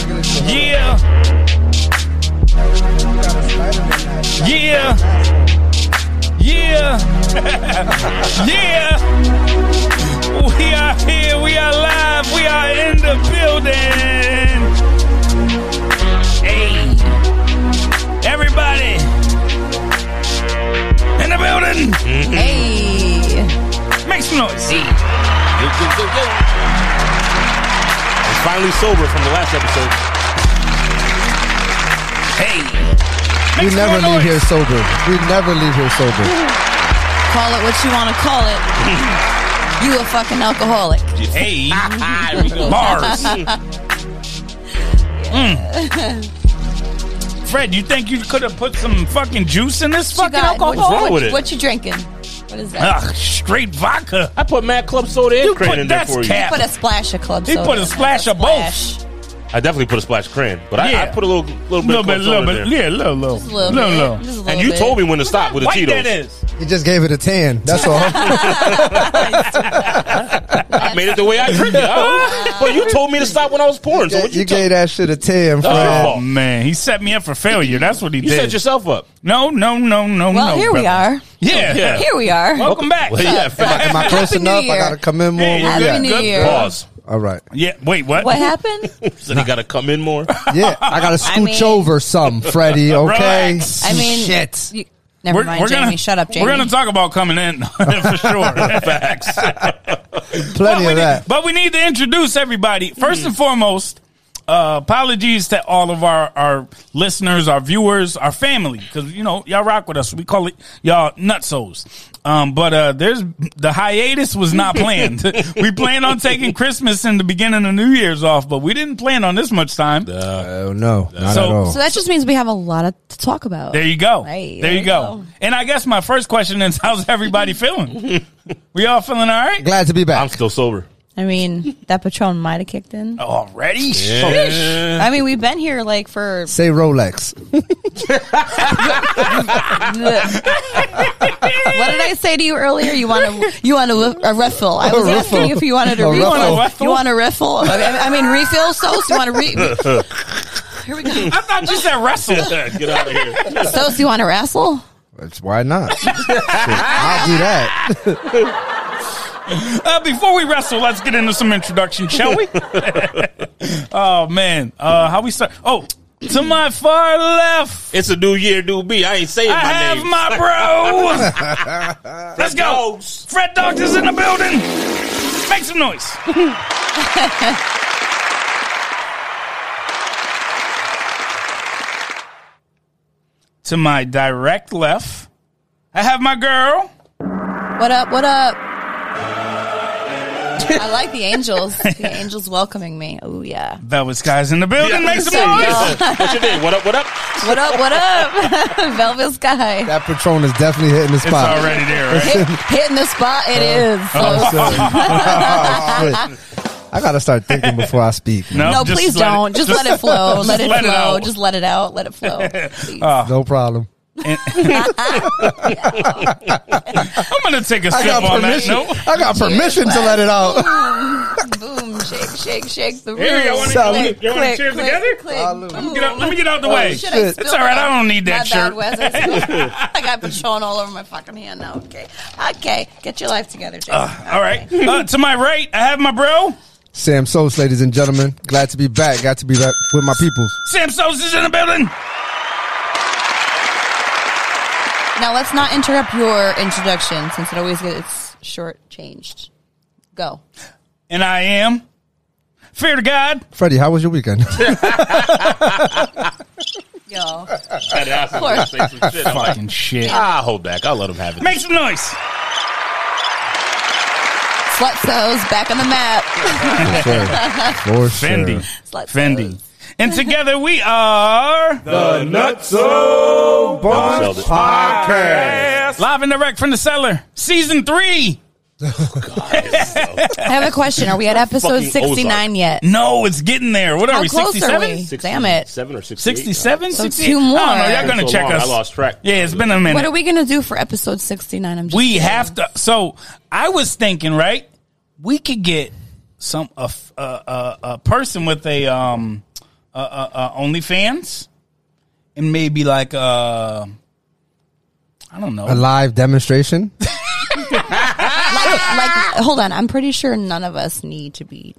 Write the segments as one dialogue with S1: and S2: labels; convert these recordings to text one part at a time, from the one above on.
S1: Yeah, yeah, yeah, yeah. We are here, we are live, we are in the building. Hey, everybody in the building,
S2: Hey,
S1: make some noise.
S3: Yo, yo, yo, yo. I'm finally sober from the last episode.
S1: Hey,
S4: We
S1: make some
S4: never
S1: more
S4: leave
S1: noise.
S4: here sober. We never leave here sober.
S2: call it what you want to call it.
S1: Hmm.
S2: you a fucking alcoholic.
S1: Hey,
S3: There we go.
S1: bars. Mm. Fred, you think you could have put some fucking juice in this
S2: What
S1: fucking
S2: you got?
S1: alcohol?
S3: wrong
S2: what,
S3: with
S2: you-
S3: it?
S2: What you drinking? What is that?
S1: Ugh, straight vodka.
S3: I put Mad Club Soda and
S1: You
S3: Cran
S1: put-
S3: in there
S1: that's
S3: for you.
S1: cap.
S2: Put a splash of club
S1: He
S2: soda.
S1: put a
S2: in it.
S1: splash
S2: A
S1: of both.
S2: splash.
S3: I definitely put a splash of Cran, but I,
S1: Yeah.
S3: I put a little, little bit
S1: little bit,
S3: of Club
S1: little
S3: Soda
S1: bit,
S3: in there.
S1: yeah, little, little,
S2: Just a little,
S1: little,
S2: bit.
S1: little.
S2: Just a little
S3: And you
S2: bit.
S3: told me when to stop with the
S1: White
S3: Tito's.
S1: that is.
S4: He just gave it a tan. That's all.
S3: I made it the way I drink it. huh? but you told me to stop when I was pouring. So what you,
S4: you
S3: tell-
S4: gave that shit a tan,
S3: That's your
S4: friend.
S3: fault.
S1: Oh man, he set me up for failure. That's what he
S3: You
S1: did.
S3: set yourself up.
S1: no, no, no, no, no.
S2: Well, here we
S1: brother.
S2: are.
S1: Yeah,
S3: Yeah.
S2: Here we are.
S1: Welcome back.
S3: Well, yeah,
S1: yeah.
S3: fact.
S4: Am I close
S2: Happy New
S4: enough? I
S2: Year.
S4: gotta come in more.
S1: Hey,
S4: Where we
S2: Happy
S4: at?
S2: New
S1: Good
S2: Year.
S3: Pause.
S4: All right.
S1: Wait, what?
S2: What happened?
S3: Said he got to come in more.
S4: Yeah, I gotta
S2: I
S4: scooch
S2: mean-
S4: over some, Freddie. Okay.
S1: Relax.
S2: I mean,
S4: shit.
S2: You, never
S1: We're,
S2: mind,
S1: we're
S2: Jamie.
S1: gonna
S2: Shut up, Jamie.
S1: We're gonna talk about coming in for sure. Facts.
S4: Plenty
S1: but
S4: of
S1: we
S4: that.
S1: Need, but we need to introduce everybody. First and foremost, uh, apologies to all of our, our listeners, our viewers, our family, because you know y'all rock with us. We call it y'all nutsos. Um, but uh, there's the hiatus was not planned. we planned on taking Christmas and the beginning of New Year's off, but we didn't plan on this much time.
S4: Oh no, not
S1: So-
S4: at all.
S2: so that just means we have a lot of, to talk about.
S1: There you go.
S2: Right,
S1: there, you go. And I guess my first question is, how's everybody feeling? we all feeling all right
S4: Glad to be
S3: I'm
S4: back.
S3: still sober.
S2: I mean, that Patron might have kicked in.
S1: Uh, already?
S2: I mean, we've been here like for
S4: Say Rolex.
S2: What did I say to you earlier? You want a you want a, a refill? I was
S4: A
S2: asking you if you wanted a,
S4: A
S2: refill.
S1: ruffle.
S2: You want a refill? I mean, I mean refill sauce. You want a re- here we go.
S1: I thought you said wrestle.
S3: Get out of here.
S2: Sauce. You want a wrestle?
S4: That's why not. Shit, I'll do that.
S1: Uh, before we wrestle, let's get into some introduction, shall we? oh man, uh, how we start? Oh, to my far left,
S3: It's a new year, new me. I ain't saying
S1: I
S3: my
S1: have my
S3: name.
S1: bro. let's go.
S3: Dogs.
S1: Fred Dogs is in the building. Make some noise. to my direct left, I have my girl.
S2: What up? What up? I like the angels. The angels welcoming me. Oh yeah.
S1: Velvet Sky's in the building. Make some
S2: Yeah.
S1: noise.
S3: What's your name? What up? What up?
S2: What up? What up? Velvet Sky.
S4: That Patron is definitely hitting the
S1: It's
S4: spot.
S1: already there, right?
S2: Hit, hitting the spot. It
S1: Uh,
S2: is. So-
S4: Oh, shit. I gotta start thinking before I speak. man.
S2: no,
S1: just
S2: please
S1: let it-
S2: don't. just, let it flow.
S1: just
S2: let it
S1: let it
S2: flow.
S1: out.
S2: just let it out. Let it flow. Please.
S4: No problem.
S1: I'm gonna take a
S4: I
S1: sip
S4: got
S1: on that
S4: permission.
S1: note.
S4: I got permission to let it out.
S2: Boom, shake, shake, shake the room.
S1: Here, y'all wanna-
S4: y'all
S2: Click,
S1: y'all wanna
S2: click,
S1: cheer
S2: click,
S1: together?
S2: click.
S4: Salute.
S2: Boom.
S1: Get out- let me get out the way.
S2: Should I
S4: Shit.
S2: spill
S1: It's all right,
S2: that?
S1: I don't need that
S2: My bad,
S1: shirt.
S2: Wes. I, I got Patron all over my fucking hand now. Okay, okay, get your life together, Jason.
S1: All right. Uh, to my right, I have my bro.
S4: Sam Sos, ladies and gentlemen. Glad to be back. Got to be back with my peoples.
S1: Sam Sos is in the building.
S2: Now let's not interrupt your introduction since it always gets short changed. Go.
S1: And I am. Fear to God.
S4: Freddie, how was your weekend?
S2: Yo. All
S3: Of course.
S1: Fucking shit.
S3: I'll hold back. I'll let him have it.
S1: Make some noise.
S2: Slut So's back on the map.
S4: For sure. For sure.
S1: Fendi.
S2: Slut
S1: Fendi.
S2: So's.
S1: And together we are
S5: The Nutso
S3: Bunch
S5: Podcast.
S1: live and direct from the cellar, season three.
S2: I have a question. Are we at episode
S3: Fucking Ozark.
S2: 69 yet?
S1: No, it's getting there. What are
S2: How
S1: we?
S2: close
S1: Sixty
S2: are
S1: seven.
S2: we? Damn it.
S3: Seven or sixty.
S1: 67?
S2: So
S1: 68?
S2: two more.
S1: I don't know. Oh, Y'all gonna
S3: So
S1: check
S3: long,
S1: us.
S3: I lost track.
S1: Yeah, it's been a minute.
S2: What are we going to do for episode 69? I'm just
S1: we
S2: kidding.
S1: have to. So I was thinking, right? We could get some a f- a, a, a person with a um a, a, a OnlyFans, and maybe like uh I don't know.
S4: A live demonstration.
S2: like, hold on. I'm pretty sure none of us need to be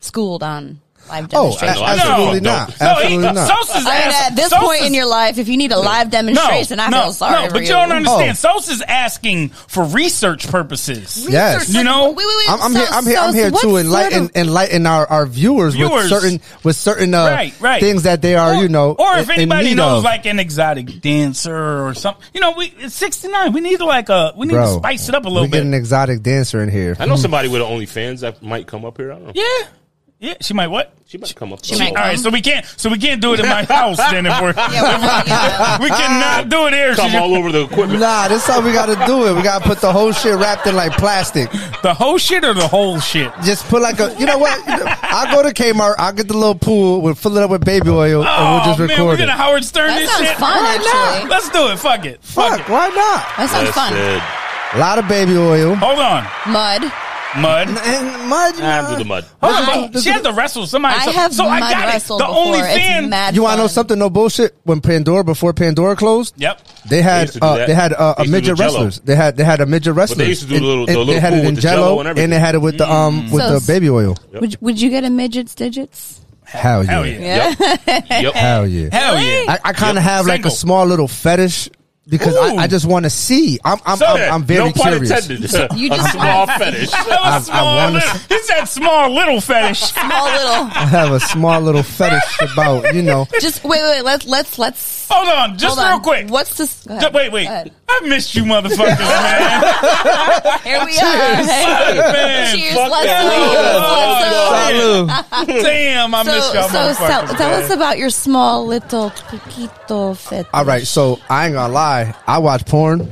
S2: schooled on live
S4: Oh,
S2: demonstration.
S3: No,
S4: a-
S3: I don't
S4: absolutely
S3: know.
S4: not.
S1: no,
S4: Absolutely
S1: he, uh,
S4: not.
S1: Sosa's
S2: I mean,
S1: ass-
S2: at this
S1: Sosa's-
S2: point in your life, if you need a live demonstration, I feel sorry
S1: no,
S2: for
S1: but
S2: you.
S1: you don't understand.
S4: Oh.
S1: Sosa's asking for research purposes.
S4: Yes.
S1: You know?
S2: Wait, wait, wait.
S4: I'm, I'm
S2: So-
S4: here. I'm here. I'm
S2: so
S4: here
S2: what
S4: to
S2: sort
S4: enlighten
S2: of-
S4: enlighten our, our viewers,
S1: Viewers.
S4: with certain with certain uh,
S1: right, right.
S4: things that they are,
S1: Or-
S4: you know,
S1: or if
S4: in- in
S1: anybody
S4: need
S1: knows
S4: of.
S1: like an exotic dancer or something, you know, we it's sixty nine. We need to like a we need to
S4: Bro,
S1: spice it up a little
S4: we get
S1: bit.
S4: an exotic dancer in here.
S3: I know somebody with OnlyFans that might come up here. I don't know.
S1: yeah, yeah. She might what?
S3: She might come up.
S2: She might
S1: All right, so we can't so we can't do it in my house. Then if we're
S2: Yeah, yeah.
S1: we cannot do it here.
S3: Come all over the equipment.
S4: Nah, this is how we got to do it. We got to put the whole shit wrapped in like plastic.
S1: The whole shit or the whole shit?
S4: Just put like a, you know what? I'll go to Kmart. I'll get the little pool. We'll fill it up with baby oil, and we'll
S1: Oh
S4: just
S1: man, we're
S4: record
S1: gonna
S4: it.
S1: Howard Stern
S2: That
S1: this
S2: sounds
S1: shit.
S2: fun,
S1: Why not?
S2: actually.
S1: Let's do it. Fuck it. Fuck,
S4: Fuck,
S1: it.
S4: why not?
S2: That sounds fun.
S3: Listen,
S4: A lot of baby oil
S1: Hold on,
S2: Mud.
S1: mud.
S4: and mud. you
S3: I'm
S4: know.
S3: with the mud.
S1: Hold on,
S2: I-
S1: but she has to wrestle somebody.
S2: I
S1: so,
S2: have
S1: so I
S2: mud
S1: got it.
S2: wrestled
S1: The
S2: before.
S1: only
S2: It's
S1: fan.
S2: mad
S4: You want to know
S2: fun.
S4: something? No bullshit. When Pandora before Pandora closed,
S1: Yep.
S4: they had
S3: used to do
S4: uh,
S3: that.
S4: they had uh,
S3: They used to
S4: a
S3: do
S4: midget
S3: Jell-O.
S4: wrestlers. They had they had a midget wrestlers.
S3: used to do the little- the
S4: and
S3: little
S4: they had
S3: pool
S4: it in
S3: with the Jell-O and
S4: Jello, and,
S3: everything.
S4: they had it with the um with
S2: So
S4: the
S2: s-
S4: baby oil.
S2: Would, would you get a midget's digits?
S4: Hell yeah,
S1: Hell yeah.
S3: Yep.
S4: Hell yeah.
S1: Hell yeah.
S4: I, I
S3: Yep.
S4: kind of have like
S1: Single.
S4: a small little fetish because
S1: Ooh.
S4: I, I just want to see. I'm I'm,
S3: So,
S4: I'm, I'm very
S3: no pun
S4: curious.
S3: intended.
S2: You
S3: You
S2: just-
S3: just small fetish.
S1: That was
S4: I- I
S1: small
S4: wanna
S1: little.
S4: s-
S1: He said small little fetish.
S2: Small little.
S4: I have a small little fetish about you know.
S2: Just wait, wait. wait. Let's let's let's.
S1: Hold on, just
S2: hold
S1: real
S2: on.
S1: quick.
S2: What's this? go
S1: Ju-
S2: ahead.
S1: wait, wait.
S2: Go ahead.
S1: I missed you, motherfuckers, man.
S2: Here we are.
S1: man.
S2: Cheers,
S3: fuck
S2: Leslie.
S3: that.
S2: Let's
S1: Oh,
S2: leave.
S4: Salud.
S1: Damn, I missed
S2: So,
S1: y'all,
S2: so,
S1: motherfuckers.
S2: so tell
S1: man.
S2: us about your small little piquito fetish.
S4: All right, so I ain't gonna lie. I watch porn.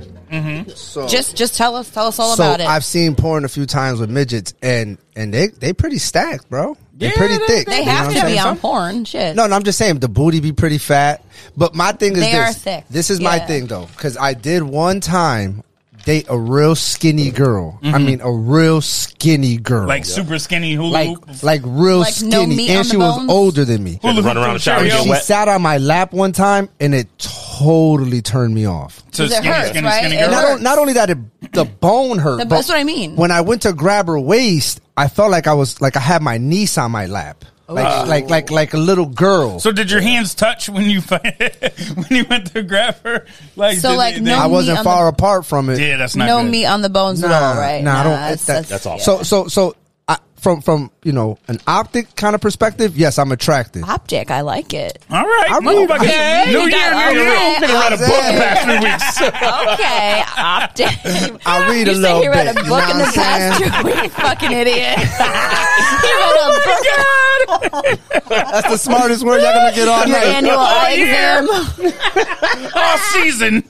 S2: Just just tell us tell us all
S4: so
S2: about it.
S4: I've seen porn a few times with midgets, and and they they pretty stacked, bro. They're
S1: Yeah,
S4: pretty
S1: they-
S4: thick.
S2: they
S4: you know
S2: have
S4: what
S2: to
S4: I'm
S2: be
S4: saying?
S2: on porn. Shit.
S4: No, no, I'm just saying the booty be pretty fat. But my thing is
S2: They
S4: this.
S2: are thick,
S4: This is my
S2: yeah.
S4: thing though, because I did one time date a real skinny girl. I mean, a real skinny girl,
S1: like super skinny hula
S4: like
S1: hoop.
S4: like real
S2: Like no
S4: skinny,
S2: meat on
S4: and
S2: the
S4: she
S2: bones?
S4: was older than me.
S1: hula
S3: Run around the shower,
S4: And
S3: Yo,
S4: she
S3: wet.
S4: sat on my lap one time, and it totally turned me off.
S1: to
S2: It
S1: skinny,
S2: hurts,
S1: skinny,
S2: right?
S1: skinny
S2: It
S1: girl.
S4: Not,
S2: hurts.
S4: on- not only that, it, the bone hurt.
S2: The-
S4: but
S2: that's what I mean.
S4: When I went to grab her waist, I felt like I was like I had my niece on my lap, like
S2: Oh.
S4: like like like a little girl.
S1: So did your hands touch when you when you went to grab her? Like
S2: So,
S1: did
S2: like,
S1: they-
S2: no-
S4: I
S1: they-
S4: wasn't
S2: on
S4: far
S2: the-
S4: apart from it.
S1: yeah, that's not
S2: no
S1: good.
S2: meat on the bones at
S4: Nah,
S2: all, right?
S4: nah, I don't- that-
S3: That's all.
S4: So so so I, from from you know an optic kind of perspective, yes, I'm attracted.
S2: optic. I like it.
S1: All right,
S4: I really-
S1: motherfucker.
S4: Okay,
S1: New
S2: you
S1: year,
S2: got
S1: new
S2: it.
S1: year.
S2: Okay.
S1: I'm gonna write a book the past few weeks.
S2: Okay, optic.
S4: I read a
S2: you said
S4: little
S2: he read
S4: bit,
S2: a
S4: you
S2: book
S4: know
S2: in the
S4: what I'm
S2: past two weeks. Fucking idiot. he
S1: Oh
S2: read a book.
S4: That's the smartest word y'all gonna get all
S2: Your
S4: night.
S2: annual
S1: Oh, yeah.
S2: exam.
S1: All season.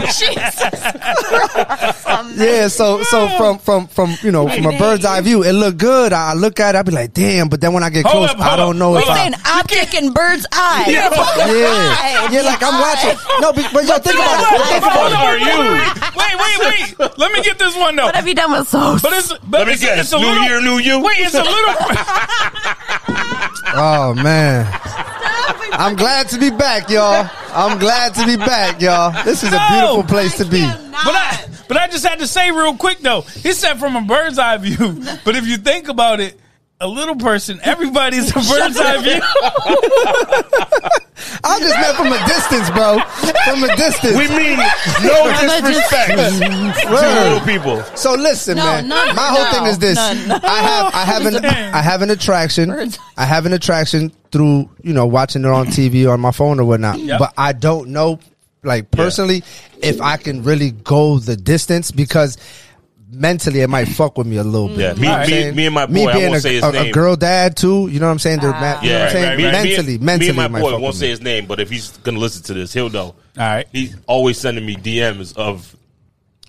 S2: Jesus.
S4: Yeah, so so from from from you know from a bird's eye view, it looked good. I look at it, I be like, damn. But then when I get
S1: Hold
S4: close,
S1: up, hold
S4: I
S1: up,
S4: don't know
S1: hold
S4: if
S1: up.
S4: I.
S2: An optic and bird's eye.
S1: Yeah.
S4: Yeah, yeah, like I'm watching. No, but, but yo, think about it. Think about it.
S1: are you? Wait, wait, wait. Let me get this one though.
S2: What have you done with those?
S1: But it's but
S3: Let me
S1: it's,
S3: guess.
S1: it's a
S3: New
S1: little,
S3: year, new you.
S1: Wait, it's a little.
S4: Oh man, I'm glad to be back, y'all. I'm glad to be back, y'all. This is a beautiful place to be.
S1: But I but I just had to say real quick though. He said from a bird's eye view. But if you think about it, a little person, everybody's a bird's eye view.
S4: I just met from a distance, bro. From a distance.
S3: We mean no disrespect to little
S4: Word.
S3: people.
S4: So listen,
S2: No,
S4: man.
S2: none.
S4: My whole
S2: No,
S4: thing is this:
S2: none.
S4: I have, I have an, I have an attraction.
S2: Birds.
S4: I have an attraction through you know watching it on TV on my phone or whatnot.
S1: Yep.
S4: But I don't know, like personally, if I can really go the distance because mentally it might fuck with me a little bit.
S3: Yeah,
S4: You know
S3: me-
S4: what I'm
S3: me-
S4: saying?
S3: me and my boy, I won't
S4: a,
S3: say his
S4: a, a
S3: name.
S4: girl dad too. You know what I'm saying? They're ma- you know what I'm saying?
S3: right, right.
S4: mentally,
S3: me, me
S4: mentally,
S3: and my
S4: it might
S3: boy
S4: fuck
S3: won't
S4: with
S3: say
S4: me.
S3: his name, but if he's gonna listen to this, he'll know. All
S1: right.
S3: he's always sending me DMs of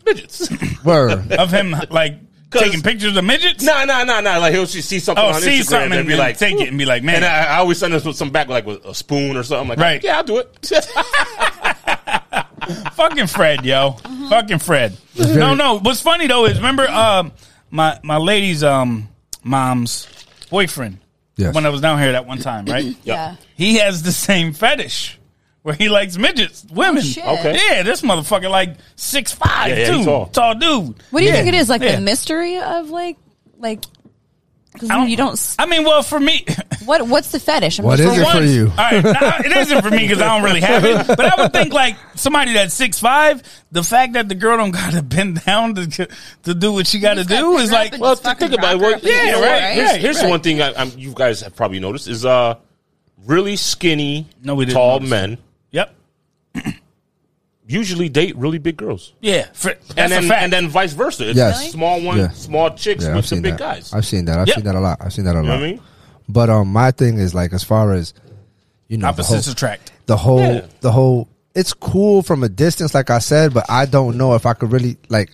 S3: midgets.
S4: Word.
S1: of him like
S3: 'Cause-
S1: taking pictures of midgets.
S3: nah, nah, nah, nah. Like he'll see see something
S1: Oh,
S3: on
S1: see
S3: Instagram
S1: something
S3: and be
S1: and
S3: like,
S1: take it and be like, man.
S3: And I, I always send us with some back, like with a spoon or something. Like,
S1: Right.
S3: Yeah, I'll do it.
S1: fucking Fred, yo,
S3: Uh-huh.
S1: fucking Fred. No, no. What's funny though is remember um my my lady's um mom's boyfriend
S4: Yes.
S1: when I was down here that one time, right?
S2: Yeah.
S1: He has the same fetish where he likes midgets, women.
S2: shit.
S3: Okay.
S1: Yeah, this motherfucker like six five,
S3: Yeah, yeah,
S1: too
S3: he's
S1: tall.
S3: tall.
S1: dude.
S2: What do you
S1: Yeah,
S2: think it is? Like
S1: yeah.
S2: the mystery of like, like, 'cause
S1: I don't-
S2: you don't. s-
S1: I mean, well, for me,
S2: What what's the fetish? I'm
S4: What
S2: just
S4: is it
S2: like-
S4: for
S1: Once-
S4: you.
S1: All right, now, it isn't for me because I don't really have it. But I would think like somebody that's six five, the fact that the girl don't gotta bend down to to do what she gotta
S2: Just gotta
S1: do
S2: pick
S1: is
S2: her up
S1: like
S2: and
S3: well,
S2: just
S3: th-
S2: fucking
S3: think about it.
S2: rock her
S3: Well,
S2: up in the
S3: yeah,
S2: air,
S3: right. Here's,
S1: right,
S3: here's the
S1: right.
S3: one thing I, I'm, you guys have probably noticed is uh, really skinny,
S1: No, we didn't
S3: tall
S1: notice.
S3: men
S1: yep,
S3: usually date really big girls,
S1: yeah, for, that's
S3: and then
S1: a fact.
S3: and then vice versa. It's
S4: Yes. Really?
S3: small one,
S4: Yeah.
S3: small chicks
S4: Yeah,
S3: with
S4: I've
S3: some
S4: seen
S3: big
S4: that.
S3: guys.
S4: I've seen that. I've
S1: Yep.
S4: seen that a lot. I've seen that a lot.
S3: you know what I mean?
S4: But um, my thing is like as far as you know, the
S1: opposites
S4: whole-
S1: attract.
S4: the whole
S3: Yeah.
S4: the whole it's cool from a distance like i said but i don't know if i could really like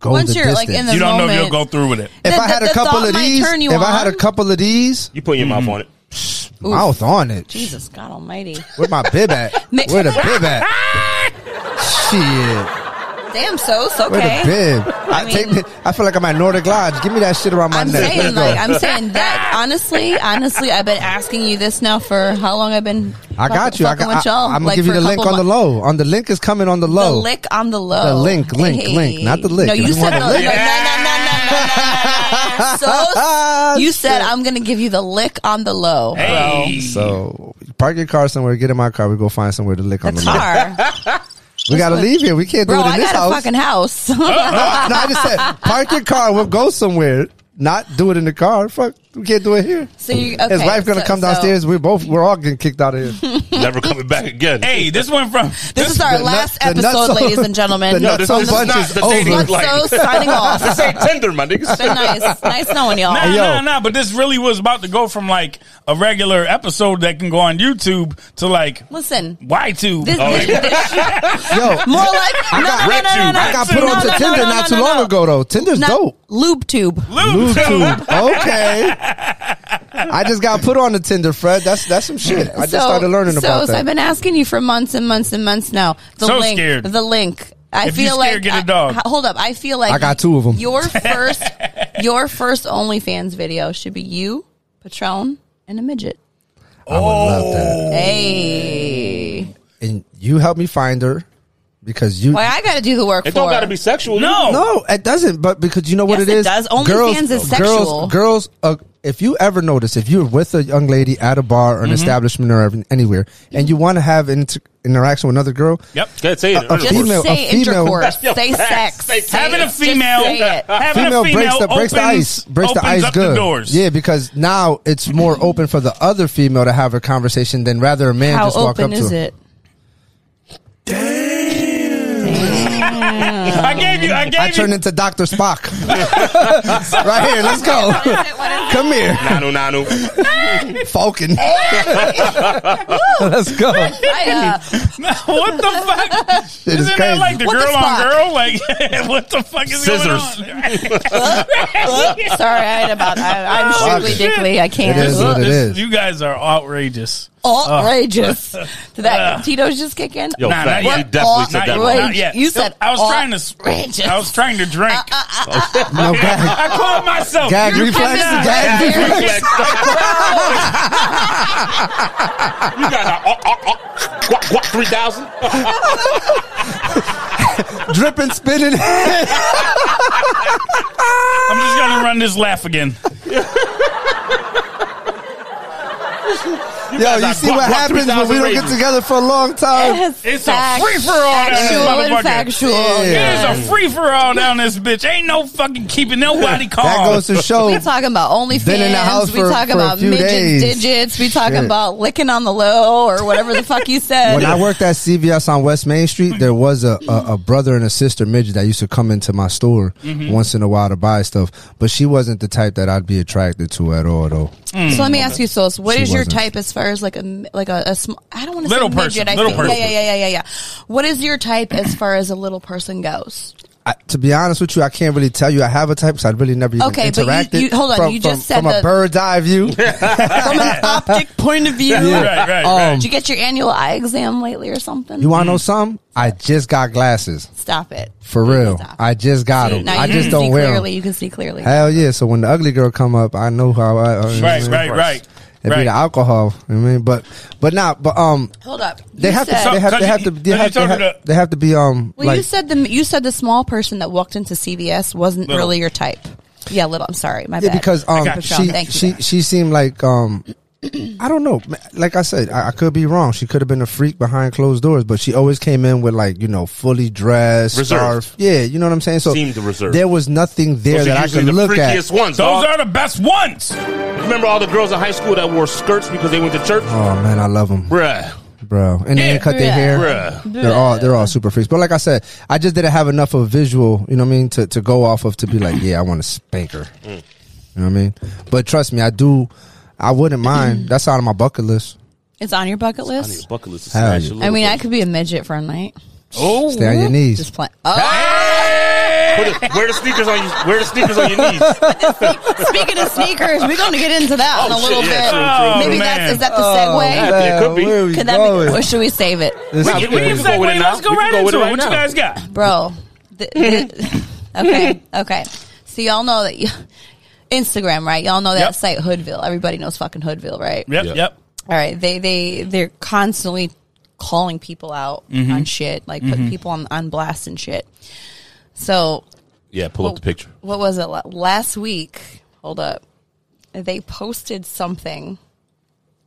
S4: go
S2: Once
S4: the
S2: you're, like,
S4: distance.
S2: in the-
S1: You don't know if
S2: moment-
S1: you'll go through with it.
S4: if
S2: The-
S4: i had
S2: the-
S4: a
S2: the
S4: couple
S2: thought
S4: of
S2: might
S4: these
S2: turn you
S4: if i had a
S2: on.
S4: couple of these
S3: You put your mouth on it.
S4: mouth on it
S2: Jesus God Almighty!
S4: where my bib at
S2: Nick-
S4: where the bib at shit
S2: Damn, so it's
S4: where
S2: okay.
S4: the bib i,
S2: mean-
S4: take the, i feel like i'm at nordic lodge give me that shit around my
S2: I'm
S4: neck
S2: saying,
S4: Let's go.
S2: like, I'm saying that honestly, honestly, I've been asking you this now for how long I've been.
S4: I got you. I
S2: fucking
S4: got,
S2: with y'all,
S4: I, am gonna
S2: like,
S4: give you
S2: for
S4: the
S2: a
S4: link
S2: couple
S4: on the
S2: months.
S4: low. On the link is coming on the
S2: The
S4: low.
S2: link on the low.
S4: The link, link, link, not the lick.
S2: No, you
S4: You
S2: said
S4: want
S2: the
S4: the
S2: no, no, no,
S4: lick.
S2: no, no, no, no, no. So you said I'm gonna give you the lick on the low.
S1: Hey,
S4: So park your car somewhere. Get in my car. We go find somewhere to lick
S2: The
S4: on the low.
S2: car,
S4: We gotta leave here. We can't do
S2: bro.
S4: it in
S2: I
S4: this
S2: got
S4: house.
S2: a fucking house.
S4: no, no, I just said park your car. We'll go somewhere. Not do it in the car. Fuck, we can't do it here.
S2: So you- okay,
S4: His wife gonna
S2: so-
S4: come
S2: so-
S4: downstairs. we're both. We're all getting kicked out of here.
S3: Never coming back again.
S1: hey, this went from
S2: this is our
S4: The
S2: last
S4: nut- the
S2: episode,
S4: nutso-
S2: ladies and gentlemen.
S4: The
S3: No, this-
S4: nutso
S3: this is
S4: bunch
S3: not
S4: is
S3: the dating
S4: over.
S3: life.
S2: so signing off.
S3: This ain't Tinder, my
S2: Been
S3: niggas.
S2: nice, nice knowing y'all.
S1: Nah,
S4: Hey, yo.
S1: nah, nah. But this really was about to go from like a regular episode that can go on YouTube to like Oh.
S2: Listen,
S4: Oh,
S1: Y tube.
S2: this, this, this
S4: Yo,
S2: more like no, no, no, no, no, no.
S4: I got put
S2: no,
S4: onto
S2: no,
S4: Tinder
S2: no, no,
S4: not too
S2: no,
S4: long
S2: no.
S4: ago though. Tinder's
S2: Not
S4: dope.
S2: Lube tube.
S1: Lube
S4: YouTube.
S1: tube.
S4: okay. I just got put on the Tinder, Fred. That's that's some shit. I just started learning
S2: so,
S4: about
S2: so
S4: that.
S2: I've been asking you for months and months and months now. The
S1: So
S2: link,
S1: scared.
S2: the link. I
S1: If you
S2: feel
S1: scared,
S2: like
S1: get a
S2: I-
S1: dog.
S2: I- hold up, I feel like
S4: I got two of 'em.
S2: Your first, your first OnlyFans video should be you, Patron, and a midget.
S4: I would love
S2: Oh.
S4: that.
S2: Hey,
S4: And you helped me find her because you
S2: why I got to do the work
S3: It
S2: for?
S3: don't gotta be sexual.
S1: No.
S4: No, it doesn't. But because you know what
S2: Yes,
S4: it
S2: it
S4: is.
S2: does. OnlyFans is sexual.
S4: Girls, girls. Uh, if you ever notice, if you're with a young lady at a bar or an
S2: Mm-hmm.
S4: establishment or ev- anywhere, and you want to have inter- interaction with another girl,
S1: Yep.
S3: Can't say it.
S4: A- a
S2: Just
S4: female-
S2: say
S4: a female-
S2: intercourse.
S3: Yo,
S2: Say
S3: facts.
S2: sex.
S3: Say
S2: Say
S1: Having
S2: it.
S1: a
S2: Just
S1: female,
S2: say it.
S1: having
S4: female,
S1: a female
S4: breaks the breaks the
S1: opens-
S4: ice, breaks the
S1: opens
S4: ice
S1: up
S4: good.
S1: the doors.
S4: Yeah, because now it's more open for the other female to have a conversation than rather a man
S2: How
S4: just walk
S2: open
S4: up to.
S2: is
S4: her.
S2: it?
S1: I gave you. I gave
S4: I
S1: you.
S4: turned into Doctor Spock. right here, let's go.
S2: uh,
S4: Come here,
S3: Nanu, nanu.
S4: Falcon. let's go.
S2: I, uh,
S1: what the fuck?
S4: Shit is
S1: Isn't that
S4: crazy.
S1: like the
S2: What the
S1: girl on
S2: fuck?
S1: girl? Like, what the fuck is
S3: Scissors.
S1: going on?
S2: uh, Sorry, I had about. I,
S1: Oh,
S2: I'm
S4: Fuck.
S2: strictly dickly. I can't.
S4: It is what it
S1: This-
S4: is.
S1: You guys are outrageous.
S2: outrageous. Did that Tito's just kick in?
S3: Yo,
S1: Nah,
S3: fat,
S1: not
S3: you
S1: yet.
S3: definitely said that.
S2: Outrage.
S3: wrong.
S1: Not yet.
S2: You said
S1: I was trying to.
S2: outrageous.
S1: I was trying to drink.
S4: No gag,
S1: I called myself.
S4: gag
S2: You're
S4: reflex.
S2: coming out
S4: Gag
S2: there.
S4: reflex.
S3: Flex. You got a uh, uh, uh, what, what, 3,000?
S4: dripping, spinning.
S1: I'm just gonna run this laugh again.
S4: Yo,
S3: guys
S4: you
S3: are
S4: see
S3: guap-
S4: what
S3: guap
S4: happens when we
S3: 3,000
S4: don't get
S3: ratings.
S4: together for a long time.
S1: It's a free for all down this
S2: Actual and
S1: motherfucker.
S2: factual.
S4: Yeah.
S1: It is a free for all down this bitch. Ain't no fucking keeping nobody calm.
S4: That
S2: Oh.
S4: goes to show.
S2: We talking about OnlyFans.
S4: Been in the house
S2: we
S4: for-
S2: talk
S4: for a
S2: about
S4: few
S2: midgets,
S4: days.
S2: digits. We talking
S4: Shit.
S2: about licking on the low or whatever the fuck you said.
S4: When I worked at CVS on West Main Street, there was a, a, a brother and a sister midget that used to come into my store
S2: Mm-hmm.
S4: once in a while to buy stuff. But she wasn't the type that I'd be attracted to at all, though.
S2: so let me ask you, Sos, what
S4: She
S2: is your
S4: wasn't.
S2: type as far as like a m- like a, a small? I don't want to say
S1: Little person,
S2: midget. I
S1: little
S2: think, yeah,
S1: person.
S2: yeah, yeah, yeah, yeah, yeah. What is your type as far as a little person goes?
S4: I, to be honest with you, I can't really tell you I have a type because I'd really never even
S2: Okay, but you-
S4: interacted.
S2: you- hold on,
S4: from,
S2: you just
S4: from-
S2: said
S4: from
S2: the-
S4: a bird's eye view.
S2: From an optic point of view,
S1: Right, right, right.
S4: Um,
S2: did you get your annual eye exam lately or something?
S4: you want to know something? I just got glasses
S2: Stop it.
S4: for real.
S2: Stop.
S4: I just got
S2: See,
S4: them.
S2: now
S4: I
S2: you
S4: just
S2: can
S4: don't
S2: see
S4: wear
S2: clearly.
S4: them.
S2: You can see clearly.
S4: Hell yeah! So when the ugly girl come up, I know how I. I
S1: Right, right, right.
S4: It'd be
S1: Right.
S4: the alcohol. I mean, but but not. But um,
S2: Hold up.
S4: They
S2: You
S4: have, to,
S2: said-
S4: they, have,
S1: Cause
S4: they
S1: you-
S4: have to. They
S1: cause
S4: have
S1: you
S4: to.
S1: told her
S4: ha-
S1: to-
S4: They have to be um.
S2: Well, you
S4: like
S2: said the you said the small person that walked into CVS wasn't
S1: Little.
S2: really your type. Yeah, little. I'm sorry, my
S4: yeah,
S2: bad.
S4: because um,
S1: got you.
S4: she
S2: Thank you.
S4: she she seemed like um. I don't know. Ma- Like I said, I, I could be wrong. She could have been a freak behind closed doors, but she always came in with like you know fully dressed,
S3: Reserved.
S4: scarf. Yeah, you know what I'm saying. So
S3: Seemed reserved.
S4: There was nothing there
S3: Those are
S4: that I
S3: usually
S4: could
S3: the
S4: look at.
S3: freakiest ones.
S1: Those
S3: dog.
S1: are the best ones.
S3: Remember all the girls in high school that wore skirts because they went to church?
S4: Oh man, I love them,
S3: Bruh.
S4: bro. And they
S3: Yeah.
S4: didn't cut their
S2: Bruh.
S4: hair.
S3: Bruh.
S4: They're all they're all super freaks. But like I said, I just didn't have enough of a visual, you know what I mean, to, to go off of to be like, yeah, I want to spank her.
S3: Mm.
S4: You know what I mean? But trust me, I do I wouldn't
S3: Mm.
S4: mind. That's out of my bucket list.
S2: it's on your bucket
S3: I need a
S2: list.
S3: bucket list to
S4: Hell
S3: smash
S4: yeah.
S3: a little
S2: I mean,
S3: bit.
S2: I could be a midget for a night.
S1: Oh,
S4: Stay on your knees.
S2: Just playing. Oh,
S3: Put it- wear the sneakers on you. Wear the sneakers on your knees.
S2: speaking of sneakers, we're going to get into that
S3: Oh,
S2: in a little
S3: shit,
S2: bit.
S3: yeah, true, true,
S2: Maybe
S1: true.
S2: that's is that the
S4: Oh,
S3: man.
S2: segue?
S3: Oh, it could be.
S4: Where we
S2: Could that
S4: going?
S2: be, or should we save it,
S4: This-
S3: Nah, we
S1: We can
S3: Let's go
S1: segue.
S3: with it now.
S1: Let's go
S3: We can
S1: right
S3: go with
S1: into
S3: it
S1: it.
S3: right
S1: What
S3: now.
S1: you guys got?
S2: bro? The, the, okay, okay. So y'all know that you, Instagram, right? Y'all know that
S1: Yep.
S2: site Hoodville. Everybody knows fucking Hoodville, right?
S1: Yep,
S3: Yeah.
S1: yep.
S2: All right, they they they're constantly calling people out
S3: Mm-hmm.
S2: on shit, like putting people on on blast and shit. So
S3: Yeah, pull up the picture.
S2: what was it la- last week? Hold up, they posted something,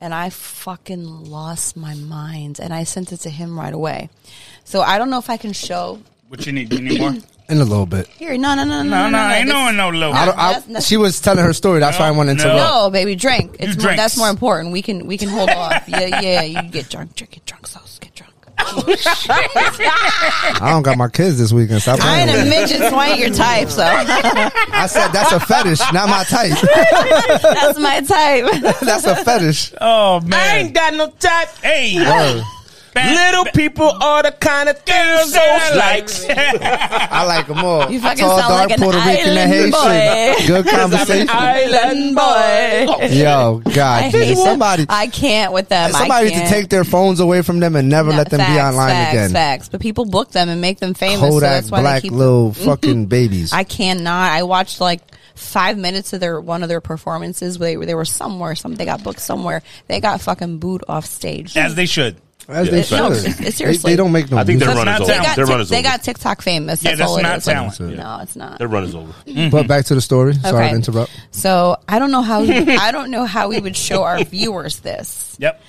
S2: and I fucking lost my mind, and I sent it to him right away. So I don't know if I can show
S1: What you need? You need more?
S4: in a little bit.
S2: here. No, no, no, no, no,
S1: No, no, I ain't
S2: this-
S1: knowing no low.
S4: I don't,
S2: That's-
S4: I,
S2: that's-
S4: she was telling her story. That's why I wanted to
S1: No.
S4: interrupt.
S2: No, baby, drink. It's more,
S1: drinks.
S2: that's more important. We can we can hold off. Yeah, yeah, you get drunk, drink, get drunk, sauce, get drunk.
S4: I don't got my kids this weekend. Stop
S2: I
S4: playing.
S2: ain't a
S4: with me.
S2: midget, so I ain't your type. So
S4: I said that's a fetish, not my type.
S2: that's my type.
S4: that's a fetish.
S1: Oh man.
S3: got no type.
S1: Hey,
S3: Oh.
S4: Word.
S1: bad-
S3: people are the kind of
S1: girls that I like.
S4: I like them all.
S2: You fucking
S4: Tall,
S2: sound
S4: dark,
S2: like an
S4: Puerto Rican, and
S2: island
S4: Haitian.
S2: boy.
S4: Good conversation.
S3: island
S2: boy.
S4: Yo,
S2: I
S4: God,
S2: hate
S4: dude,
S2: them.
S4: somebody,
S2: I can't with them. I
S4: somebody to
S2: can't.
S4: take their phones away from them and never
S2: No,
S4: let them be
S2: facts,
S4: online
S2: facts,
S4: again.
S2: Facts, but people book them and make them famous. so
S4: Kodak
S2: that's why
S4: black
S2: they keep.
S4: little fucking babies.
S2: I cannot. I watched like five minutes of their one of their performances. Where they, they were somewhere. Some they got booked somewhere. They got fucking booed off stage.
S1: As they should.
S4: As
S3: Yeah,
S4: they
S3: it's
S4: should.
S3: not-
S2: it's- it's
S4: They-
S2: seriously-
S4: they, don't make no.
S3: I think they're
S1: That's
S3: run
S4: music.
S3: is
S1: not
S3: over.
S2: they got,
S3: Their
S2: tic-
S3: run is
S2: they
S3: over.
S2: got TikTok famous.
S1: Yeah,
S2: That's,
S1: that's
S2: all it
S1: not
S2: is. Like,
S1: talent.
S2: No, it's not.
S3: Their run is over.
S4: But back to the story. Sorry
S2: Okay.
S4: to interrupt.
S2: So I don't know how I don't know how we would show our viewers this,
S1: Yep.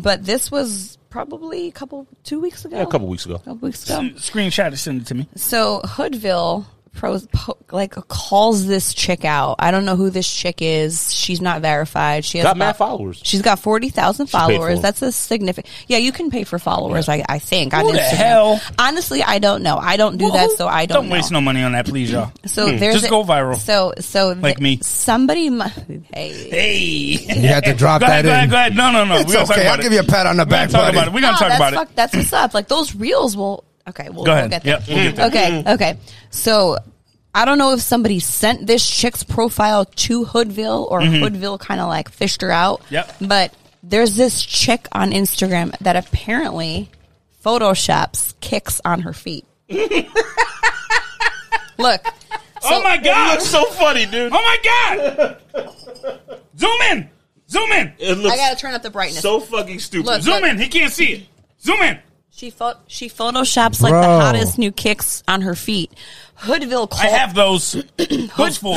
S2: but this was probably a couple two weeks ago.
S3: A couple weeks ago.
S2: couple weeks ago.
S1: Screenshot and send it to me.
S2: So Hoodville pros, po, like calls this chick out. I don't know who this chick is. She's not verified. She has
S3: Got mad
S2: about-
S3: followers.
S2: She's got forty thousand
S3: paid for
S2: followers.
S3: them.
S2: That's a significant. Yeah, you can pay for followers. I, I think. on
S1: Who the
S2: Instagram.
S1: hell-
S2: Honestly, I don't know. I don't do
S1: Well,
S2: that,
S1: who-
S2: so I don't.
S1: Don't waste
S2: know.
S1: no money on that, please, y'all.
S2: So
S3: Hmm.
S2: there's
S1: Just
S2: a-
S1: go viral.
S2: So so
S1: Like me.
S2: Somebody. mu- Hey.
S1: Hey.
S4: You had to drop
S1: Go ahead,
S4: that
S1: go ahead,
S4: in.
S1: go ahead. No, no, no.
S4: It's
S1: We're gonna talk
S4: okay.
S1: about
S4: I'll
S1: it.
S4: give you a pat on the
S1: We're gonna
S4: back,
S1: talk
S4: buddy.
S1: about it. We're gonna
S2: No,
S1: talk
S2: Oh, that's
S1: about it.
S2: fuck- That's what's up. Like those reels will. Okay, we'll,
S1: Go
S2: we'll
S1: ahead.
S2: get there.
S1: Yep, we'll get there.
S2: Okay, okay. So I don't know if somebody sent this chick's profile to Hoodville or Hoodville kind of like fished her out.
S1: Mm-hmm. Yep.
S2: But there's this chick on Instagram that apparently photoshops kicks on her feet. Look.
S1: Oh my
S3: It
S1: god.
S3: looks so funny, dude.
S1: Oh my god. Zoom in. Zoom in.
S3: It
S2: I
S3: looks
S2: gotta turn up the brightness.
S3: so fucking stupid.
S2: Look.
S1: Zoom in. He can't see it. Zoom in.
S2: She pho- she photoshops like the
S4: Bro.
S2: hottest new kicks on her feet. Hoodville
S1: I
S2: called
S1: have those. Which for?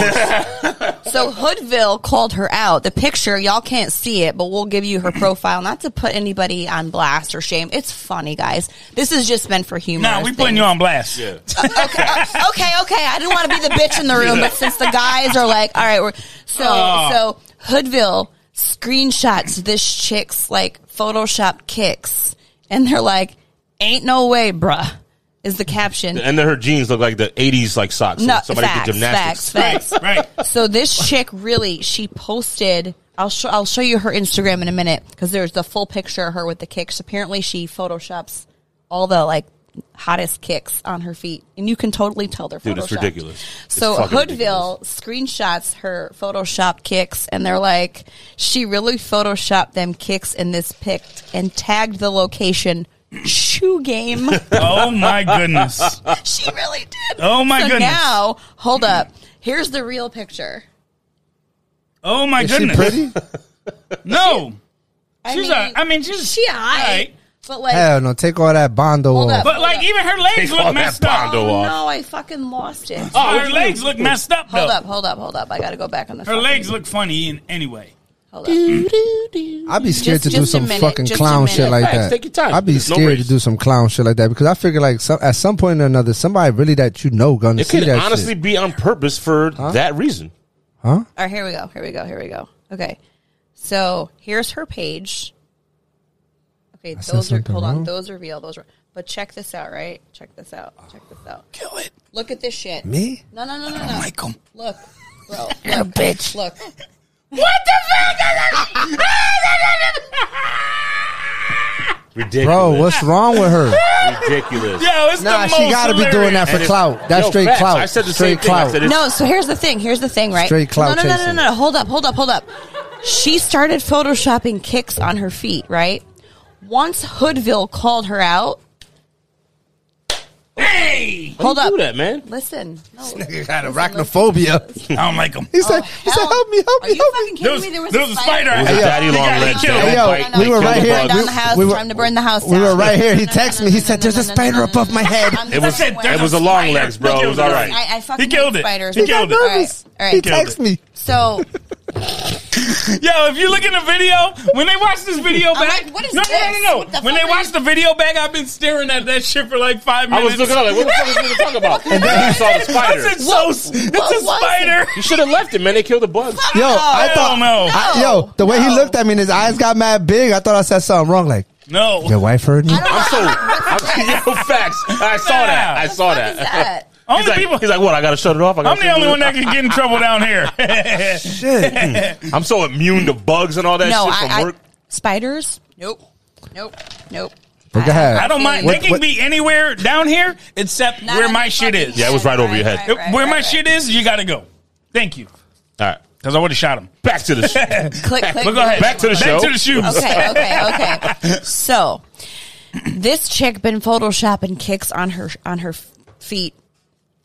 S2: so Hoodville called her out. The picture y'all can't see it, but we'll give you her profile. Not to put anybody on blast or shame. It's funny, guys. This is just meant for humor.
S1: Nah, we putting you on blast.
S3: Yeah.
S2: okay, okay, okay. I didn't want to be the bitch in the room, but since the guys are like, all right, we're so
S1: Oh.
S2: so Hoodville screenshots this chick's like Photoshop kicks, and they're like, "Ain't no way, bruh," is the caption.
S3: And then her jeans look like the '80s like socks.
S2: No,
S3: somebody
S2: facts,
S3: did gymnastics.
S2: facts, facts.
S1: Right.
S2: So this chick really, she posted. I'll show I'll show you her Instagram in a minute because there's the full picture of her with the kicks. Apparently, she photoshops all the like hottest kicks on her feet, and you can totally tell they're photoshopped.
S3: Dude, it's ridiculous. It's
S2: so
S3: fucking
S2: Hoodville screenshots her Photoshop kicks, and they're like, she really photoshopped them kicks in this pic and tagged the location. Shoe game.
S1: Oh my goodness.
S2: She really did.
S1: Oh, my
S2: so
S1: goodness.
S2: Now, hold up. Here's the real picture.
S1: Oh my
S4: Is she
S1: goodness.
S4: pretty?
S1: No.
S2: I
S1: She's
S2: mean,
S1: a- I mean, she's-
S2: she alright,
S1: alright.
S2: but like, oh,
S4: Hell no! Take all that bondo
S2: Hold
S4: off.
S2: up.
S1: But like even her legs
S3: Take
S1: look
S3: all
S1: messed
S3: that
S1: up.
S3: Bondo
S2: oh
S3: off.
S2: no, I fucking lost it.
S1: her legs look messed up though.
S2: Oh, Hold up, hold up, hold up. I gotta go back on the.
S1: Her
S2: fucking-
S1: legs look funny in anyway.
S2: Hold up.
S4: I'd be scared
S2: Just-
S4: to do
S2: just a
S4: some
S2: minute,
S4: fucking
S2: just a
S4: clown
S2: minute.
S4: shit like
S3: Facts,
S4: that.
S3: take your time.
S4: I'd be
S3: There's no
S4: scared to
S3: race.
S4: do some clown shit like that because I figure like some, at some point or another, somebody really that you know gonna
S3: It
S4: see
S3: could
S4: that
S3: honestly
S4: shit.
S3: be on purpose for that reason.
S2: All right, here we go. Here we go. Here we go. Okay, so here's her page. Okay,
S4: said
S2: those are
S4: something
S2: hold on.
S4: wrong?
S2: Those are real. Those are. But check this out, right? Check this out. Check this out.
S1: Kill it.
S2: Look at this shit.
S4: Me? Oh
S2: No, no, no, no, no.
S1: Like 'em.
S2: Look, bro. Look, bitch. Look.
S3: Ridiculous,
S4: Bro, what's wrong with her?
S3: ridiculous?
S1: Yo, it's
S4: nah,
S1: the most
S4: she gotta be doing that for
S3: hilarious.
S4: clout. That's
S3: Yo,
S4: straight
S3: facts.
S4: clout.
S3: I said the
S4: straight
S3: same thing. I
S4: clout.
S3: said it-
S2: No, so here's the thing. Here's the thing, right?
S4: Straight clout
S2: no, no, no, no,
S4: chasing.
S2: no, no. Hold up, hold up, hold up. She started photoshopping kicks on her feet, right? Once Hoodville called her out,
S1: Hey!
S2: hold
S3: Don't
S2: up.
S3: do that, man.
S2: Listen, no. Oh,
S4: Nigga got arachnophobia.
S1: I don't like them.
S4: He said, he said,
S2: Hell.
S4: help me, help
S2: Are
S4: me,
S2: you
S4: help
S2: fucking
S4: me.
S2: kidding
S1: There was-
S2: me? There was
S1: there
S2: a
S1: was a
S2: spider.
S1: spider.
S3: It was
S4: Hey,
S3: a
S4: yo.
S3: daddy long
S1: They
S3: leg.
S1: got- yo,
S3: They
S4: yo,
S3: bite,
S4: we
S3: they
S4: were
S3: kill
S4: right
S3: the
S4: here.
S3: bug.
S2: Burn down
S4: We-
S2: the house.
S4: we were-
S2: Time to burn the house.
S4: We
S2: down.
S4: were right here. He
S2: No, no,
S4: texted
S2: no,
S4: me. He
S2: no,
S4: said,
S2: no,
S4: there's
S2: no,
S4: a
S2: no,
S4: spider
S2: no, no,
S4: above
S2: no,
S4: my
S2: no.
S4: head.
S2: I'm
S3: It was-
S2: fucking with
S3: it was
S2: him.
S3: a long legs, bro. It was all right.
S2: I, I fucking
S1: He killed
S2: hate
S1: it.
S2: spiders.
S1: He killed it.
S2: All right, all
S4: He
S2: right.
S1: killed
S4: texted me.
S2: So
S1: Yo, if you look at the video, when they watch this video
S2: I'm
S1: back,
S2: like, what is
S1: no, no, no,
S2: this?
S1: no,
S2: What the
S1: When
S2: fuck
S1: they
S2: are
S1: watch
S2: you-
S1: the video back, I've been staring at that shit for like five
S3: I
S1: minutes.
S3: was looking up like, what the fuck is this talking about? And then I saw the
S1: I
S3: spider.
S1: said, so,
S2: what
S1: it's a
S2: was
S1: spider.
S3: You should have left it, man. They killed the bug.
S4: Yo, I
S1: Hell
S4: thought,
S1: no.
S4: I- yo, the way he
S2: No.
S4: looked at me and his eyes got mad big, I thought I said something wrong. Like,
S1: No.
S4: your wife heard me?
S2: I don't
S3: I'm so.
S2: know.
S3: I'm, yo, facts. I saw that. I saw
S2: What the fuck
S3: that.
S2: is that?
S1: Only
S3: He's like,
S1: people-
S3: he's like, what? I gotta shut it off. I gotta
S1: I'm the
S3: shut it
S1: only
S3: off."
S1: one that can get in trouble down here.
S4: Shit.
S3: I'm so immune to bugs and all that
S2: No,
S3: shit from
S2: I, I
S3: work.
S2: spiders. Nope, nope, nope.
S4: Look
S2: I-
S4: ahead.
S1: I don't mind.
S4: What-
S1: they can
S4: what-
S1: be anywhere down here except
S2: Not
S1: where
S2: on
S1: my
S2: the
S1: shit
S2: fucking
S1: is.
S3: Yeah, it was right over your head.
S1: If-
S2: right,
S1: where
S2: right,
S1: my
S2: right.
S1: shit is, you got to go. Thank you.
S3: All right,
S1: Because I would have shot him.
S3: back to the. Sh-
S2: Click, click.
S1: But go ahead.
S3: Back to the show.
S1: Back to the shoes.
S2: Okay, okay, okay. So, this chick been photoshopping kicks on her on her feet,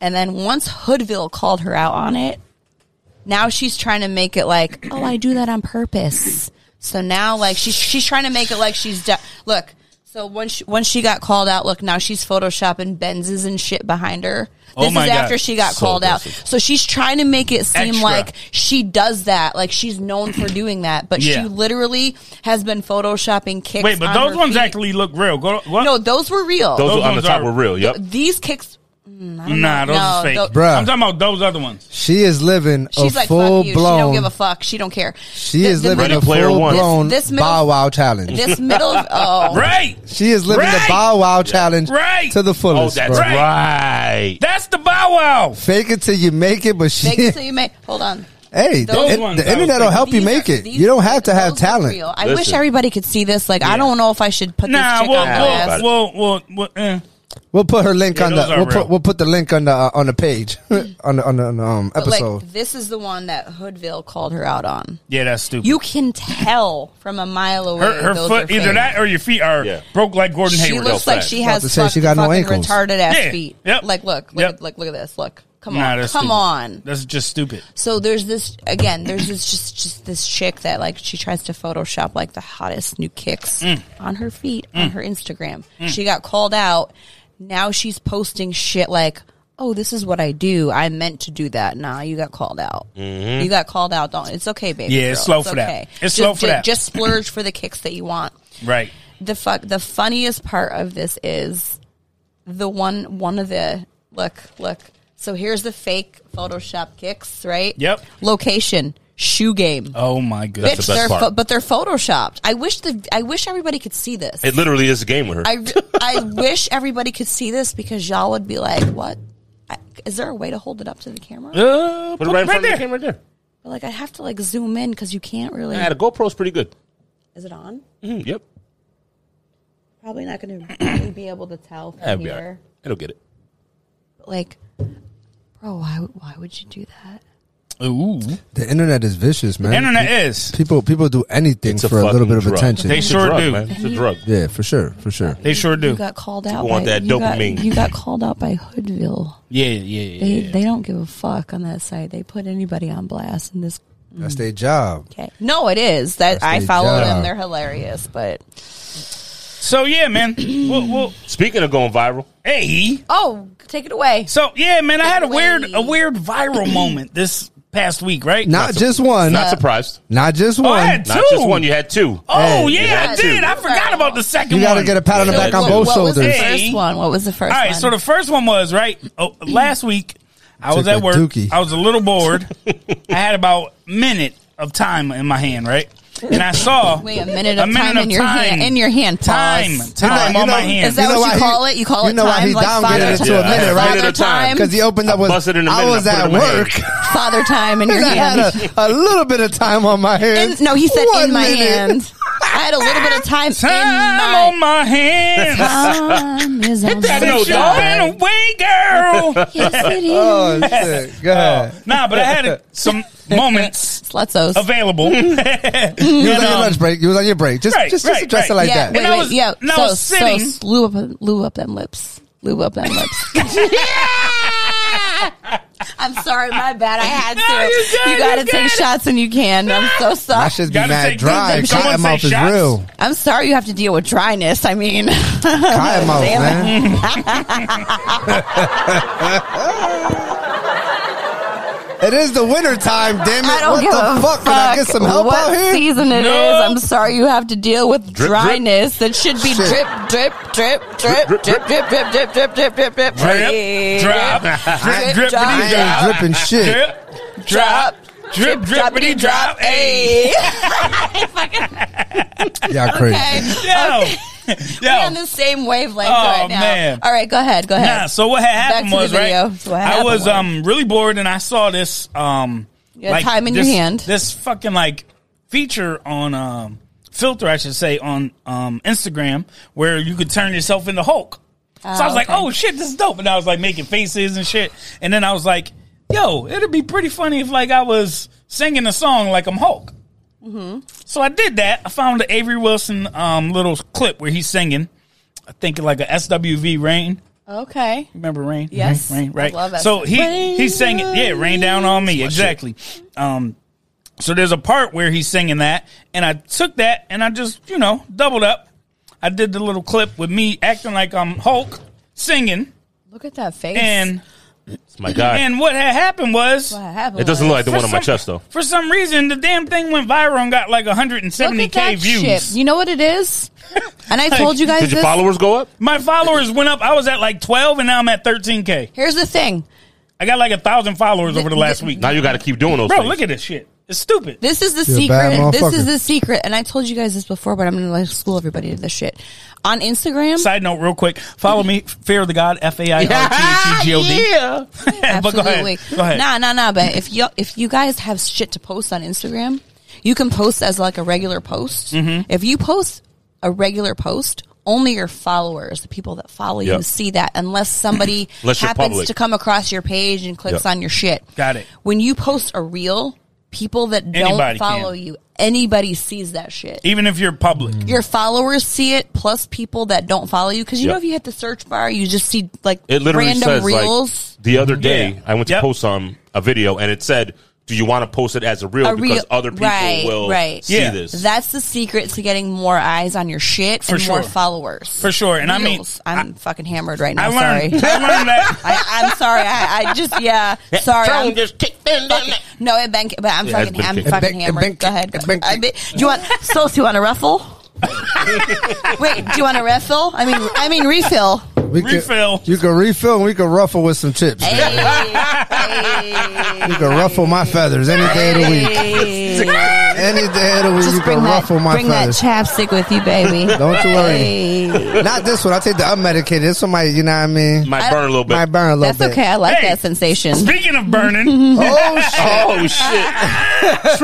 S2: and then once Hoodville called her out on it, now she's trying to make it like, oh, I do that on purpose. So now, like, she's she's trying to make it like she's de- look. So once she, once she got called out, look now she's photoshopping Benzes and shit behind her.
S1: Oh
S2: This
S1: my
S2: is
S1: God.
S2: after she got
S3: So
S2: called out.
S3: aggressive.
S2: So she's trying to make it seem
S1: Extra.
S2: like she does that, like she's known for doing that, but
S1: Yeah.
S2: she literally has been photoshopping kicks.
S1: Wait, but
S2: on
S1: those
S2: her
S1: ones
S2: feet.
S1: actually look real. Go, what?
S2: no, those were real.
S3: Those,
S1: Those
S3: on the
S1: ones
S3: top
S1: are-
S3: were real. Yep.
S2: These kicks. mm, I don't
S1: nah,
S2: know.
S1: those are
S2: No,
S1: fake.
S2: tho-
S4: Bruh.
S1: I'm talking about those other ones.
S4: She is living
S2: She's
S4: a
S2: like,
S4: full
S2: fuck you. She don't
S4: blown.
S2: give a fuck. She don't care.
S4: she
S2: The-
S4: is
S2: the
S4: living
S3: Ready
S4: a
S2: middle-
S3: Player
S4: full
S3: One.
S4: blown
S2: This- this middle-
S4: Bow Wow challenge.
S2: This middle. Of, oh,
S1: Right.
S4: she is living
S1: Right.
S4: the Bow Wow challenge
S1: Right.
S4: to the
S3: Oh,
S4: fullest.
S3: that's
S4: bro.
S1: right.
S3: right.
S1: That's the Bow Wow.
S4: Fake it till you make it, but she.
S2: Make it so you may. Hold on.
S4: hey, the,
S1: Those
S4: in-
S1: ones
S4: the
S1: I was
S4: internet will
S1: thinking.
S4: help you
S2: These
S4: make
S2: are-
S4: it.
S2: these-
S4: You don't have to have
S2: those are
S4: talent.
S2: real. I wish
S3: Listen.
S2: everybody could see this. Like, I don't know if I should put this
S1: Nah,
S2: chick
S1: we'll,
S2: on blast.
S1: we'll, we'll, we'll, eh.
S4: We'll put her link
S1: Yeah,
S4: on
S1: those
S4: the.
S1: are
S4: We'll
S1: real.
S4: put, we'll put the link on the uh, on the page on the on the, on the um,
S2: But,
S4: episode.
S2: like, this is the one that Hoodville called her out on.
S1: Yeah, that's stupid.
S2: You can tell from a mile away.
S1: her her
S2: those are
S1: foot, either
S2: fake.
S1: that or your feet are
S3: Yeah.
S1: broke like Gordon
S2: She
S1: Hayward.
S2: looks like she
S4: About
S2: has
S4: to say
S2: fuck-
S4: she got no
S2: fucking
S4: ankles.
S2: retarded ass
S1: Yeah.
S2: feet.
S1: Yep.
S2: Like look, look,
S1: Yep.
S2: look, look at this. Look. Come
S1: Nah,
S2: on, come
S1: that's stupid.
S2: on.
S1: That's just stupid.
S2: So there's this again. There's this just just this chick that like she tries to Photoshop like the hottest new kicks
S1: Mm.
S2: on her feet on her Instagram. She got called out. Now she's posting shit like, "Oh, this is what I do. I meant to do that." Nah, you got called out. You got called out. Don't. It's okay, baby.
S1: Mm-hmm. Yeah, it's
S2: girl.
S1: slow for that.
S2: okay.
S1: It's
S2: Just-
S1: slow for
S2: ju-
S1: that.
S2: Just splurge for the kicks that you want
S1: Right.
S2: the fuck the funniest part of this is the one one of the look look so here's the fake photoshop kicks right
S1: Yep.
S2: location shoe game
S1: Oh my
S2: Bitch,
S1: goodness.
S3: the best
S2: they're
S3: part.
S2: pho- but they're photoshopped i wish the i wish everybody could see this
S3: It literally is a game with her.
S2: I, I wish everybody could see this because y'all would be like what I, is there a way to hold it up to the camera
S1: Uh,
S3: Put it right in front
S1: there.
S3: of the camera right there.
S2: But, like i have to like zoom in because you can't really
S3: Yeah, the GoPro's pretty good.
S2: is it on
S3: Mhm, yep.
S2: probably not going to be able to tell from
S3: That'll be all right.
S2: here
S3: It'll get it.
S2: like bro why, why would you do that
S1: Ooh.
S4: The internet is vicious, man.
S1: Internet is.
S4: People people do anything
S3: It's a
S4: for a little
S3: fucking
S4: bit of
S3: drug.
S4: attention.
S1: They
S3: It's a
S1: sure
S3: drug,
S1: do.
S3: man. It's a drug.
S4: yeah, for sure, for sure.
S1: They sure
S2: You
S1: do.
S2: got called out.
S3: want
S2: by,
S3: that
S2: you
S3: dopamine.
S2: Got, you got called out by Hoodville.
S1: Yeah, yeah, yeah.
S2: They they don't give a fuck on that site. They put anybody on blast in this.
S4: That's their job.
S2: Okay, no, it is that
S4: That's
S2: I
S4: their
S2: follow them.
S4: job.
S2: They're hilarious, but
S1: So yeah, man. well, well,
S3: Speaking of going viral,
S1: hey.
S2: oh, take it away.
S1: So yeah, man. I had a
S2: Wait.
S1: weird, a weird viral moment this past week, right?
S4: Not just one.
S3: not
S4: Not,
S3: surprised.
S4: just
S1: Oh, I
S4: one.
S1: had
S3: Not
S1: Uh, two.
S3: just one. You had two.
S1: Oh
S4: Hey,
S1: yeah, I
S2: yeah,
S1: did.
S2: two.
S1: I forgot about the second
S4: You got to
S1: one.
S4: get a pat on the back on
S3: What-
S4: both
S2: what was the
S4: shoulders.
S1: Hey.
S2: first one? What was the first?
S1: All right,
S2: one?
S1: so the first one was right oh, last week. I was at
S4: Took a
S1: work.
S4: dookie.
S1: I was a little bored. I had about a minute of time in my hand, right? And I saw
S2: Wait, a minute of time in your hand- in your hand, pause.
S1: Time,
S2: Pause.
S1: time on my hand.
S2: Is that
S4: know why
S2: what you
S4: he-
S2: call it? You call
S4: you
S2: it
S4: know why
S2: time,
S4: he
S2: like
S4: downgraded
S2: father
S4: it to a
S2: time,
S4: minute,
S2: father
S4: right?
S3: Minute of
S2: time,
S3: time.
S4: Because he opened up with,
S3: busted in a
S4: I
S3: minute,
S4: was
S3: I put it
S4: at
S3: in my hand.
S4: work.
S2: father time in your
S4: and I
S2: hand.
S4: had a, a little bit of time on my hands.
S2: And- no, he said
S4: One
S2: in my
S4: minute.
S2: hand. I had a little bit of time,
S1: time
S2: in
S1: on
S2: my.
S1: my hands.
S2: Time is on
S3: that
S2: my
S3: note,
S1: You're
S3: dog.
S2: side.
S1: an away, girl.
S2: Yes, it is.
S4: Oh, shit. Go ahead.
S1: nah, but I had a, some moments
S2: Slutzos.
S1: available.
S4: You was
S1: And,
S4: on your
S1: um,
S4: lunch break. You was on your break. Just,
S1: right,
S4: just,
S1: right,
S4: just address it
S1: right.
S4: like
S2: yeah,
S4: that.
S2: Wait,
S1: And I
S2: wait,
S1: was-
S2: yeah.
S1: and I
S2: so,
S1: was sitting-
S2: So slew up, lube up them lips. Lube up them lips. I'm sorry, my bad. I had to.
S1: No, you good,
S2: you gotta
S1: you
S2: take
S1: good.
S2: shots when you can. I'm so
S4: I
S2: sorry.
S4: should be
S1: Gotta
S4: mad
S1: take
S4: dry.
S1: good- someone say
S4: Cottonmouth is
S1: shots.
S4: real.
S2: I'm sorry you have to deal with dryness. I mean,
S4: Cottonmouth,
S2: Damn it.
S4: man. It is the winter time, damn it.
S2: I don't
S4: what
S2: give
S4: the
S2: a
S4: fuck?
S2: fuck.
S4: Can I get some help
S2: what
S4: out here?
S2: season it
S1: No.
S2: is. I'm sorry you have to deal with
S3: drip.
S2: dryness that should be
S4: Shit.
S2: drip, drip, drip, drip, drip,
S3: Drip, drip,
S2: drip, drip, drip, drip, drip, drip, drip,
S1: Drip, drop, drip,
S2: drip,
S1: drippity,
S4: I ain't
S1: drop,
S4: dripping shit.
S1: drip, drop, drip, drippity, drop. Hey,
S2: Hey,
S4: Y'all crazy.
S1: yo,
S2: We're
S1: yo.
S2: on the same wavelength
S1: Oh,
S2: right now.
S1: man.
S2: All right, go ahead, go ahead.
S1: Nah, so what had happened
S2: to the
S1: was
S2: video.
S1: right.
S2: So what
S1: I
S2: happened
S1: was
S2: was-
S1: um really bored and I saw this um
S2: You had time in your
S1: this,
S2: hand.
S1: This fucking like feature on um filter I should say on um Instagram where you could turn yourself into Hulk. so I was like,
S2: Ah, okay.
S1: oh shit, this is dope. And I was like making faces and shit. And then I was like, yo, it'd be pretty funny if like I was singing a song like I'm Hulk.
S2: Mm-hmm.
S1: So I did that. I found the Avery Wilson um, little clip where he's singing. I think like a SWV rain.
S2: okay.
S1: Remember Rain?
S2: Yes.
S1: Rain, right?
S2: I love that
S1: so
S2: song.
S1: he
S2: Rain
S1: he's singing, yeah, Rain Down on Me, exactly. Um, so there's a part where he's singing that, and I took that and I just you know doubled up. I did the little clip with me acting like I'm Hulk singing,
S2: Look at that face.
S1: and
S3: It's my guy.
S1: and what had happened was.
S2: what happened?
S3: It doesn't look like the
S1: for
S3: one on my
S1: some-
S3: chest though.
S1: For some reason, the damn thing went viral and got like 170k views.
S2: Shit. You know what it is? And I told you guys
S3: Did your
S2: this.
S3: followers go up?
S1: My followers went up. I was at like 12, and now I'm at 13k.
S2: Here's the thing.
S1: I got like a thousand followers over the last week.
S3: Now you got to keep doing those.
S1: Bro,
S3: things.
S1: look at this shit. It's stupid.
S2: This is the
S4: You're a bad
S2: secret. This is
S4: motherfucker.
S2: the secret. And I told you guys this before, but I'm going to like school everybody to this shit. On Instagram,
S1: Side note, real quick. Follow me, Fear of the God, F A I R T H E G O D.
S3: Yeah.
S1: But go
S2: absolutely.
S1: ahead. Go ahead.
S2: Nah, nah, nah. But if you if you guys have shit to post on Instagram, you can post as like a regular post.
S1: Mm-hmm.
S2: If you post a regular post. Only your followers, the people that follow you,
S3: Yep.
S2: see that. Unless somebody
S3: Unless you're
S2: happens
S3: public.
S2: to come across your page and clicks
S3: Yep.
S2: on your shit.
S1: Got it.
S2: When you post a reel, people that don't
S1: Anybody
S2: follow
S1: can.
S2: you, anybody sees that shit.
S1: even if you're public.
S2: Your followers see it, plus people that don't follow you. Because you
S3: Yeah.
S2: know, if you hit the search bar, you just see like
S3: It literally
S2: random
S3: says
S2: reels.
S3: like the other day
S1: Yeah.
S3: I went to
S1: Yep.
S3: post on a video and it said, "Do you want to post it as a reel
S2: A
S3: because
S2: reel-
S3: other people
S2: right,
S3: will
S2: right.
S3: see
S1: Yeah.
S3: this?"
S2: That's the secret to getting more eyes on your shit and
S1: sure.
S2: more followers.
S1: For sure. And I mean,
S2: I am fucking hammered right
S1: I
S2: now.
S1: learned,
S2: Sorry.
S1: I learned that.
S2: I, I'm sorry. I, I just yeah. Sorry. I'm-
S3: just kicked in.
S2: no, it bank, but I'm
S3: Yeah, it's
S2: fucking.
S3: been
S2: I'm
S3: kicked.
S4: It
S2: fucking
S4: been- it
S2: hammered.
S4: been
S2: Go ahead.
S4: kicked. It been
S2: I be- do you want Sos? You want a refill? Wait. Do you want a refill? I mean, I mean refill.
S4: We could-
S1: Refill.
S4: you can refill and we can ruffle with some chips.
S2: Hey,
S4: You can ruffle my feathers any day of the week.
S2: hey.
S4: Any day of the week you
S2: Just
S4: can
S2: bring that,
S4: ruffle my
S2: bring that
S4: feathers.
S2: chapstick with you, baby.
S4: Don't you worry.
S2: Hey.
S4: Not this one. I'll take the unmedicated. This one might, you know what I mean?
S3: Might burn a little bit.
S4: Might burn a little
S2: That's
S4: bit.
S2: okay. I like
S1: Hey.
S2: that sensation.
S1: Speaking of burning,
S4: Oh, shit.
S3: oh shit!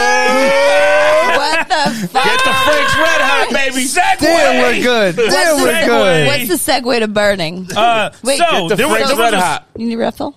S3: True.
S2: What the fuck?
S3: Get the Frank's Red Hot, baby.
S1: segue.
S4: Damn, we're good. Damn,
S2: What's
S4: we're
S2: the,
S4: good.
S1: Wait.
S2: what's the segue to burning?
S1: Uh,
S2: Wait,
S1: so
S3: Get the
S1: there was,
S3: Frank's
S1: there was
S3: Red
S1: a-
S3: Hot.
S2: you need a refill?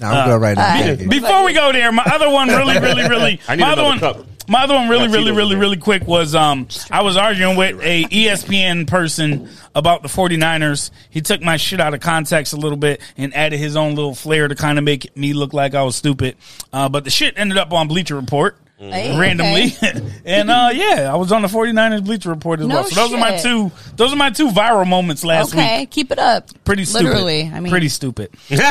S4: Nah, I'm good right now. Thank you.
S1: Before we go there, my other one really, really, really,
S3: I need
S1: my other
S3: another
S1: one,
S3: cup.
S1: my other one really,
S3: Got
S1: really,
S3: Tito's
S1: really,
S3: in there.
S1: really quick was um, I was arguing with a E ESPN person about the 49ers. He took my shit out of context a little bit and added his own little flair to kind of make me look like I was stupid. Uh, but the shit ended up on Bleacher Report.
S2: Mm. Hey,
S1: Randomly, and uh, yeah, I was on the 49ers Bleacher Report as
S2: No
S1: well. So those are my
S2: shit.
S1: two, those are my two viral moments last
S2: Okay,
S1: week.
S2: keep it up.
S1: Pretty stupid.
S2: Literally, I mean,
S1: pretty stupid.
S2: sorry,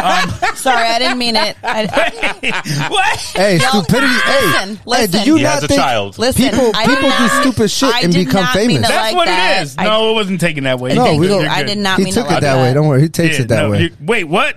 S2: I didn't mean it. I,
S1: what?
S4: Hey,
S2: Y'all-
S4: stupidity. Hey,
S2: Listen,
S4: hey,
S2: listen.
S4: do you
S3: He
S4: not
S3: has a
S4: think
S3: child.
S2: listen,
S4: people
S2: I did
S4: people do
S2: not-
S4: stupid shit
S2: I
S4: and
S2: did
S4: become
S2: not mean
S4: famous?
S2: to
S1: That's
S2: like
S1: what
S2: that.
S1: it is.
S2: I-
S1: No, it wasn't taken that way.
S4: No,
S2: Thank
S4: we
S2: you.
S4: don't-
S1: You're
S2: I
S1: good.
S2: did not
S4: he
S2: mean
S4: took
S2: it like
S4: it that way. Don't worry, he takes
S1: Yeah,
S4: it that
S1: no,
S4: way.
S1: you- Wait, what?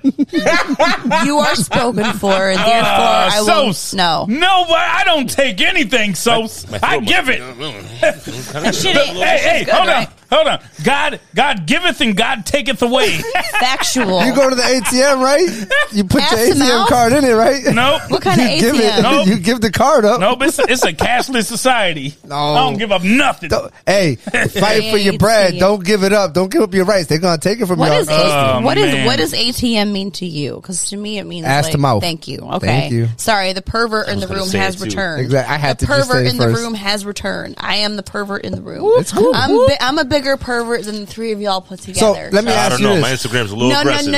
S2: You are spoken for, and therefore
S4: Ah,
S1: Uh,
S2: I will.
S1: Sos.
S2: No,
S1: No, but I don't take anything, Sos.
S3: My throat
S1: I
S3: might-
S1: give it.
S2: that shit ain't
S1: Hey, hey,
S2: good,
S1: hold
S2: right?
S1: on. Hold on. God God giveth and God taketh away.
S2: factual.
S4: You go to the ATM, right? You put
S2: Ass
S4: your
S2: to
S4: ATM
S2: mouth?
S4: card in it, right?
S1: nope.
S2: what kind of
S4: You give it.
S2: ATM?
S1: Nope.
S4: You give the card up.
S1: Nope, it's a, it's a cashless society.
S4: No.
S1: I don't give up nothing.
S4: Don't- hey, fight for your bread.
S2: ATM.
S4: Don't give it up. Don't give up your rights. They're gonna take it from
S2: What
S4: y'all.
S2: is
S1: Oh,
S2: what is
S1: man.
S2: what does ATM mean to you? Because to me, it means
S4: Ass
S2: like,
S4: to mouth.
S2: Thank you. Okay.
S4: Thank you.
S2: Sorry, the pervert in the
S3: gonna
S2: room
S3: say
S2: has
S3: it too.
S2: returned.
S4: Exactly. I had
S2: the
S4: to just
S2: pervert
S4: say it
S2: in the
S4: first.
S2: room has returned. I am the pervert in the room.
S4: It's cool.
S2: I'm bi- I'm a bigger pervert than the three of y'all put
S4: so
S2: together.
S4: let me
S3: I
S4: ask
S3: don't
S4: you
S3: know.
S4: this.
S3: My Instagram's a little
S2: no, no,
S3: aggressive.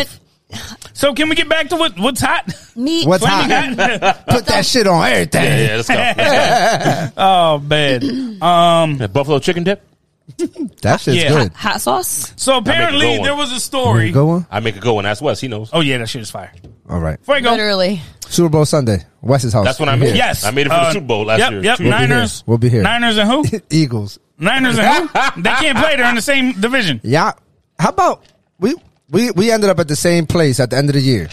S2: no.
S1: So can we get back to what what's hot?
S2: Me.
S4: What's
S2: Flaming
S4: hot?
S2: hot?
S4: Put that shit on everything.
S3: Yeah, yeah, let's go. Let's
S1: oh, man.
S3: go. That Buffalo chicken dip.
S4: That shit's
S1: Yeah.
S4: good.
S2: Hot sauce.
S1: So
S3: make a
S1: apparently
S3: good one.
S1: there was a story.
S4: Go on.
S3: I make a go and ask Wes. He knows.
S1: Oh yeah, that shit is fire.
S4: All right.
S1: Before I go,
S2: Literally.
S4: Super Bowl Sunday. Wes's house.
S3: That's what I
S4: We're
S3: made.
S4: here.
S1: yes, Uh,
S3: I made it for the Super Bowl last
S1: yep,
S3: year.
S1: Yep,
S3: We'll be
S4: here.
S1: Niners.
S4: We'll be here.
S1: Niners and who?
S4: Eagles.
S1: Niners and who? They can't play. They're in the same division.
S4: Yeah. How about we we we ended up at the same place at the end of the year.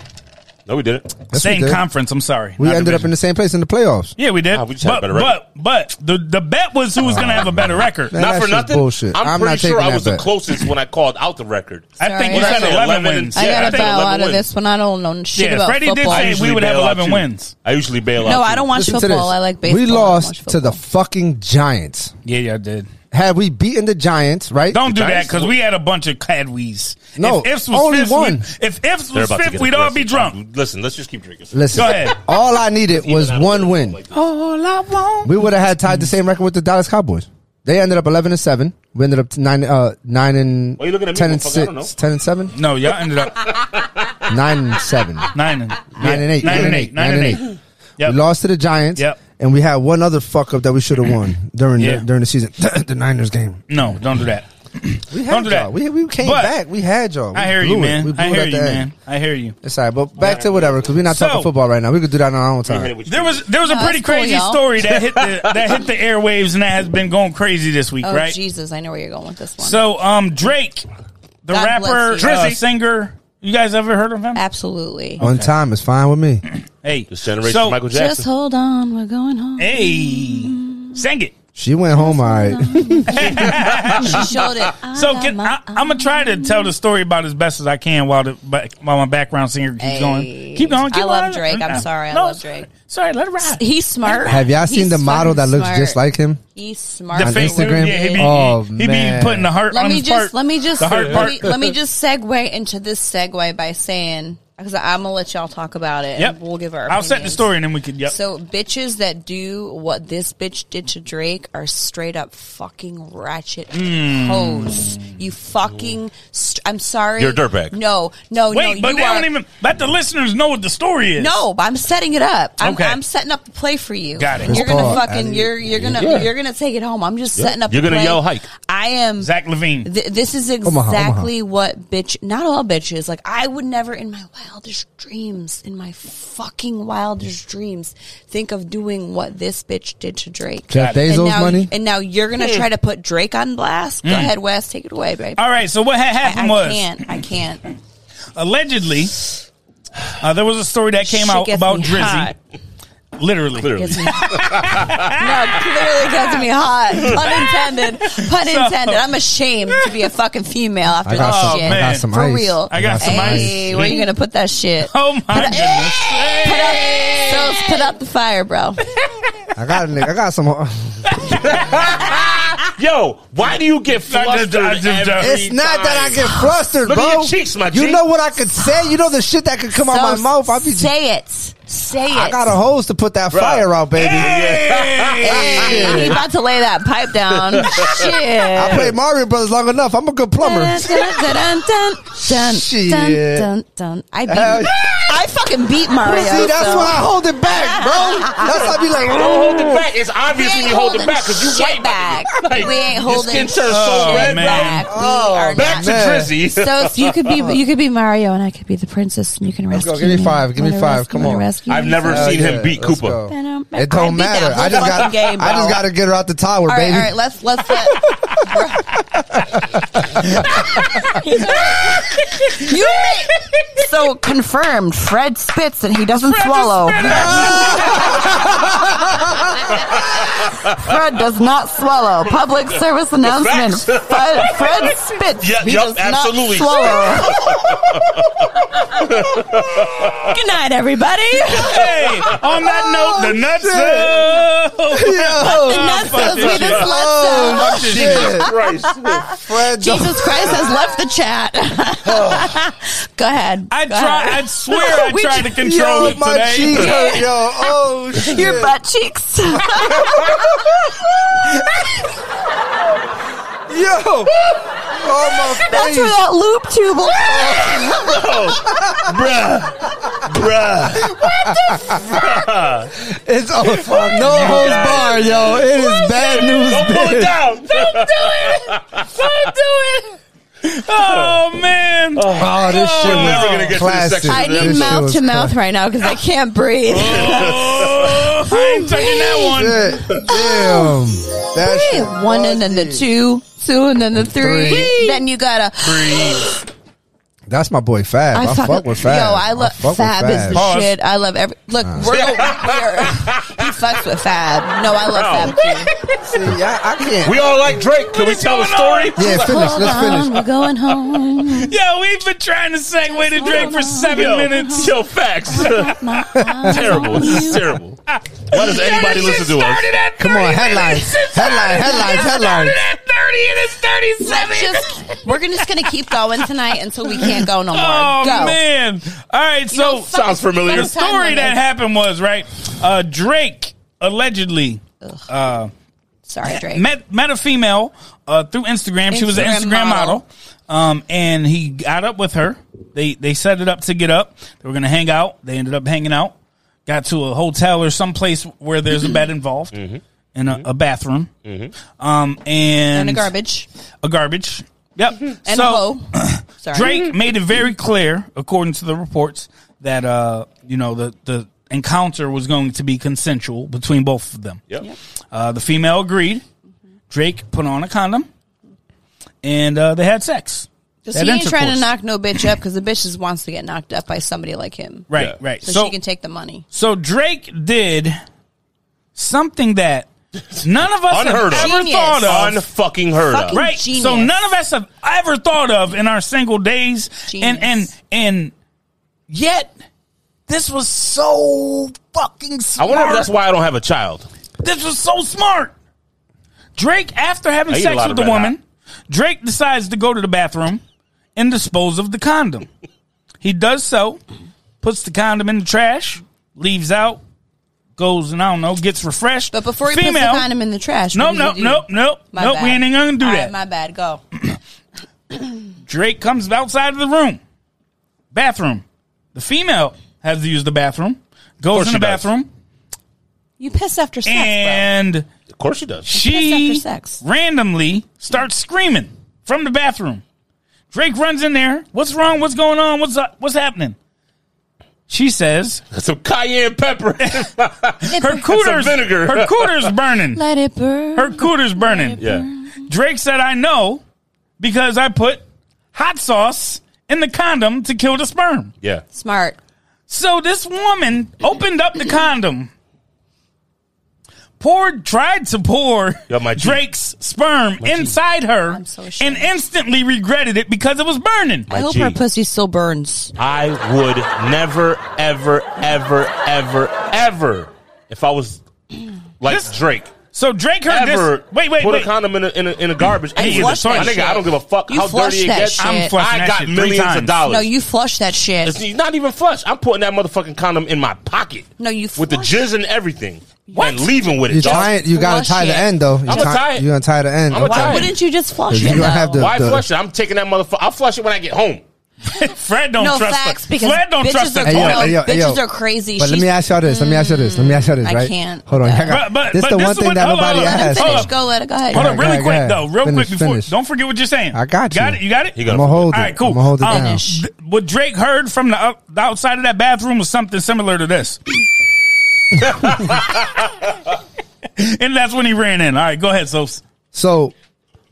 S3: No, we didn't.
S4: Yes, we
S1: same
S4: did.
S1: conference. I'm sorry.
S4: We
S1: Not
S4: ended up
S1: division.
S4: in the same place in the playoffs.
S1: Yeah, we did.
S3: Ah, we just had a
S1: but,
S3: better record.
S1: but but the the bet was who was going to have a better record.
S4: Man,
S3: Not
S4: that
S3: for
S4: shit's
S3: nothing.
S4: bullshit.
S3: I'm,
S4: I'm not
S3: pretty sure
S4: taking
S3: I
S4: that
S3: was the
S4: bet.
S3: closest when I called out the record.
S1: I think
S2: Sorry.
S1: you said
S3: Well,
S1: 11
S3: 11
S1: wins.
S3: and-
S2: I
S3: Yeah, I
S2: gotta
S3: think
S2: bow
S3: 11
S2: out of
S3: wins.
S2: this one. I don't know shit
S1: Yeah,
S2: about
S1: Freddie did
S2: football.
S1: say
S3: usually
S1: we would have
S3: bail out
S1: 11
S3: too.
S1: wins.
S3: I usually bail out.
S2: no, I
S3: too.
S2: don't watch
S4: Listen to
S2: football.
S4: this.
S2: I like baseball. I
S4: We
S2: don't
S4: lost
S2: watch
S4: to the
S2: football.
S4: fucking Giants.
S1: Yeah, yeah, I did.
S4: Had we beaten the Giants, right?
S1: Don't do that
S3: Giants-
S1: because we had a bunch of cadwees.
S4: No,
S1: if ifs was
S4: only
S1: fifth,
S4: one.
S1: we'd- If ifs
S3: They're
S1: was
S3: about to
S1: fifth,
S3: get
S1: we'd all be
S3: aggressive.
S1: drunk.
S3: Listen, let's just keep drinking.
S4: Listen.
S1: Go ahead.
S4: All I needed
S3: Even out
S4: was
S3: of the
S4: one
S3: football
S4: win.
S3: like this.
S1: All I want.
S4: We would have had tied the same record with the Dallas Cowboys. They ended up eleven and seven. We ended up nine, uh, nine and
S3: Why you looking at me,
S4: ten and
S3: motherfucker? I don't know.
S4: six, ten and seven,
S1: No, y'all ended up
S4: nine and seven, nine
S1: nine and nine
S4: and eight,
S1: nine and eight, nine and eight. Yep.
S4: We lost to the Giants.
S1: Yep.
S4: And we had one other fuck up that we should have won during
S1: Yeah.
S4: the, during the season, the Niners game.
S1: No, don't do that.
S4: We had
S1: Don't do
S4: y'all.
S1: that.
S4: We, we came
S1: But-
S4: back. We had y'all. We
S1: I hear
S4: blew
S1: you,
S4: it. We
S1: man.
S4: blew
S1: I
S4: it
S1: hear
S4: at
S1: you,
S4: the end.
S1: man. I hear you.
S4: It's all right, but back to whatever because we're not
S1: So-
S4: talking football right now. We could do that on our own time.
S1: There was there was a
S2: No,
S1: pretty
S2: that's cool,
S1: crazy
S2: y'all.
S1: story that hit the that hit the airwaves and that has been going crazy this week,
S2: Oh
S1: right?
S2: Jesus! I know where you're going with this one.
S1: So um Drake, the
S2: God
S1: rapper,
S2: bless you. Uh,
S1: uh,
S2: Drizzy.
S1: singer. You guys ever heard of him?
S2: Absolutely.
S1: Oh,
S4: One time is fine with me.
S1: Hey,
S3: This generation
S1: So,
S3: Michael
S2: Just
S3: Jackson.
S2: hold on. We're going home.
S1: hey, sing it.
S4: She went home. All right.
S2: She showed it.
S1: So can, I, I'm gonna try to tell the story about as best as I can while the back- while my background singer keeps
S2: Hey.
S1: going. Keep going. Keep
S2: I love
S1: going. Uh,
S2: Drake. I'm sorry. I love Drake.
S1: Sorry, let it ride.
S2: He's smart.
S4: Have y'all
S2: He's
S4: seen the model that
S2: fucking
S4: looks
S2: smart.
S4: just like him?
S2: He's smart.
S1: the
S4: on
S1: fake dude,
S4: Instagram?
S1: yeah, he be,
S4: Oh,
S1: he, he be
S4: man.
S1: putting the heart
S2: Let
S1: on
S2: me
S1: his
S2: just
S1: part.
S2: let me just
S1: the heart
S2: let
S1: part.
S2: me, let me just segue into this segue by saying because I'm gonna let y'all talk about it.
S1: Yep.
S2: and we'll give our.
S1: I'll set the
S2: opinions.
S1: story and then we can. Yep.
S2: So bitches that do what this bitch did to Drake are straight up fucking ratchet
S1: Hmm.
S2: hoes. You fucking. St- I'm sorry.
S3: You're a dirtbag.
S2: No, Oh, no,
S1: Wait,
S2: no.
S1: but
S2: you
S1: they
S2: are-
S1: don't even let the listeners know what the story is.
S2: No, but I'm setting it up. I'm,
S1: Okay.
S2: I'm setting up the play for you.
S1: Got it.
S2: You're gonna
S4: Paul,
S2: fucking.
S4: Ali.
S2: You're you're gonna
S3: Yeah.
S2: you're gonna take it home. I'm just setting up.
S3: You're
S2: the
S3: gonna
S2: play.
S3: yell hike.
S2: I am.
S1: Zach Levine.
S2: Th- this is exactly
S4: Omaha,
S2: what bitch. Not all bitches. Like I would never, in my wildest dreams, in my fucking wildest dreams, think of doing what this bitch did to Drake.
S4: Jeff
S1: it.
S4: Bezos
S2: and now,
S4: money.
S2: And now you're gonna try to put Drake on blast. Go ahead, Wes. Take it away, babe.
S1: Mm. All right. So what had
S2: I, I
S1: happened was
S2: can't. I can't.
S1: allegedly uh, there was a story that came
S2: Shit
S1: out
S2: gets
S1: about
S2: me
S1: Drizzy.
S2: hot.
S1: Literally.
S3: Literally.
S2: Gets me- no, clearly gets me hot. Pun intended. Pun intended. I'm ashamed to be a fucking female
S4: I
S2: after
S4: got
S2: this
S1: Oh,
S4: some.
S2: shit.
S4: I
S1: man.
S4: got some
S2: For
S4: ice.
S2: real.
S1: I got some ice.
S2: Hey, where you gonna put that shit?
S1: Oh my
S2: Put-
S1: goodness.
S2: Put
S1: Hey.
S2: up, so put up the fire, bro.
S4: I got. a nigga- I got some.
S3: Yo, why do you get
S1: I just-
S3: flustered?
S1: I just-
S3: every
S4: It's not
S3: time?
S4: that I get flustered,
S3: Look at
S4: bro.
S3: your cheeks, my
S4: You
S3: G.
S4: know what I could say? You know the shit that could come out my
S2: So
S4: mouth. I be.
S2: say it. Say it.
S4: I got a hose to put that fire out, baby.
S2: He about to lay that pipe down. shit.
S4: I played Mario Brothers long enough. I'm a good plumber.
S2: Dun, dun, dun, dun, dun, dun,
S4: Shit.
S2: dun, dun. I beat.
S4: Hell yeah.
S2: I fucking beat Mario.
S4: See, that's
S2: so.
S4: why I hold it back, bro. That's why I be like,
S3: Don't
S4: "Oh."
S3: hold it back. It's obvious when you hold it back because you
S2: shit
S3: white
S2: back.
S3: Like,
S2: we ain't
S3: your
S2: holding
S3: skin turns so Oh,
S2: shit
S1: red, man.
S2: back. We are
S3: Back
S2: not.
S3: to
S4: Man.
S3: Drizzy.
S2: So if you could be you could be Mario and I could be the princess and you can rescue
S4: go. Give me
S2: me.
S4: five. Give me
S2: Wanna
S4: five.
S2: rescue-
S4: Come
S2: wanna
S4: on.
S2: rescue
S3: I've
S2: me?
S3: never
S2: So- um,
S3: seen
S4: "Oh, Yeah,
S3: him beat
S4: let's
S3: Cooper.
S4: go.
S2: I
S4: It don't
S2: beat that
S4: matter. I
S2: whole
S4: just got.
S2: fucking game,
S4: I just
S2: bro.
S4: got to get her out the tower,
S2: All right,
S4: baby.
S2: all right. Let's let's let. you may- so confirmed. Fred spits and he doesn't swallow. Fred does not swallow. Public service announcement.
S3: facts.
S2: Fred, Fred spits.
S3: Yeah,
S2: he
S3: yup,
S2: does
S3: absolutely.
S2: not swallow. Good night, everybody.
S1: Hey, on that note, the
S2: Oh,
S1: nuts.
S4: Yo.
S1: up.
S2: Nuts
S1: fuck
S2: as we
S1: this
S2: just
S1: shit.
S2: left them.
S4: Oh shit,
S3: Jesus Christ.
S4: Fred. don't-
S2: Jesus Christ has left the chat. Go ahead.
S1: I
S2: Go
S1: try. I
S2: ahead.
S1: swear I
S2: We
S1: tried to
S2: tr-
S1: control
S4: yo,
S1: it
S4: my
S1: today.
S4: cheeks hurt, yo. Oh shit.
S2: Your butt cheeks.
S4: Yo. Oh my
S2: That's where
S4: face.
S2: that loop tube. will-
S3: Bruh. Bruh.
S4: It's oh, no holds bar, yo. It is bad
S3: Don't
S4: news.
S3: pull it down.
S1: Oh man.
S4: Oh, this shit
S1: We're never
S4: was
S3: gonna get to the
S4: classic.
S3: section
S2: I
S4: This
S2: need
S4: shit
S2: mouth
S4: was
S2: to mouth right now because I can't breathe.
S1: Oh, I ain't touching that
S4: classic. Damn. That
S2: Hey,
S4: shit
S2: One and then the
S4: was-
S2: two, two and then the three.
S4: Three.
S2: Then you gotta.
S4: That's my boy Fab. I, fuck, with Fab.
S2: Yo, I love
S4: fuck with
S2: Fab is the
S1: Pause.
S2: shit. I love every. Look, we're going here. He fucks with Fab. No, I love Fab too.
S4: See, I, I can't.
S3: We all like Drake. Can we
S1: is
S3: tell the
S1: going
S3: story?
S1: on?
S4: yeah, finish.
S2: Hold
S4: Let's
S2: on,
S4: finish.
S2: we're going home.
S1: one. Yo, we've been trying to segue to Drake for seven
S3: Yo,
S1: minutes.
S3: Yo, facts.
S2: My eyes
S3: terrible.
S2: on
S3: This
S2: you.
S3: is terrible. Why does anybody listen to us?
S4: Come on, headlines, headlines, headlines, headlines.
S2: Let's just we're gonna- just gonna keep going tonight until we can't go no more.
S1: Oh
S2: go.
S1: man! All right, so
S2: know, fuck
S3: Sounds familiar.
S1: the
S2: First time
S1: story
S2: women.
S1: that happened was right. Uh, Drake allegedly
S2: Sorry, Drake.
S1: met met a female uh, through Instagram. She was an
S2: Instagram
S1: Instagram model,
S2: model.
S1: um, and he got up with her. They they set it up to get up. They were gonna hang out. They ended up hanging out. Got to a hotel or someplace where there's a bed involved and a, a bathroom, um, and,
S2: and a garbage.
S1: a garbage. Yep,
S2: And
S1: so,
S2: a hoe. Sorry.
S1: Drake made it very clear, according to the reports, that uh, you know the the encounter was going to be consensual between both of them.
S3: Yep.
S1: Uh, the female agreed. Drake put on a condom, and uh, they had sex.
S2: 'Cause
S1: Had
S2: he ain't trying
S1: intercourse.
S2: to knock no bitch up because the bitch just wants to get knocked up by somebody like him.
S1: Right,
S3: Yeah.
S1: right.
S2: So,
S1: So, so,
S2: she can take the money.
S1: Drake did something that none of us
S3: Unheard
S1: have
S3: of.
S1: ever
S2: Genius.
S1: thought of.
S3: Unfucking heard of.
S2: Fucking-
S1: right.
S2: Genius.
S1: So none of us have ever thought of in our single days,
S2: Genius.
S1: and and and yet this was so fucking
S3: I
S1: smart.
S3: wonder if that's why I don't have a child.
S1: this was so smart. Drake, after having
S3: I eat a
S1: sex
S3: lot
S1: with
S3: of
S1: the
S3: Red
S1: woman, Drake decides to go to the bathroom and dispose of the condom. he does so. puts the condom in the trash, leaves out, goes and I don't know, gets refreshed.
S2: But before he puts the condom in the trash,
S1: Nope,
S2: what do you
S1: nope,
S2: do?
S1: nope, nope,
S2: My
S1: nope.
S2: bad.
S1: We ain't even gonna do
S2: All right,
S1: that.
S2: my bad. Go.
S1: Drake comes outside of the room, bathroom. The female has to use the bathroom, goes
S3: course
S1: in the
S3: she does.
S1: bathroom,
S2: You piss after sex,
S1: and
S3: Of course she does.
S1: she
S2: That's after sex.
S1: randomly starts screaming from the bathroom. Drake runs in there. What's wrong? What's going on? What's up? What's happening? She says
S3: Some cayenne pepper.
S2: bro. It-
S1: her cooter's
S3: vinegar.
S1: her cooter's burning.
S2: let it burn.
S1: Her cooter's burning.
S3: yeah.
S1: Drake said, "I know because I put hot sauce in the condom to kill the sperm."
S3: Yeah.
S2: Smart.
S1: So this woman opened up the condom, poured, tried to pour
S3: Yo, my G.
S1: Drake's sperm inside her,
S2: I'm so
S1: and
S2: ashamed.
S1: instantly regretted it because it was burning.
S2: I
S3: My
S2: hope
S3: G.
S2: her pussy still burns.
S3: I would never, ever, ever, ever, ever, if I was like
S1: This-
S3: Drake,
S1: So Drake heard
S3: ever
S1: this. Wait, wait,
S3: put
S1: wait.
S3: a condom in a, in a, in a garbage.
S1: Hey,
S3: either.
S1: flush
S3: My
S1: that
S3: nigga,
S2: shit.
S3: I don't give a fuck
S2: You
S3: how
S2: flush
S3: dirty it
S2: that
S3: gets.
S2: shit. I'm
S1: flushing
S3: I
S1: that
S3: got
S1: shit three
S3: millions
S1: times.
S3: of dollars.
S2: No, you flush that shit.
S3: It's not even flush. I'm putting that motherfucking condom in my pocket.
S2: No, you
S3: with the
S2: flush.
S3: jizz and everything.
S2: What?
S3: And leaving with it.
S4: You
S3: dog.
S4: tie it. You gotta
S2: Flush
S4: tie the
S2: it.
S4: end though. You
S3: I'ma
S4: tie-
S3: tie it.
S4: You gotta tie the end.
S3: I'ma
S4: Okay.
S3: tie
S2: Why
S3: it.
S2: wouldn't you just flush
S4: You
S2: it?
S4: don't have
S2: though?
S4: to-
S3: Why
S4: The-
S3: flush it? I'm taking that motherfucker. I'll flush it when I get home.
S1: Fred don't
S2: no
S1: trust
S2: facts
S1: her.
S2: because
S1: Fred don't
S2: bitches
S1: trust her.
S2: are,
S4: Hey, yo,
S2: no,
S4: hey, yo, hey,
S2: bitches
S4: yo.
S2: are crazy.
S4: But let
S2: She's-
S4: me ask y'all this. Let me ask y'all this. Let me ask y'all this.
S2: I
S4: Right?
S2: can't
S4: Hold on.
S2: with
S4: y'all
S2: that.
S1: But-
S4: got-
S1: but-
S4: this
S1: but
S4: the
S1: this
S4: one
S1: is
S4: thing
S1: what-
S4: that
S1: hold on,
S4: nobody
S1: hold on,
S4: asked.
S1: hold
S2: Finish.
S1: up.
S2: Go. Let it go ahead.
S1: Hold
S4: Go
S1: on,
S4: ahead,
S1: really
S4: go
S1: quick
S4: ahead.
S1: though, real
S4: Finish,
S1: quick before.
S4: finish.
S1: Don't forget what you're saying.
S4: I got you.
S1: Got it. You got it.
S3: You got
S4: I'ma hold it.
S1: All right, cool.
S4: I'ma hold it
S1: Um,
S4: down.
S2: Finish.
S1: th- what Drake heard from the, out- the outside of that bathroom was something similar to this. and that's when he ran in. All right, go ahead, Sos.
S4: So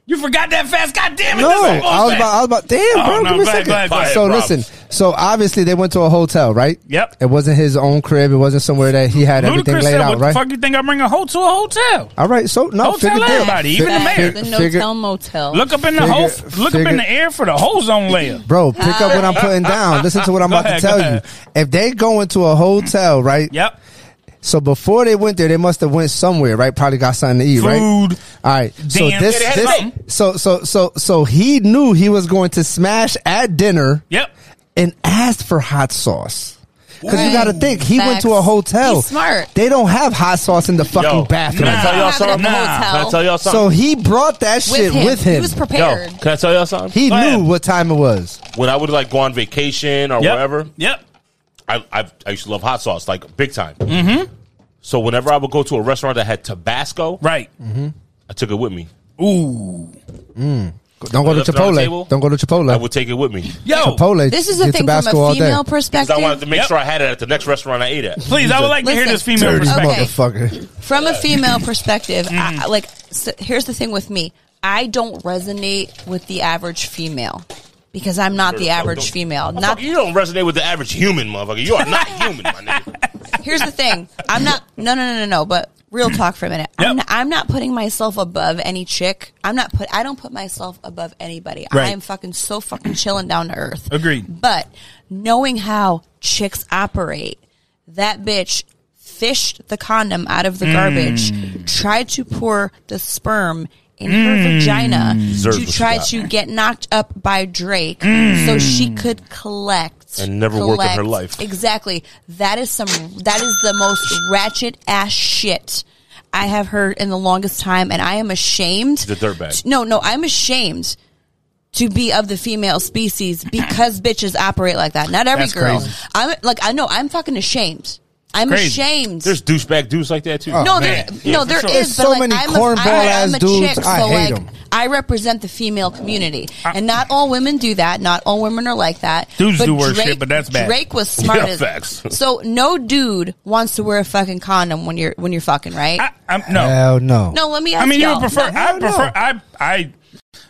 S1: You forgot that fast. God damn it.
S4: No,
S1: this ain't
S4: I was
S1: bullshit.
S4: about, I was about, damn,
S1: Oh,
S4: bro,
S1: no,
S4: give me a
S1: go ahead,
S4: second.
S1: go ahead, go ahead,
S4: so
S3: bro.
S4: listen, so obviously they went to a hotel, right?
S1: Yep.
S4: It wasn't his own crib. It wasn't somewhere that he had everything
S1: Ludacris
S4: laid
S1: said,
S4: out,
S1: what
S4: right?
S1: the fuck you think I bring a hoe to a hotel?
S4: All right, so no,
S1: Don't tell
S4: figure that.
S1: everybody, even the
S4: Fi-
S1: mayor.
S4: fi-
S2: The
S4: figure-
S2: no-tell motel.
S1: Look up in the
S4: Figure-
S1: hoe, look up in
S4: figure-
S1: the air for the ozone layer.
S4: Bro, pick up what I'm putting down. Listen to what I'm
S1: Go
S4: about
S1: ahead,
S4: to
S1: go
S4: tell
S1: ahead.
S4: you. If they go into a hotel, right?
S1: Yep.
S4: So before they went there, they must have went somewhere, right? Probably got something to eat, right?
S1: Food.
S4: All right. So
S1: Damn.
S4: this,
S1: Yeah, they had
S4: this-
S1: something.
S4: so so so so he knew he was going to smash at dinner.
S1: Yep.
S4: and asked for hot sauce. Because you got
S2: Right.
S4: to think, he went
S2: Facts.
S4: to a hotel.
S2: He's smart.
S4: They don't have hot sauce in the fucking
S3: Yo,
S4: bathroom.
S3: Can I tell y'all
S2: Have it at
S3: something?
S2: the
S1: Nah.
S2: hotel
S3: Can I tell y'all
S4: So
S3: something?
S4: he brought that shit with him.
S2: He was prepared.
S3: Yo, can I tell y'all something?
S4: He
S1: Go
S4: knew
S1: ahead.
S4: what time it was.
S3: When I would like go on vacation or
S1: Yep.
S3: wherever,
S1: Yep.
S3: I, I I used to love hot sauce like big time. Mm-hmm. So whenever I would go to a restaurant that had Tabasco,
S1: Right.
S4: Mm-hmm.
S3: I took it with me.
S1: Ooh.
S4: Don't go to
S3: left it on the table.
S4: Chipotle. Don't go to
S3: I
S4: Chipotle.
S3: would take it with me.
S1: Yo.
S4: Chipotle.
S2: This is the
S4: get
S2: thing from
S4: Tabasco
S2: a
S4: all day.
S2: female
S3: Because
S2: perspective.
S3: I wanted to make
S1: Yep.
S3: sure I had it at the next restaurant I ate at.
S1: Please, I would like to hear this
S2: Listen.
S1: female
S4: Dirty
S1: perspective.
S2: Okay.
S4: motherfucker.
S2: from a female perspective, I, I-
S3: Mm-hmm.
S2: like s here's the thing with me: I don't resonate with the average female because I'm not the average female. Not
S3: you don't resonate with the average human, motherfucker. You are not human, my nigga.
S2: here's the thing: I'm not. No, no, no, no, no. But real talk for a minute.
S1: Yep.
S2: I'm, not, I'm not putting myself above any chick. I'm not put. I don't put myself above anybody.
S1: Right.
S2: I am fucking so fucking chilling down to earth.
S1: Agreed.
S2: But knowing how chicks operate, that bitch fished the condom out of the garbage, tried to pour the sperm. In her vagina
S3: Deserves
S2: to
S3: what she
S2: try
S3: got.
S2: to get knocked up by Drake so she could collect
S3: And never work in her life.
S2: Exactly. That is some. That is the most ratchet ass shit I have heard in the longest time, and I am ashamed.
S3: The dirtbag.
S2: No, no, I'm ashamed to be of the female species because bitches operate like that. Not every
S1: That's
S2: girl.
S1: crazy.
S2: I'm like, I know, I'm fucking ashamed. I'm
S1: Crazy.
S2: ashamed.
S3: There's douchebag dudes like that too.
S2: no,
S1: Oh, man.
S2: there,
S1: Yeah,
S2: no,
S1: for
S2: there
S1: sure.
S2: is.
S1: There's
S2: but
S4: so
S2: like,
S4: many
S2: I'm
S4: cornball
S2: a, I, I'm
S4: ass
S2: a
S4: dudes.
S2: Chick,
S4: I
S2: so
S4: hate
S2: like,
S4: 'em.
S2: I represent the female community, and not all women do that. Not all women are like that.
S1: Dudes do wear shit, but that's bad.
S2: Drake was smart.
S3: Yeah,
S2: as,
S3: facts.
S2: So no dude wants to wear a fucking condom when you're when you're fucking right.
S1: I, I'm, no.
S4: Hell no.
S2: no, let me. Ask
S1: I mean, you
S2: y'all.
S1: would prefer.
S4: No,
S1: I
S4: hell no.
S1: prefer. I. I.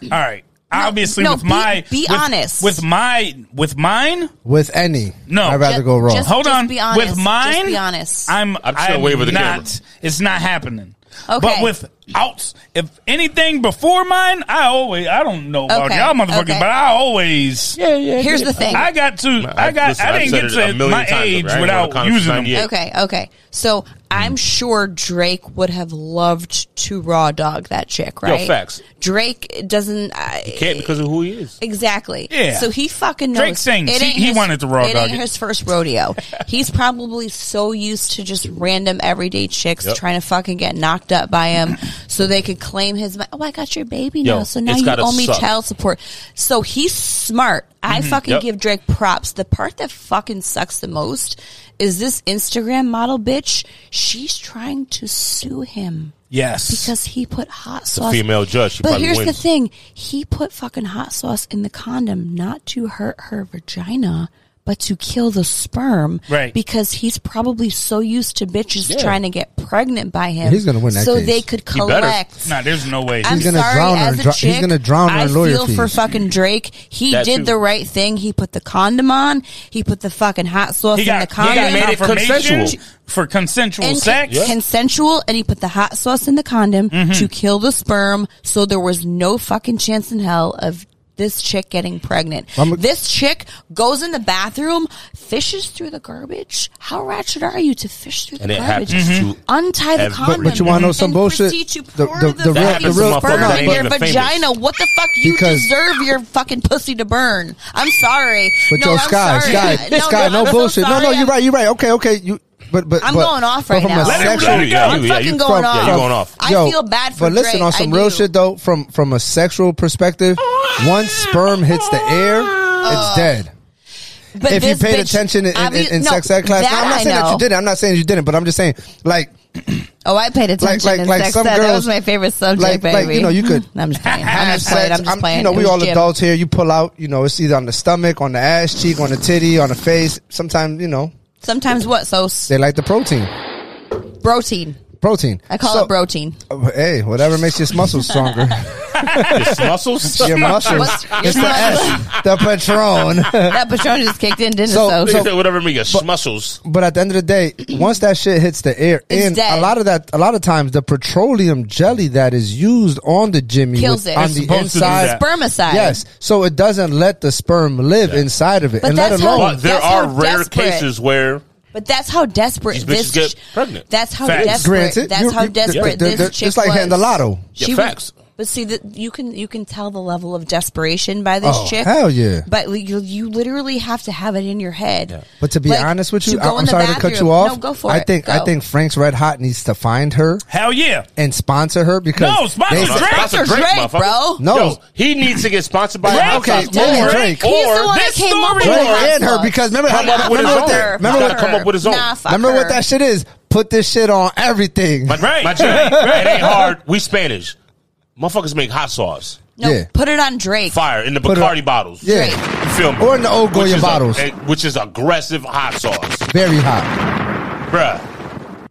S1: All right. Obviously,
S2: no,
S1: with
S2: be-
S1: my
S2: be
S1: with-
S2: honest.
S1: with my with mine.
S4: With any.
S1: No.
S4: I'd rather
S2: Just-
S4: go wrong.
S2: just-
S1: Hold on.
S2: be honest.
S1: With
S2: Just
S1: mine,
S2: be honest.
S1: I'm.
S3: I'm just gonna
S1: I'm
S3: wave at the
S1: not.
S3: camera.
S1: It's not happening.
S2: Okay.
S1: But with outs. If anything before mine, I always I don't know about
S2: Okay,
S1: y'all motherfuckers,
S2: okay.
S1: but I always
S3: Yeah, yeah.
S2: Here's the thing.
S1: I got to I got
S3: listen,
S1: I
S3: I've
S1: didn't
S3: said
S1: get
S3: it a
S1: to
S3: million
S1: my
S3: times over. I
S1: age
S3: ain't gonna
S1: without
S3: come to
S1: using them.
S3: 98.
S2: Okay, okay. So
S1: Mm.
S2: I'm sure Drake would have loved to raw dog that chick, right?
S3: facts.
S2: Drake doesn't. I,
S3: Can't because of who he is.
S2: Exactly.
S1: Yeah.
S2: So he fucking knows.
S1: Drake sings.
S2: It
S1: He-
S2: ain't
S1: he wanted to raw
S2: It
S1: dog
S2: ain't
S1: it.
S2: his first rodeo. He's probably so used to just random everyday chicks
S3: Yep.
S2: trying to fucking get knocked up by him, so they could claim his. mo- Oh, I got your baby
S3: Yo,
S2: now, so now
S3: it's
S2: you
S3: gotta
S2: owe me
S3: suck.
S2: child support. So he's smart. I fucking
S3: Yep.
S2: give Drake props. The part that fucking sucks the most is this Instagram model bitch. She's trying to sue him
S1: Yes.
S2: because he put hot
S3: a
S2: sauce.
S3: female judge. She
S2: but
S3: probably
S2: here's the
S3: wins.
S2: thing: he put fucking hot sauce in the condom not to hurt her vagina, but to kill the sperm.
S1: Right.
S2: Because he's probably so used to bitches
S3: Yeah.
S2: trying to get pregnant by him.
S4: He's gonna win that
S2: So
S4: case.
S2: they could
S3: He better.
S2: collect.
S1: nah, there's no way.
S2: I'm
S4: He's gonna
S2: sorry,
S4: drown her
S2: as
S4: in
S2: a
S4: dra- he's
S2: chick,
S4: gonna drown her
S2: I
S4: in lawyer
S2: feel for
S4: fees.
S2: fucking Drake. He
S3: That
S2: did
S3: too.
S2: the right thing. He put the condom on. He put the fucking hot sauce
S1: he
S2: in
S1: got,
S2: the
S1: he
S2: condom.
S1: got
S3: made it
S1: confirmation
S3: consensual.
S1: for consensual
S2: and
S1: sex.
S2: con- consensual, and he put the hot sauce in the condom
S4: Mm-hmm.
S2: to kill the sperm, so there was no fucking chance in hell of this chick getting pregnant.
S4: I'm a-
S2: this chick goes in the bathroom, fishes through the garbage. How ratchet are you to fish through the
S3: And it
S2: garbage? Mm-hmm.
S3: happens to
S2: Untie the
S3: Every-
S2: condom.
S3: But you
S4: wanna know some
S2: and
S4: bullshit?
S2: proceed to
S4: The-
S2: pour
S4: the-
S2: the,
S4: the real-
S2: fucking
S3: the real
S2: sperm
S3: fuck
S2: in
S3: that
S2: your
S3: ain't even famous.
S2: vagina. What the fuck? You
S4: Because-
S2: deserve your fucking pussy to burn. I'm sorry.
S4: But
S2: no,
S4: yo,
S2: I'm
S4: Sky,
S2: sorry.
S4: Sky,
S2: no,
S4: Sky,
S2: no,
S4: no,
S2: I'm so
S4: bullshit. no, no,
S2: sorry.
S4: you're right, you're right. Okay, okay, you. But but
S2: I'm
S4: but-
S2: going off
S4: but
S2: right
S4: from a
S2: now. Let
S1: him-
S4: sexual-
S1: let it go.
S3: Yeah,
S2: I'm
S3: you- yeah, you-
S2: fucking going
S3: Yeah,
S2: off.
S3: you're going off.
S2: I feel bad for
S4: But listen,
S2: Drake.
S4: on some real
S2: I do.
S4: shit though, from from a sexual perspective, once sperm hits the air, it's dead.
S2: But
S4: if you
S2: this
S4: paid
S2: bitch-
S4: attention in, in, in,
S2: obvi-
S4: in
S2: no,
S4: sex ed class, no, I'm not
S2: I
S4: saying that
S2: know.
S4: you did it. I'm not saying you didn't, but I'm just saying like
S2: Oh, I paid attention
S4: like-
S2: in
S4: like
S2: sex
S4: some
S2: ed. that
S4: girls-
S2: was my favorite
S4: like- like,
S2: subject, baby.
S4: you know, you could-
S2: I'm just playing. I'm just
S4: sex,
S2: playing. I'm just
S4: I'm-
S2: playing.
S4: You know,
S2: It
S4: we
S2: was
S4: all
S2: Jim.
S4: adults here. You pull out. You know, it's either on the stomach, on the ass cheek, on the titty, on the face. Sometimes you know
S2: Sometimes what? So s-
S4: they like the protein.
S2: protein.
S4: Protein.
S2: I call
S4: So-
S2: it protein.
S4: Oh, Hey, whatever makes your muscles stronger.
S3: His muscles.
S4: your muscles.
S2: What's-
S4: It's the S, the Patron.
S2: That Patron just kicked in, didn't
S4: So-
S2: it? So,
S3: They said whatever make us muscles.
S4: but at the end of the day, once that shit hits the air,
S2: It's
S4: and
S2: dead.
S4: a lot of that, a lot of times, the petroleum jelly that is used on the Jimmy
S2: Kills
S4: with-
S2: it.
S4: on
S2: It's
S4: the
S1: supposed to do
S4: inside.
S1: that.
S2: spermicide.
S4: Yes, so it doesn't let the sperm live inside of it,
S2: But
S4: and let
S2: that's
S4: alone.
S2: how-
S3: But there
S2: That's
S3: are
S2: how
S3: rare
S2: desperate-
S3: cases where
S2: But that's how desperate
S3: These bitches
S2: this.
S3: get pregnant.
S2: That's how
S1: Facts.
S2: desperate.
S4: Granted,
S2: that's
S4: you-
S2: how
S4: you-
S2: desperate
S4: they're- they're-
S2: this chick
S4: it's like
S2: was.
S4: hitting the lotto.
S3: Yeah,
S2: was-
S3: facts.
S2: but see, that you can you can tell the level of desperation by this
S4: Oh,
S2: chick.
S4: hell yeah.
S2: But li- you, you literally have to have it in your head.
S4: But to be
S2: Like,
S4: honest with you,
S2: go
S4: I,
S2: in
S4: am
S2: the
S4: sorry to cut
S2: bathroom.
S4: you off.
S2: No, go for
S4: I
S2: it.
S4: think I
S2: Go.
S4: think Frank's Red Hot needs to find her
S1: Hell yeah.
S4: and sponsor her because
S1: No, sponsor
S4: they-
S1: Drake.
S3: Sponsor Drake,
S2: Drake,
S3: motherfucker.
S2: bro.
S4: No.
S3: Yo, he needs to get sponsored by
S1: Drake
S3: Hot
S4: okay,
S3: Sauce.
S4: maybe
S3: Or-
S4: Drake.
S2: He's the
S3: Or
S2: one that
S1: this
S2: came up
S1: story-
S2: with
S4: Drake
S2: the hot
S4: and her
S2: sauce.
S4: because remember
S3: Come
S4: how-
S3: up with
S4: remember
S3: his
S4: what
S3: own.
S4: that- remember
S3: He's
S4: what
S3: gotta come up with his own.
S2: Nah, fuck
S4: Remember
S2: her.
S4: what that shit is? Put this shit on everything.
S3: my,
S1: Right.
S3: my Jimmy,
S1: Right.
S3: it ain't hard. We Spanish. Motherfuckers make hot sauce.
S2: No,
S4: Yeah.
S2: put it on Drake.
S3: Fire in the
S4: Put it
S3: Bacardi
S4: on-
S3: bottles.
S4: yeah,
S2: Drake.
S3: You feel me?
S4: Or in the old
S3: Which
S4: Goya
S3: is a-
S4: bottles.
S3: eh, which is aggressive hot sauce.
S4: very hot.
S3: Bruh.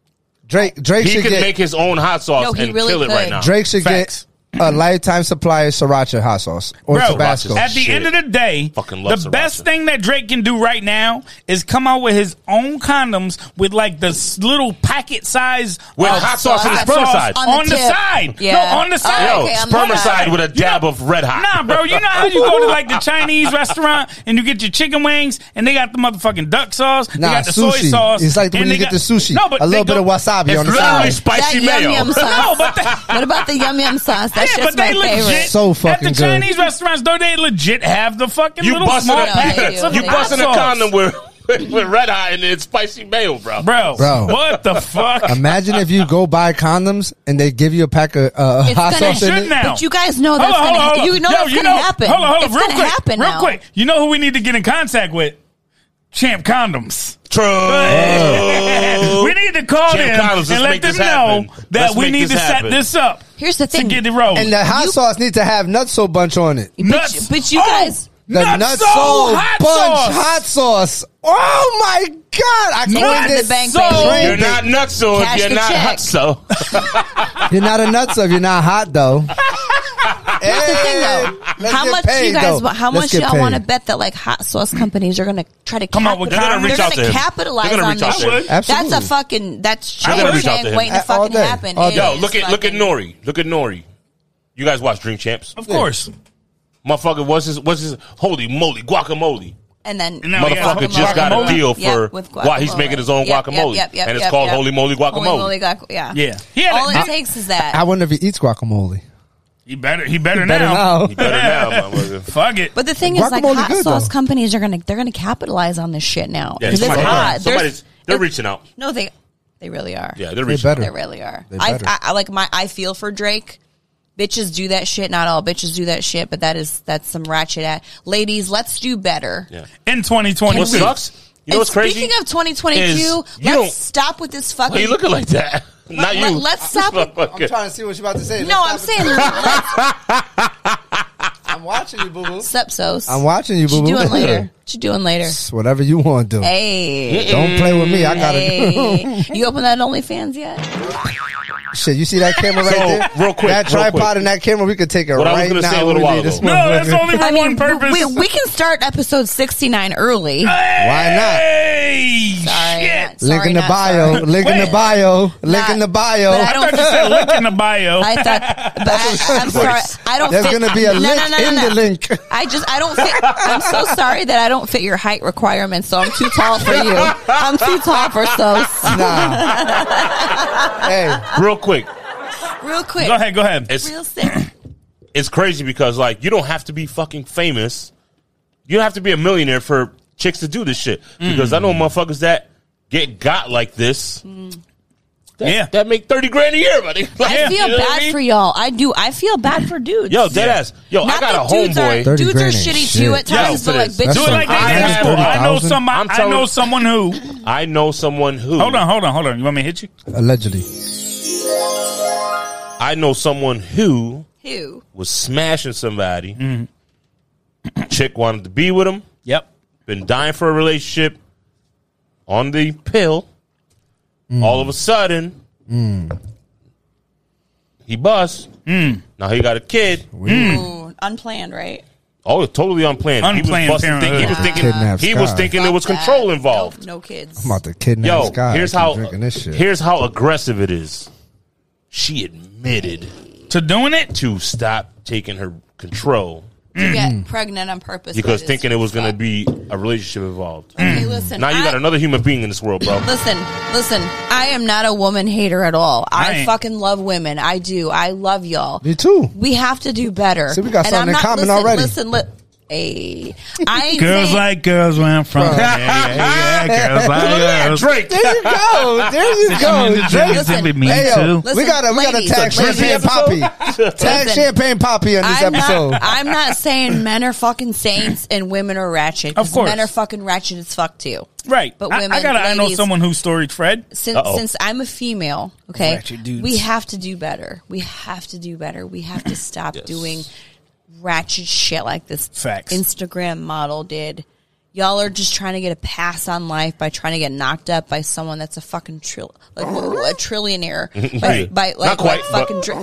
S4: Drake Drake
S3: He
S4: should
S3: can
S4: get
S3: make his own hot sauce
S2: No, he
S3: and
S2: really
S3: kill it right
S2: could.
S3: now.
S4: Drake should
S1: Facts.
S4: get a lifetime supply of sriracha hot sauce or
S1: Bro,
S4: Tabasco.
S1: at the
S3: Shit.
S1: end of the day,
S3: Fucking love
S1: the
S3: sriracha.
S1: best thing that Drake can do right now is come out with his own condoms with like this little packet size
S3: With
S1: uh,
S3: hot sauce
S2: on the
S1: sauce
S3: spermicide.
S1: on,
S2: On
S1: the,
S2: the tip.
S1: side.
S2: Yeah.
S1: No, on the
S2: Oh,
S1: side.
S3: Yo,
S2: okay, I'm not-
S3: spermicide with a dab of red hot.
S1: Nah, bro, you know how you go to like the Chinese restaurant and you get your chicken wings and they got the motherfucking duck sauce, they
S4: Nah,
S1: got the soy
S4: sushi.
S1: sauce.
S4: It's like when
S1: and
S4: you
S1: they got-
S4: get the sushi.
S1: No, but
S4: A
S1: they
S4: little bit
S1: go-
S4: of wasabi
S3: It's
S4: on the
S3: literally
S4: side.
S2: that
S3: spicy
S2: yum
S3: mayo.
S2: yum sauce.
S1: No, but they-
S2: what about the yum yum sauce? That's
S1: yeah,
S2: just
S1: but they
S2: my
S1: legit
S2: favorite.
S4: So fucking
S1: at the
S4: good.
S1: Chinese restaurants. Though they legit have the fucking
S3: You
S1: little
S3: busting
S1: small
S3: a,
S2: No, I do.
S1: packets of
S3: you
S2: hot
S3: busting a
S1: sauce.
S3: condom with, with red hot and it's spicy mayo, bro.
S1: bro,
S4: Bro.
S1: What the fuck?
S4: Imagine if you go buy condoms and they give you a pack of uh,
S2: It's
S4: hot
S2: gonna-
S4: sauce in
S1: Shouldn't
S4: it.
S1: now.
S2: But you guys know Oh, that's
S1: Hold on, hold
S2: gonna
S1: on,
S2: ha-
S1: hold on.
S2: you know
S1: Yo,
S2: that's gonna happen.
S1: Hold on, hold on,
S2: It's
S1: real
S2: gonna
S1: quick,
S2: happen
S1: real
S2: now.
S1: quick. You know who we need to get in contact with? Champ Condoms.
S3: True.
S1: we need to call
S3: Oh. Champ
S1: them
S3: Condoms, let's
S1: and let
S3: make
S1: them
S3: this
S1: know
S3: happen.
S1: that
S3: Let's
S1: we
S3: make
S1: need
S3: this
S1: to
S3: happen.
S1: set this up
S2: Here's the
S1: to
S2: thing.
S1: get it rolling.
S4: And the hot sauce needs to have nutso bunch on it.
S1: nuts.
S2: but you
S1: Oh,
S2: guys-
S4: The
S1: Nutso
S4: nutso
S1: hot sauce.
S4: bunch hot sauce. Oh my god! I
S2: Take
S4: coined
S2: it to
S4: this
S2: the bank,
S4: so
S2: baby.
S4: trendy.
S3: You're not nuts, so if
S2: Cash
S3: you're
S2: the
S3: not
S2: check.
S3: hot, so
S4: You're not a nutso if you're not hot though.
S2: Here's the thing, though.
S4: Let's
S2: how
S4: get
S2: much
S4: paid,
S2: you guys?
S4: though.
S2: How
S4: Let's
S2: much
S4: get
S2: y'all want to
S4: paid.
S2: bet that like hot sauce companies are going to try to
S1: Come
S2: capi-
S1: up with
S2: they're
S1: They're gonna
S3: reach out
S2: gonna
S3: to him.
S2: capitalize
S3: They're gonna
S2: on
S3: reach out
S2: that?
S3: to him.
S4: Absolutely.
S2: That's a fucking that's
S3: They're gonna
S2: Chang
S3: reach out to
S2: Chang
S3: him.
S2: waiting to
S4: Uh, all
S2: fucking
S4: day.
S2: happen.
S4: All
S2: It
S4: day.
S3: Yo,
S2: is
S3: look at look at
S2: fucking-
S3: Nori. Look at Nori. You guys watch Dream Champs?
S1: Of course.
S3: Motherfucker, what's his what's his holy moly guacamole?
S2: and then
S1: And now he has
S3: Motherfucker just got
S1: guacamole.
S3: a deal
S2: Yep,
S3: for
S2: with
S3: why he's
S2: guacamole.
S3: making his own
S2: Yep, yep,
S3: guacamole,
S2: yep, yep,
S3: and it's
S2: yep,
S3: called
S2: yep.
S3: holy moly guacamole.
S2: Holy moly guac- yeah,
S1: Yeah. He had
S2: All
S1: a-
S2: it takes is that.
S4: I wonder if he eats guacamole.
S1: He better. He better,
S4: Better
S1: now.
S4: now.
S3: You better now, motherfucker.
S1: Fuck it.
S2: But the thing is, like
S4: Guacamole
S2: hot
S4: good,
S2: sauce
S4: though.
S2: companies are gonna they're gonna capitalize on this shit now.
S3: Yeah,
S2: 'Cause it's
S3: somebody-
S2: hot.
S3: somebody's-
S2: There's-
S3: they're
S2: it's-
S3: reaching out.
S2: No, they they really are.
S3: Yeah, they're
S4: They
S3: reaching.
S4: better.
S2: they really are.
S4: They
S2: I,
S4: better.
S2: I I like my I feel for Drake. Bitches do that shit. Not all bitches do that shit, but that is that's some ratchet at ladies. Let's do better.
S3: Yeah.
S1: in
S3: What
S1: 2022.
S3: sucks? You know
S2: And
S3: what's crazy?
S2: Speaking of 2022,
S3: Is you don't-
S2: let's stop with this
S3: Why
S2: fucking.
S3: you looking like that? Not you.
S2: Let- let's stop it.
S3: Motherfucker.
S4: to see what you're about to say.
S2: no, I'm saying
S4: I'm watching you, boo boo.
S2: sepsos.
S4: I'm watching you,
S2: What
S4: boo
S2: you
S4: boo.
S2: doing later? What you doing later?
S4: Whatever you want to do.
S2: Hey,
S4: Don't play with me. I got to
S2: hey. you open that OnlyFans yet?
S4: Shit, you see that camera right
S3: So,
S4: there?
S3: real quick,
S4: That
S3: real
S4: tripod
S3: quick.
S4: and that camera, we could take it
S3: What I was
S4: right
S3: gonna
S4: now.
S3: say a little
S4: We
S3: while
S4: need this
S3: ago.
S1: No, that's
S4: motherfucker.
S1: only for
S2: I mean,
S1: one purpose.
S2: we we can start episode 69 early.
S3: Ah,
S4: Why not?
S1: Hey,
S2: Sorry,
S1: shit.
S2: not-
S4: Link
S2: sorry,
S4: in the
S2: not
S4: bio.
S2: sorry.
S4: Link in the
S1: Wait.
S4: bio. Link in the
S2: but
S4: bio.
S2: I
S1: I thought
S2: don't-
S1: you said link in the bio.
S2: I thought, but I, I'm sorry. I don't.
S4: There's
S2: fit-
S4: gonna be a
S2: No,
S4: link
S2: no, no, no,
S4: in
S2: no.
S4: the link.
S2: I just I don't fit. I'm so sorry that I don't fit your height requirements, so I'm too tall for you. I'm too tall for so.
S4: Nah. hey,
S3: Real quick,
S2: Rell quick,
S1: go ahead. Go ahead.
S3: it's
S2: real sick.
S3: it's crazy because like you don't have to be fucking famous. You don't have to be a millionaire for chicks to do this shit.
S2: Mm.
S3: Because I know motherfuckers that get got like this. That,
S1: Yeah.
S3: that make thirty grand a year, buddy. Like,
S2: Mm. I feel
S3: you know what I
S2: bad
S3: mean?
S2: for y'all. I do. I feel bad for dudes.
S3: Yo, dead ass. Yo, I
S2: Not
S3: got
S2: that
S3: a
S2: dudes
S3: homeboy.
S2: Are,
S4: 30
S2: dudes are
S4: grand ain't
S2: shitty
S4: shit.
S2: too at times,
S3: Yo,
S2: but like
S3: for
S2: bitches.
S4: this.
S1: Do it
S4: That's
S2: are
S1: like they
S4: some- I
S1: did
S4: have
S1: before. I know
S4: 30,000.
S1: some. I
S3: I'm telling-
S1: know someone who.
S3: I know someone who
S1: Hold on. Hold on. Hold on. You want me to hit you?
S4: allegedly.
S3: I know someone who
S2: Who?
S3: was smashing somebody. Chick wanted to be with him.
S1: Mm-hmm. Yep.
S3: been dying for a relationship on the pill. All of a sudden,
S1: Mm.
S3: he bust. Now he got a kid.
S2: Ooh, unplanned, right?
S3: Oh, it's totally unplanned.
S1: Unplanned
S3: he was busting. Think, he was
S1: parenthood.
S3: thinking.
S4: Kidnapped
S3: he was
S4: Scott.
S3: thinking there was
S2: Fuck that.
S3: control involved.
S2: No, no kids.
S4: I'm about to kidnap
S3: Yo,
S4: this guy.
S3: here's
S4: I keep
S3: how.
S4: drinking this shit.
S3: Here's how aggressive it is. She admitted
S1: To doing it.
S3: to stop taking her control
S2: You get pregnant on purpose
S3: because
S2: That is
S3: thinking it was going to
S2: fucked.
S3: be a relationship involved.
S2: Hey, listen.
S3: Now you got
S2: I-
S3: another human being in this world, bro.
S2: Listen, listen. I am not a woman hater at all.
S1: I
S2: I,
S1: ain't.
S2: fucking love women. I do. I love y'all.
S4: Me too.
S2: We have to do better.
S4: See, we got
S2: And
S4: something
S2: I'm
S4: in
S2: not-
S4: common
S2: listen,
S4: already.
S2: Listen, li- hey, I ain't
S1: Girls
S2: saying-
S1: like girls where I'm from. yeah, yeah, yeah, yeah, girls like
S3: Look at
S1: girls.
S3: Drake.
S4: There you go. There you go.
S1: Listen,
S4: Drake.
S1: listen,
S2: Drake.
S1: me
S4: Hey,
S1: too.
S4: yo, we
S2: Listen,
S4: gotta we gotta
S2: ladies,
S4: tag
S2: ladies.
S4: champagne poppy. Tag
S2: Listen.
S4: champagne poppy on this
S2: I'm
S4: episode.
S2: not, I'm not saying men are fucking saints and women are ratchet. 'cause
S1: Of course.
S2: men are fucking ratchet as fuck too.
S1: Right.
S2: But
S1: I-
S2: women,
S1: I, gotta. I know
S2: ladies-
S1: someone who storied Fred.
S2: Since
S3: Uh-oh.
S2: since I'm a female, okay,
S1: Ratchet dudes.
S2: we have to do better. We have to do better. We have to stop doing ratchet shit like this.
S1: Facts.
S2: Instagram model did. Y'all are just trying to get a pass on life by trying to get knocked up by someone that's a fucking trill, like wh- a trillionaire, by,
S3: Right.
S2: by like,
S3: Not quite,
S2: like fucking. Dr-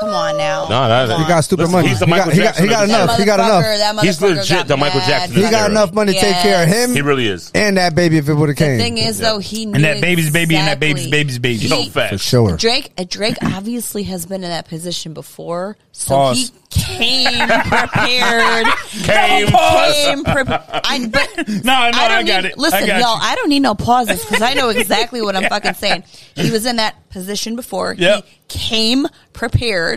S2: Come on now,
S3: No, that-
S2: Come
S3: You
S4: He got
S2: on.
S4: stupid
S3: Listen,
S4: money.
S3: he's the
S4: he, got,
S3: Michael
S4: he, got, he got
S3: Jackson of
S4: enough.
S2: That
S4: He got
S2: motherfucker-
S4: enough.
S2: that
S3: He's
S2: motherfucker
S3: legit
S2: got
S3: the Michael
S2: mad.
S3: Jackson
S4: He got enough money to take care of him
S3: He really is.
S4: and that baby if it would have
S2: The
S4: came.
S2: thing is, though, he knew
S1: And that baby's baby and that baby's
S2: exactly-
S1: baby's baby.
S3: Yo, fat.
S4: for sure.
S2: Drake uh, Drake obviously has been in that position before, so
S1: Pause.
S2: he came prepared.
S3: Came
S2: came prepared. I, but
S1: No, no, I
S2: don't
S1: got
S2: need-
S1: it. I
S2: Listen,
S1: got
S2: y'all,
S1: you.
S2: I don't need no pauses because I know exactly what I'm fucking saying. He was in that position before.
S1: Yep.
S2: He came prepared.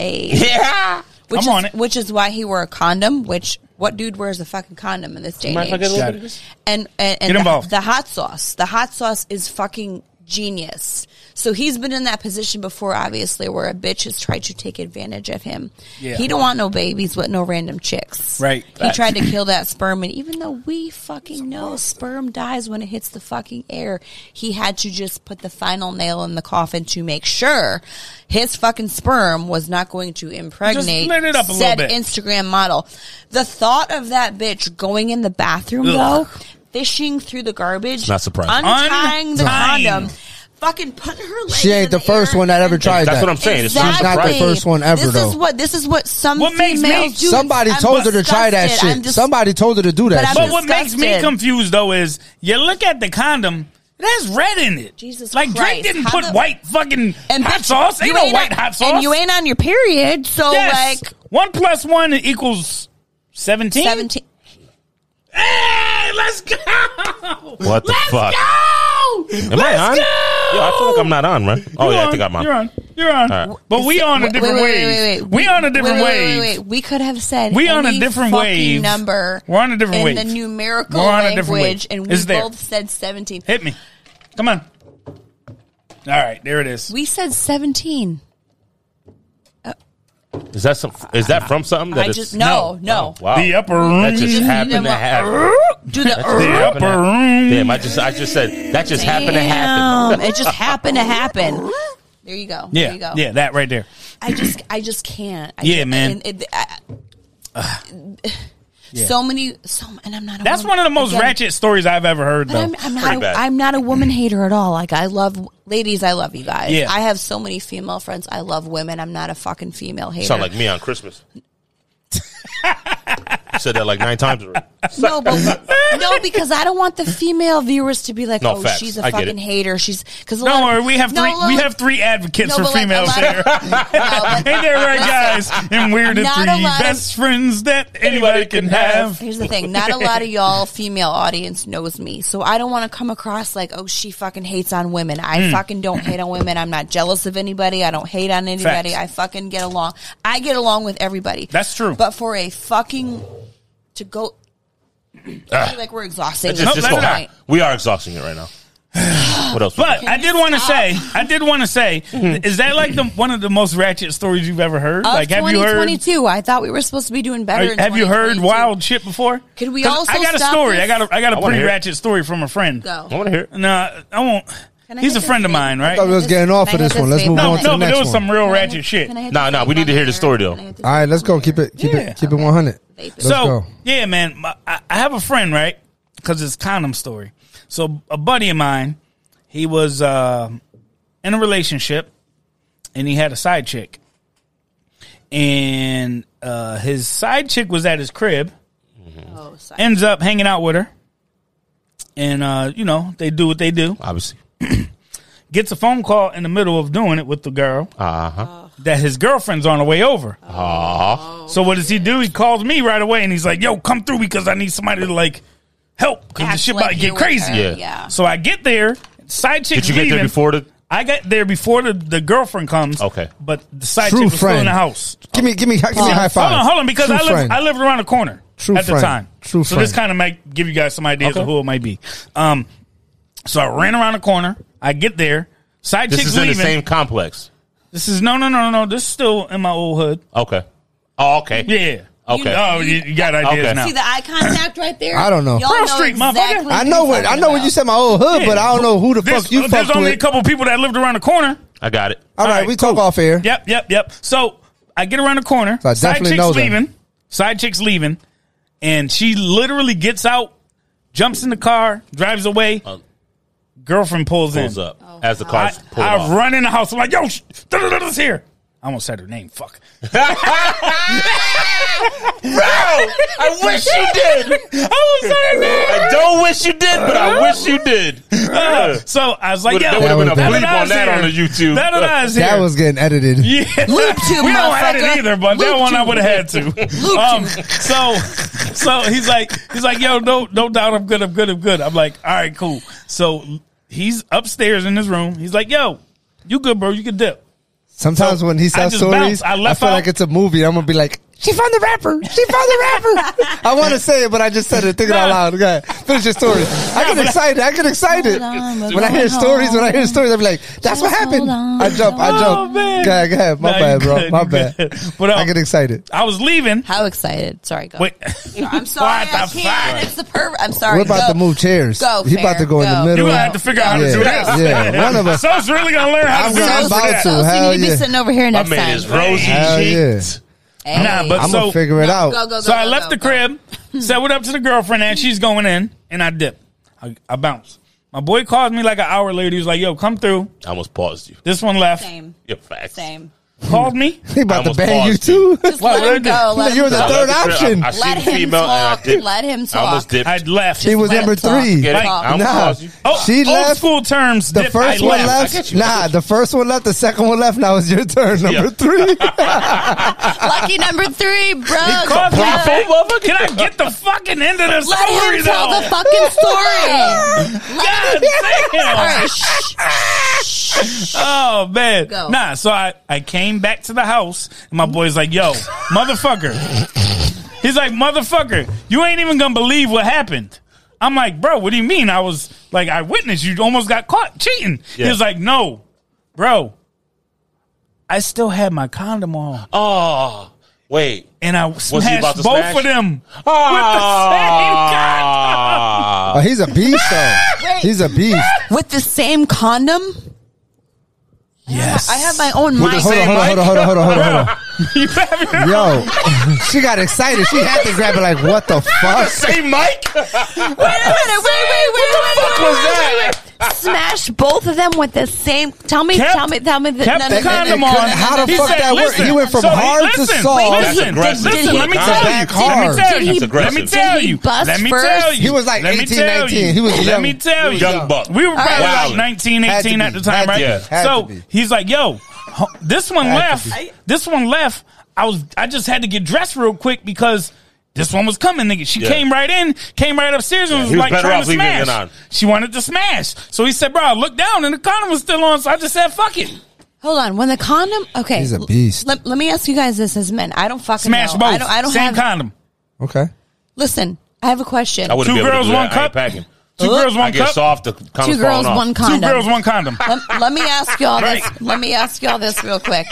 S2: A
S3: Yeah.
S2: which
S1: I'm
S2: is,
S1: on it.
S2: which is why he wore a condom. Which what dude wears a fucking condom in this day
S3: Mind if I
S2: and
S3: get a
S2: age?
S3: little
S1: Got
S3: bit of
S1: it.
S3: this?
S2: and and,
S1: Get
S2: and the-
S1: involved.
S2: The, hot sauce. The hot sauce is fucking genius. So he's been in that position before, obviously, where a bitch has tried to take advantage of him.
S1: Yeah.
S2: He don't want no babies with no random chicks.
S1: Right.
S2: He tried to kill that sperm, and even though we fucking know sperm dies when it hits the fucking air, he had to just put the final nail in the coffin to make sure his fucking sperm was not going to impregnate
S1: lit it up a little
S2: said
S1: bit.
S2: Instagram model. The thought of that bitch going in the bathroom
S1: Ugh.
S2: though, fishing through the garbage,
S3: not surprising.
S2: untying the
S1: Untying.
S2: condom, fucking putting her legs.
S4: She ain't
S2: in
S4: the first
S2: air
S4: one that ever
S2: and-
S4: tried
S3: That's
S4: that.
S3: what I'm saying. It's not
S4: She's not the
S3: right.
S4: first one ever,
S2: This is
S4: though.
S2: what this is what some
S1: What makes me-
S2: females do.
S4: Somebody
S2: I'm
S4: told her to try that
S2: disgusted.
S4: shit.
S2: I'm just-
S4: Somebody told her to do
S2: But
S4: that
S2: I'm
S4: shit.
S1: But what makes me
S2: disgusted.
S1: confused though is you look at the condom. It has red in it.
S2: Jesus
S1: like Drake
S2: Christ,
S1: didn't
S2: how
S1: put
S2: the-
S1: white fucking
S2: And
S1: hot
S2: bitch,
S1: sauce. Ain't
S2: you
S1: no white
S2: on-
S1: hot sauce.
S2: And you ain't on your period, so
S1: yes.
S2: like
S1: one plus one equals seventeen.
S2: seventeen.
S1: Hey, let's go.
S3: What the
S1: let's
S3: fuck?
S1: Go!
S3: Am
S1: let's
S3: I on?
S1: Go!
S3: Yo, I feel like I'm not on, right? Oh
S1: You're
S3: yeah,
S1: on,
S3: I think I'm on.
S1: You're on. You're on.
S3: All right.
S1: But we on a
S2: Wait,
S1: different
S2: wait, wait,
S1: wave.
S2: wait, wait.
S1: We on a different
S2: Wait, wait,
S1: wave.
S2: wait, wait. We could have said
S1: We on a
S2: any
S1: different
S2: fucking
S1: wave.
S2: number.
S1: We're on a different
S2: in
S1: wave.
S2: the numerical
S1: We're on a
S2: language,
S1: different wave.
S2: and
S1: It's
S2: we
S1: there.
S2: both said seventeen.
S1: Hit me. Come on. All right, there it is.
S2: We said seventeen.
S3: Is that some? Is that from something that
S2: I
S3: is-
S2: just no, no.
S3: Oh, wow.
S1: The upper room.
S3: That just happened to happen.
S2: Do the
S3: That just happened to
S1: upper
S3: happen.
S1: room.
S3: Damn, I just I just said that just happened to happen.
S2: Damn, it just happened to happen. There you go.
S1: Yeah,
S2: There you go.
S1: yeah, that right there.
S2: I just I just can't. I
S1: Yeah,
S2: just-
S1: man.
S2: and it- I- So many, so and I'm not. A
S1: That's
S2: woman-
S1: one of the most
S2: again,
S1: ratchet stories I've ever heard,
S2: But
S1: though.
S2: I'm, I'm
S3: Pretty
S2: not.
S3: bad.
S2: A, I'm not a woman hater at all. Like I love ladies. I love you guys.
S1: Yeah.
S2: I have so many female friends. I love women. I'm not a fucking female hater.
S3: Sound like me on Christmas. Said that like nine times already.
S2: no, but no, because I don't want the female viewers to be like,
S3: No,
S2: oh,
S3: facts.
S2: she's a
S3: I get
S2: fucking
S3: it.
S2: hater. She's because
S1: Don't worry, we have three. we have three advocates
S2: No,
S1: for
S2: but like a
S1: females
S2: lot
S1: here.
S2: of-
S1: Ain't that right, guys? And we're the
S2: Not a
S1: three
S2: lot of-
S1: best friends that anybody
S3: Anybody
S1: can
S3: can
S1: have.
S2: Here's the thing: not a lot of y'all female audience knows me, so I don't want to come across like, "Oh, she fucking hates on women." I
S1: Hmm.
S2: fucking don't hate on women. I'm not jealous of anybody. I don't hate on anybody.
S1: Facts.
S2: I fucking get along. I get along with everybody.
S1: That's true.
S2: But for a fucking to go,
S1: Ah.
S2: I feel like we're exhausting.
S3: It's just,
S1: No,
S3: just
S1: let
S3: go
S1: it out.
S3: high. We are exhausting it right now. What else? we
S1: But
S3: got?
S1: I did want to say, I did want to say,
S3: Hmm.
S1: is that like the one of the most ratchet stories you've ever heard?
S2: Of
S1: like, have you heard?
S2: 2022, I thought we were supposed to be doing better.
S1: Are-
S2: in
S1: have you heard
S2: 2022.
S1: wild shit before?
S2: Could we
S1: 'Cause
S2: also
S1: I got a
S2: stop
S1: story.
S2: this?
S1: I got a, I got a
S3: I wanna
S1: pretty
S3: hear it.
S1: ratchet story from a friend.
S2: Go.
S3: I want to hear it.
S1: No, I won't.
S2: Can I
S1: He's
S2: hit
S1: a
S2: this
S1: friend of
S2: vape?
S1: mine, right?
S4: thought we was getting off
S2: Can
S4: of
S2: I
S4: this
S2: hit
S4: one. Let's
S2: vape
S4: move
S1: No,
S4: on
S2: mic?
S4: to the
S1: no, but
S4: next
S1: it was some
S4: one.
S1: real
S2: Can I hit-
S1: ratchet shit.
S2: can I
S1: All
S2: hit
S3: Nah,
S2: this
S3: nah, we
S2: vape
S3: need to
S2: mic
S3: hear the
S2: here?
S3: story, though.
S2: Can I hit this
S4: All right, let's go.
S2: vape
S4: Keep
S2: mic?
S4: it. Keep
S1: Yeah.
S4: it. Keep it. One hundred.
S2: Vape it.
S4: Let's
S1: so
S4: go.
S1: yeah, man, my- I, I have a friend right because it's condom story. So a buddy of mine, he was uh, in a relationship, and he had a side chick, and uh, his side chick was at his crib.
S2: Oh, sorry.
S1: Ends up hanging out with her, and uh, you know they do what they do.
S3: Obviously.
S1: Gets a phone call in the middle of doing it with the girl
S3: Uh
S4: Uh-huh.
S3: huh.
S1: that his girlfriend's on the way over.
S3: Uh
S1: So what does he do? He calls me right away and he's like, "Yo, come through because I need somebody to like help because
S2: Act
S1: this shit
S2: like
S1: about to
S2: you're
S1: get
S2: with
S1: crazy."
S2: her.
S3: Yeah.
S2: Yeah.
S1: So I get there, side chick.
S3: Did you get there before the?
S1: I got there before the, the girlfriend comes.
S3: Okay.
S1: but the side
S4: True
S1: chick was still in
S4: friend.
S1: the house.
S4: Give me. Give me. Give me a high five.
S1: Hold on, hold on, because
S4: True
S1: I live
S4: friend.
S1: I lived around the corner
S4: True
S1: at the
S4: friend.
S1: time.
S4: True
S1: So this
S4: friend.
S1: kind of might give you guys some ideas of
S3: Okay.
S1: who it might be. Um, so I ran around the corner. I get there, side
S3: This
S1: chick's
S3: is in
S1: leaving.
S3: the same complex.
S1: this is no, no, no, no. This is still in my old hood.
S3: Okay. Oh, okay.
S1: Yeah.
S3: Okay.
S1: You- oh, you, you got ideas
S3: Okay.
S1: now.
S2: See the eye contact right there?
S4: I don't know.
S2: Y'all
S1: Cross street, motherfucker.
S4: I know what. I know what you said. My old hood,
S1: Yeah.
S4: but I don't know who the
S1: There's- uh,
S4: fuck you
S1: There's
S4: fucked
S1: only
S4: with.
S1: a couple people that lived around the corner.
S3: I got it.
S4: All
S1: All
S4: right,
S1: right,
S4: we talk
S1: cool.
S4: off air.
S1: Yep, yep, yep. So I get around the corner.
S4: So I
S1: side
S4: definitely
S1: chick's
S4: know that.
S1: leaving. Side chick's leaving, and she literally gets out, jumps in the car, drives away.
S3: Oh.
S1: Girlfriend pulls,
S3: Pulls
S1: in.
S3: up
S2: Oh,
S3: as the
S1: I,
S3: car's pulled
S1: I
S3: off.
S1: run in the house. I'm like, yo, sh- da-da-da-da's here. I almost said her name. Fuck.
S3: I wish you did.
S1: I almost said her name.
S3: I don't wish you did, but I wish you did.
S1: So I was like,
S3: Would've-
S1: yo,
S3: there would've
S4: been a
S1: da-da-da's
S3: bleep on that
S1: here.
S3: on the YouTube.
S1: Da-da-da's
S4: That
S1: here.
S4: was getting edited.
S1: Yeah.
S2: Loop tube,
S1: we don't have it
S2: motherfucker.
S1: either, but that
S2: Loop
S1: one I
S2: tube.
S1: would have had to. Um, so, so he's like, he's like, yo, no, no doubt, I'm good, I'm good, I'm good. I'm like, all right, cool. So he's upstairs in his room. He's like, yo, you good, bro? You can dip.
S4: Sometimes
S1: So,
S4: when he
S1: I
S4: tells
S1: just
S4: stories,
S1: bounced. I
S4: I,
S1: left
S4: feel
S1: out-
S4: like it's a movie. I'm gonna be like, she found the rapper. She found the rapper. I want to say it, but I just said it. Think it out
S1: Nah.
S4: loud. Go ahead. Finish your story. I get excited. I get excited
S2: Hold on, we're
S4: when I hear
S2: going
S4: stories. When I hear
S2: home.
S4: stories, I'm like, that's what
S2: Just
S4: happened.
S2: hold on.
S4: I jump. I
S1: Oh,
S4: jump.
S1: man.
S4: Go ahead. Go ahead. My
S1: Nah, you
S4: bad, bro.
S1: good,
S4: My
S1: you
S4: bad.
S1: good. But, uh,
S4: I get excited.
S1: I was leaving.
S2: How excited? Sorry, go.
S1: Wait,
S2: I'm sorry.
S1: What
S2: I
S1: the
S2: can't.
S1: fuck?
S2: It's the perv. I'm sorry.
S4: We're about
S2: go.
S4: to move chairs.
S2: Go,
S4: He about to
S2: fair.
S4: go in
S2: Go.
S4: the
S1: You're
S4: middle.
S1: gonna have to figure out how to
S4: Yeah,
S1: do this.
S4: yeah. One of us-
S1: So's really gonna learn how to
S4: I'm
S1: do
S4: gonna-
S1: this.
S4: I'm about
S1: Yeah.
S4: to.
S2: So you
S4: Hell
S2: need to be
S4: yeah.
S2: sitting over here
S3: My
S2: next
S3: man
S2: time.
S3: is rosy
S4: Hell yeah.
S3: cheeked.
S2: Hey.
S1: Nah, but
S4: I'm
S1: so-
S4: gonna figure it out.
S2: Go, go, go,
S1: So I
S2: go,
S1: left
S2: go,
S1: the
S2: go.
S1: crib, said what up to the girlfriend, and she's going in, and I dip. I, I bounce. My boy called me like an hour later. He was like, "Yo, come through."
S3: I almost paused you.
S1: This one left.
S2: Same.
S3: Yeah, facts.
S2: Same.
S1: Called me.
S4: He about to
S3: almost
S4: bang you
S3: paused you.
S4: too.
S2: Just let
S1: what
S2: him
S1: did I
S2: go.
S1: do?
S2: Let
S4: you were
S2: him
S4: the
S3: I
S2: go.
S3: left
S4: third
S3: the crib.
S4: option.
S3: I, I seen
S2: Let
S3: the
S2: him
S3: female and I
S2: talk.
S3: dipped.
S2: Let him
S3: I almost
S2: talk.
S3: dipped.
S1: I left.
S4: He was
S2: let
S4: number
S2: him talk.
S4: three.
S3: Get it?
S1: Like,
S3: I almost
S4: nah.
S3: paused you.
S1: Oh,
S4: She
S1: old
S4: left.
S1: school terms.
S4: The
S1: dip,
S4: first
S1: I
S4: one
S1: left.
S4: left.
S3: I get you.
S4: Nah, the first one left. The second one left. Now it's your turn. Number
S3: Yeah.
S4: three.
S2: Lucky number three, bro.
S1: Called me
S3: Black
S1: back.
S3: hole, motherfucker.
S1: Can I get the fucking end of the
S2: Let
S1: story
S2: him tell
S1: though?
S2: the fucking story. Let him.
S1: God damn.
S2: All right, shh, shh.
S1: Oh man,
S2: Go.
S1: nah. So I I came back to the house, and my boy's like, "Yo, motherfucker." He's like, "Motherfucker, you ain't even gonna believe what happened." I'm like, "Bro, what do you mean?" I was like, "I witnessed you almost got caught cheating." He
S3: Yeah.
S1: was like, "No, bro, I still had my condom on,
S3: Oh, wait. Ah.
S1: and I
S3: about to
S1: smashed both
S3: smash? Oh.
S1: of them with the same condom."
S3: Ah.
S4: Oh, he's a beast though. He's a beast.
S2: With the same condom,
S1: Yes,
S2: I have my own mind.
S4: Hold on, hold on, hold on, hold on, hold on, hold on, hold on.
S1: you have your own.
S4: Yo, she got excited. She had to grab it. Like, what the fuck?
S3: Say Mike.
S2: Wait a minute, wait, wait, wait, wait,
S3: fuck
S2: wait,
S3: was
S2: wait,
S3: that?
S2: wait, wait. Smash both of them with the same. Tell me,
S1: Kept-
S2: tell me, tell me. The,
S1: kept the condom
S4: no,
S1: on.
S4: no, how the
S1: He
S4: fuck that worked?
S1: listen.
S4: He went from
S1: he-
S4: hard to
S1: listen,
S4: soft.
S1: Wait,
S3: That's
S1: listen,
S3: aggressive.
S1: listen. Let me
S3: That's
S1: tell you.
S4: back
S1: Let me
S4: hard.
S1: tell
S2: Did
S1: you.
S2: he-
S1: Let me
S3: did
S1: tell
S2: he
S1: you.
S2: bust
S1: Let me
S2: first?
S1: tell you.
S4: He was like
S1: Let me
S4: 18,
S1: tell
S4: 19.
S1: you.
S4: He was
S1: Let
S4: young.
S1: me
S4: He
S1: tell you.
S4: was
S3: Young buck.
S1: We were probably
S3: Had to
S1: like
S3: be.
S1: 19,
S4: Had to
S1: 18 at
S4: be.
S1: the time,
S4: Had
S1: right?
S4: to be. Had
S1: So
S4: to be.
S1: he's like, yo, huh, this one
S4: Had to
S1: left.
S4: be.
S1: This one left. I was I just had to get dressed real quick because this one was coming, nigga. She
S3: Yeah.
S1: came right in, came right upstairs and was,
S3: he was
S1: like
S3: better
S1: trying
S3: off
S1: to
S3: leaving it
S1: smash.
S3: on.
S1: She wanted to smash. So he said, bro, I looked down and the condom was still on. So I just said, fuck it.
S2: Hold on. When the condom, okay.
S4: He's a
S2: l-
S4: beast.
S2: Let, let me ask you guys this as men. I don't fucking
S1: Smash
S2: know.
S1: both.
S2: I don't, I don't
S1: Same
S2: have.
S1: condom.
S4: Okay.
S2: Listen, I have a question.
S3: I wouldn't
S1: Two
S3: be able
S1: girls,
S3: to do
S1: one
S3: that. I ain't
S1: cup.
S3: packing.
S1: Two
S2: Uh,
S1: girls,
S3: I
S1: one
S3: get
S1: cup.
S3: soft. The
S2: Two
S3: condoms
S2: girls,
S3: falling off.
S2: one
S1: Two
S2: condom.
S1: girls, one condom.
S2: Let, let me ask y'all this.
S1: Right.
S2: Let me ask y'all this real quick.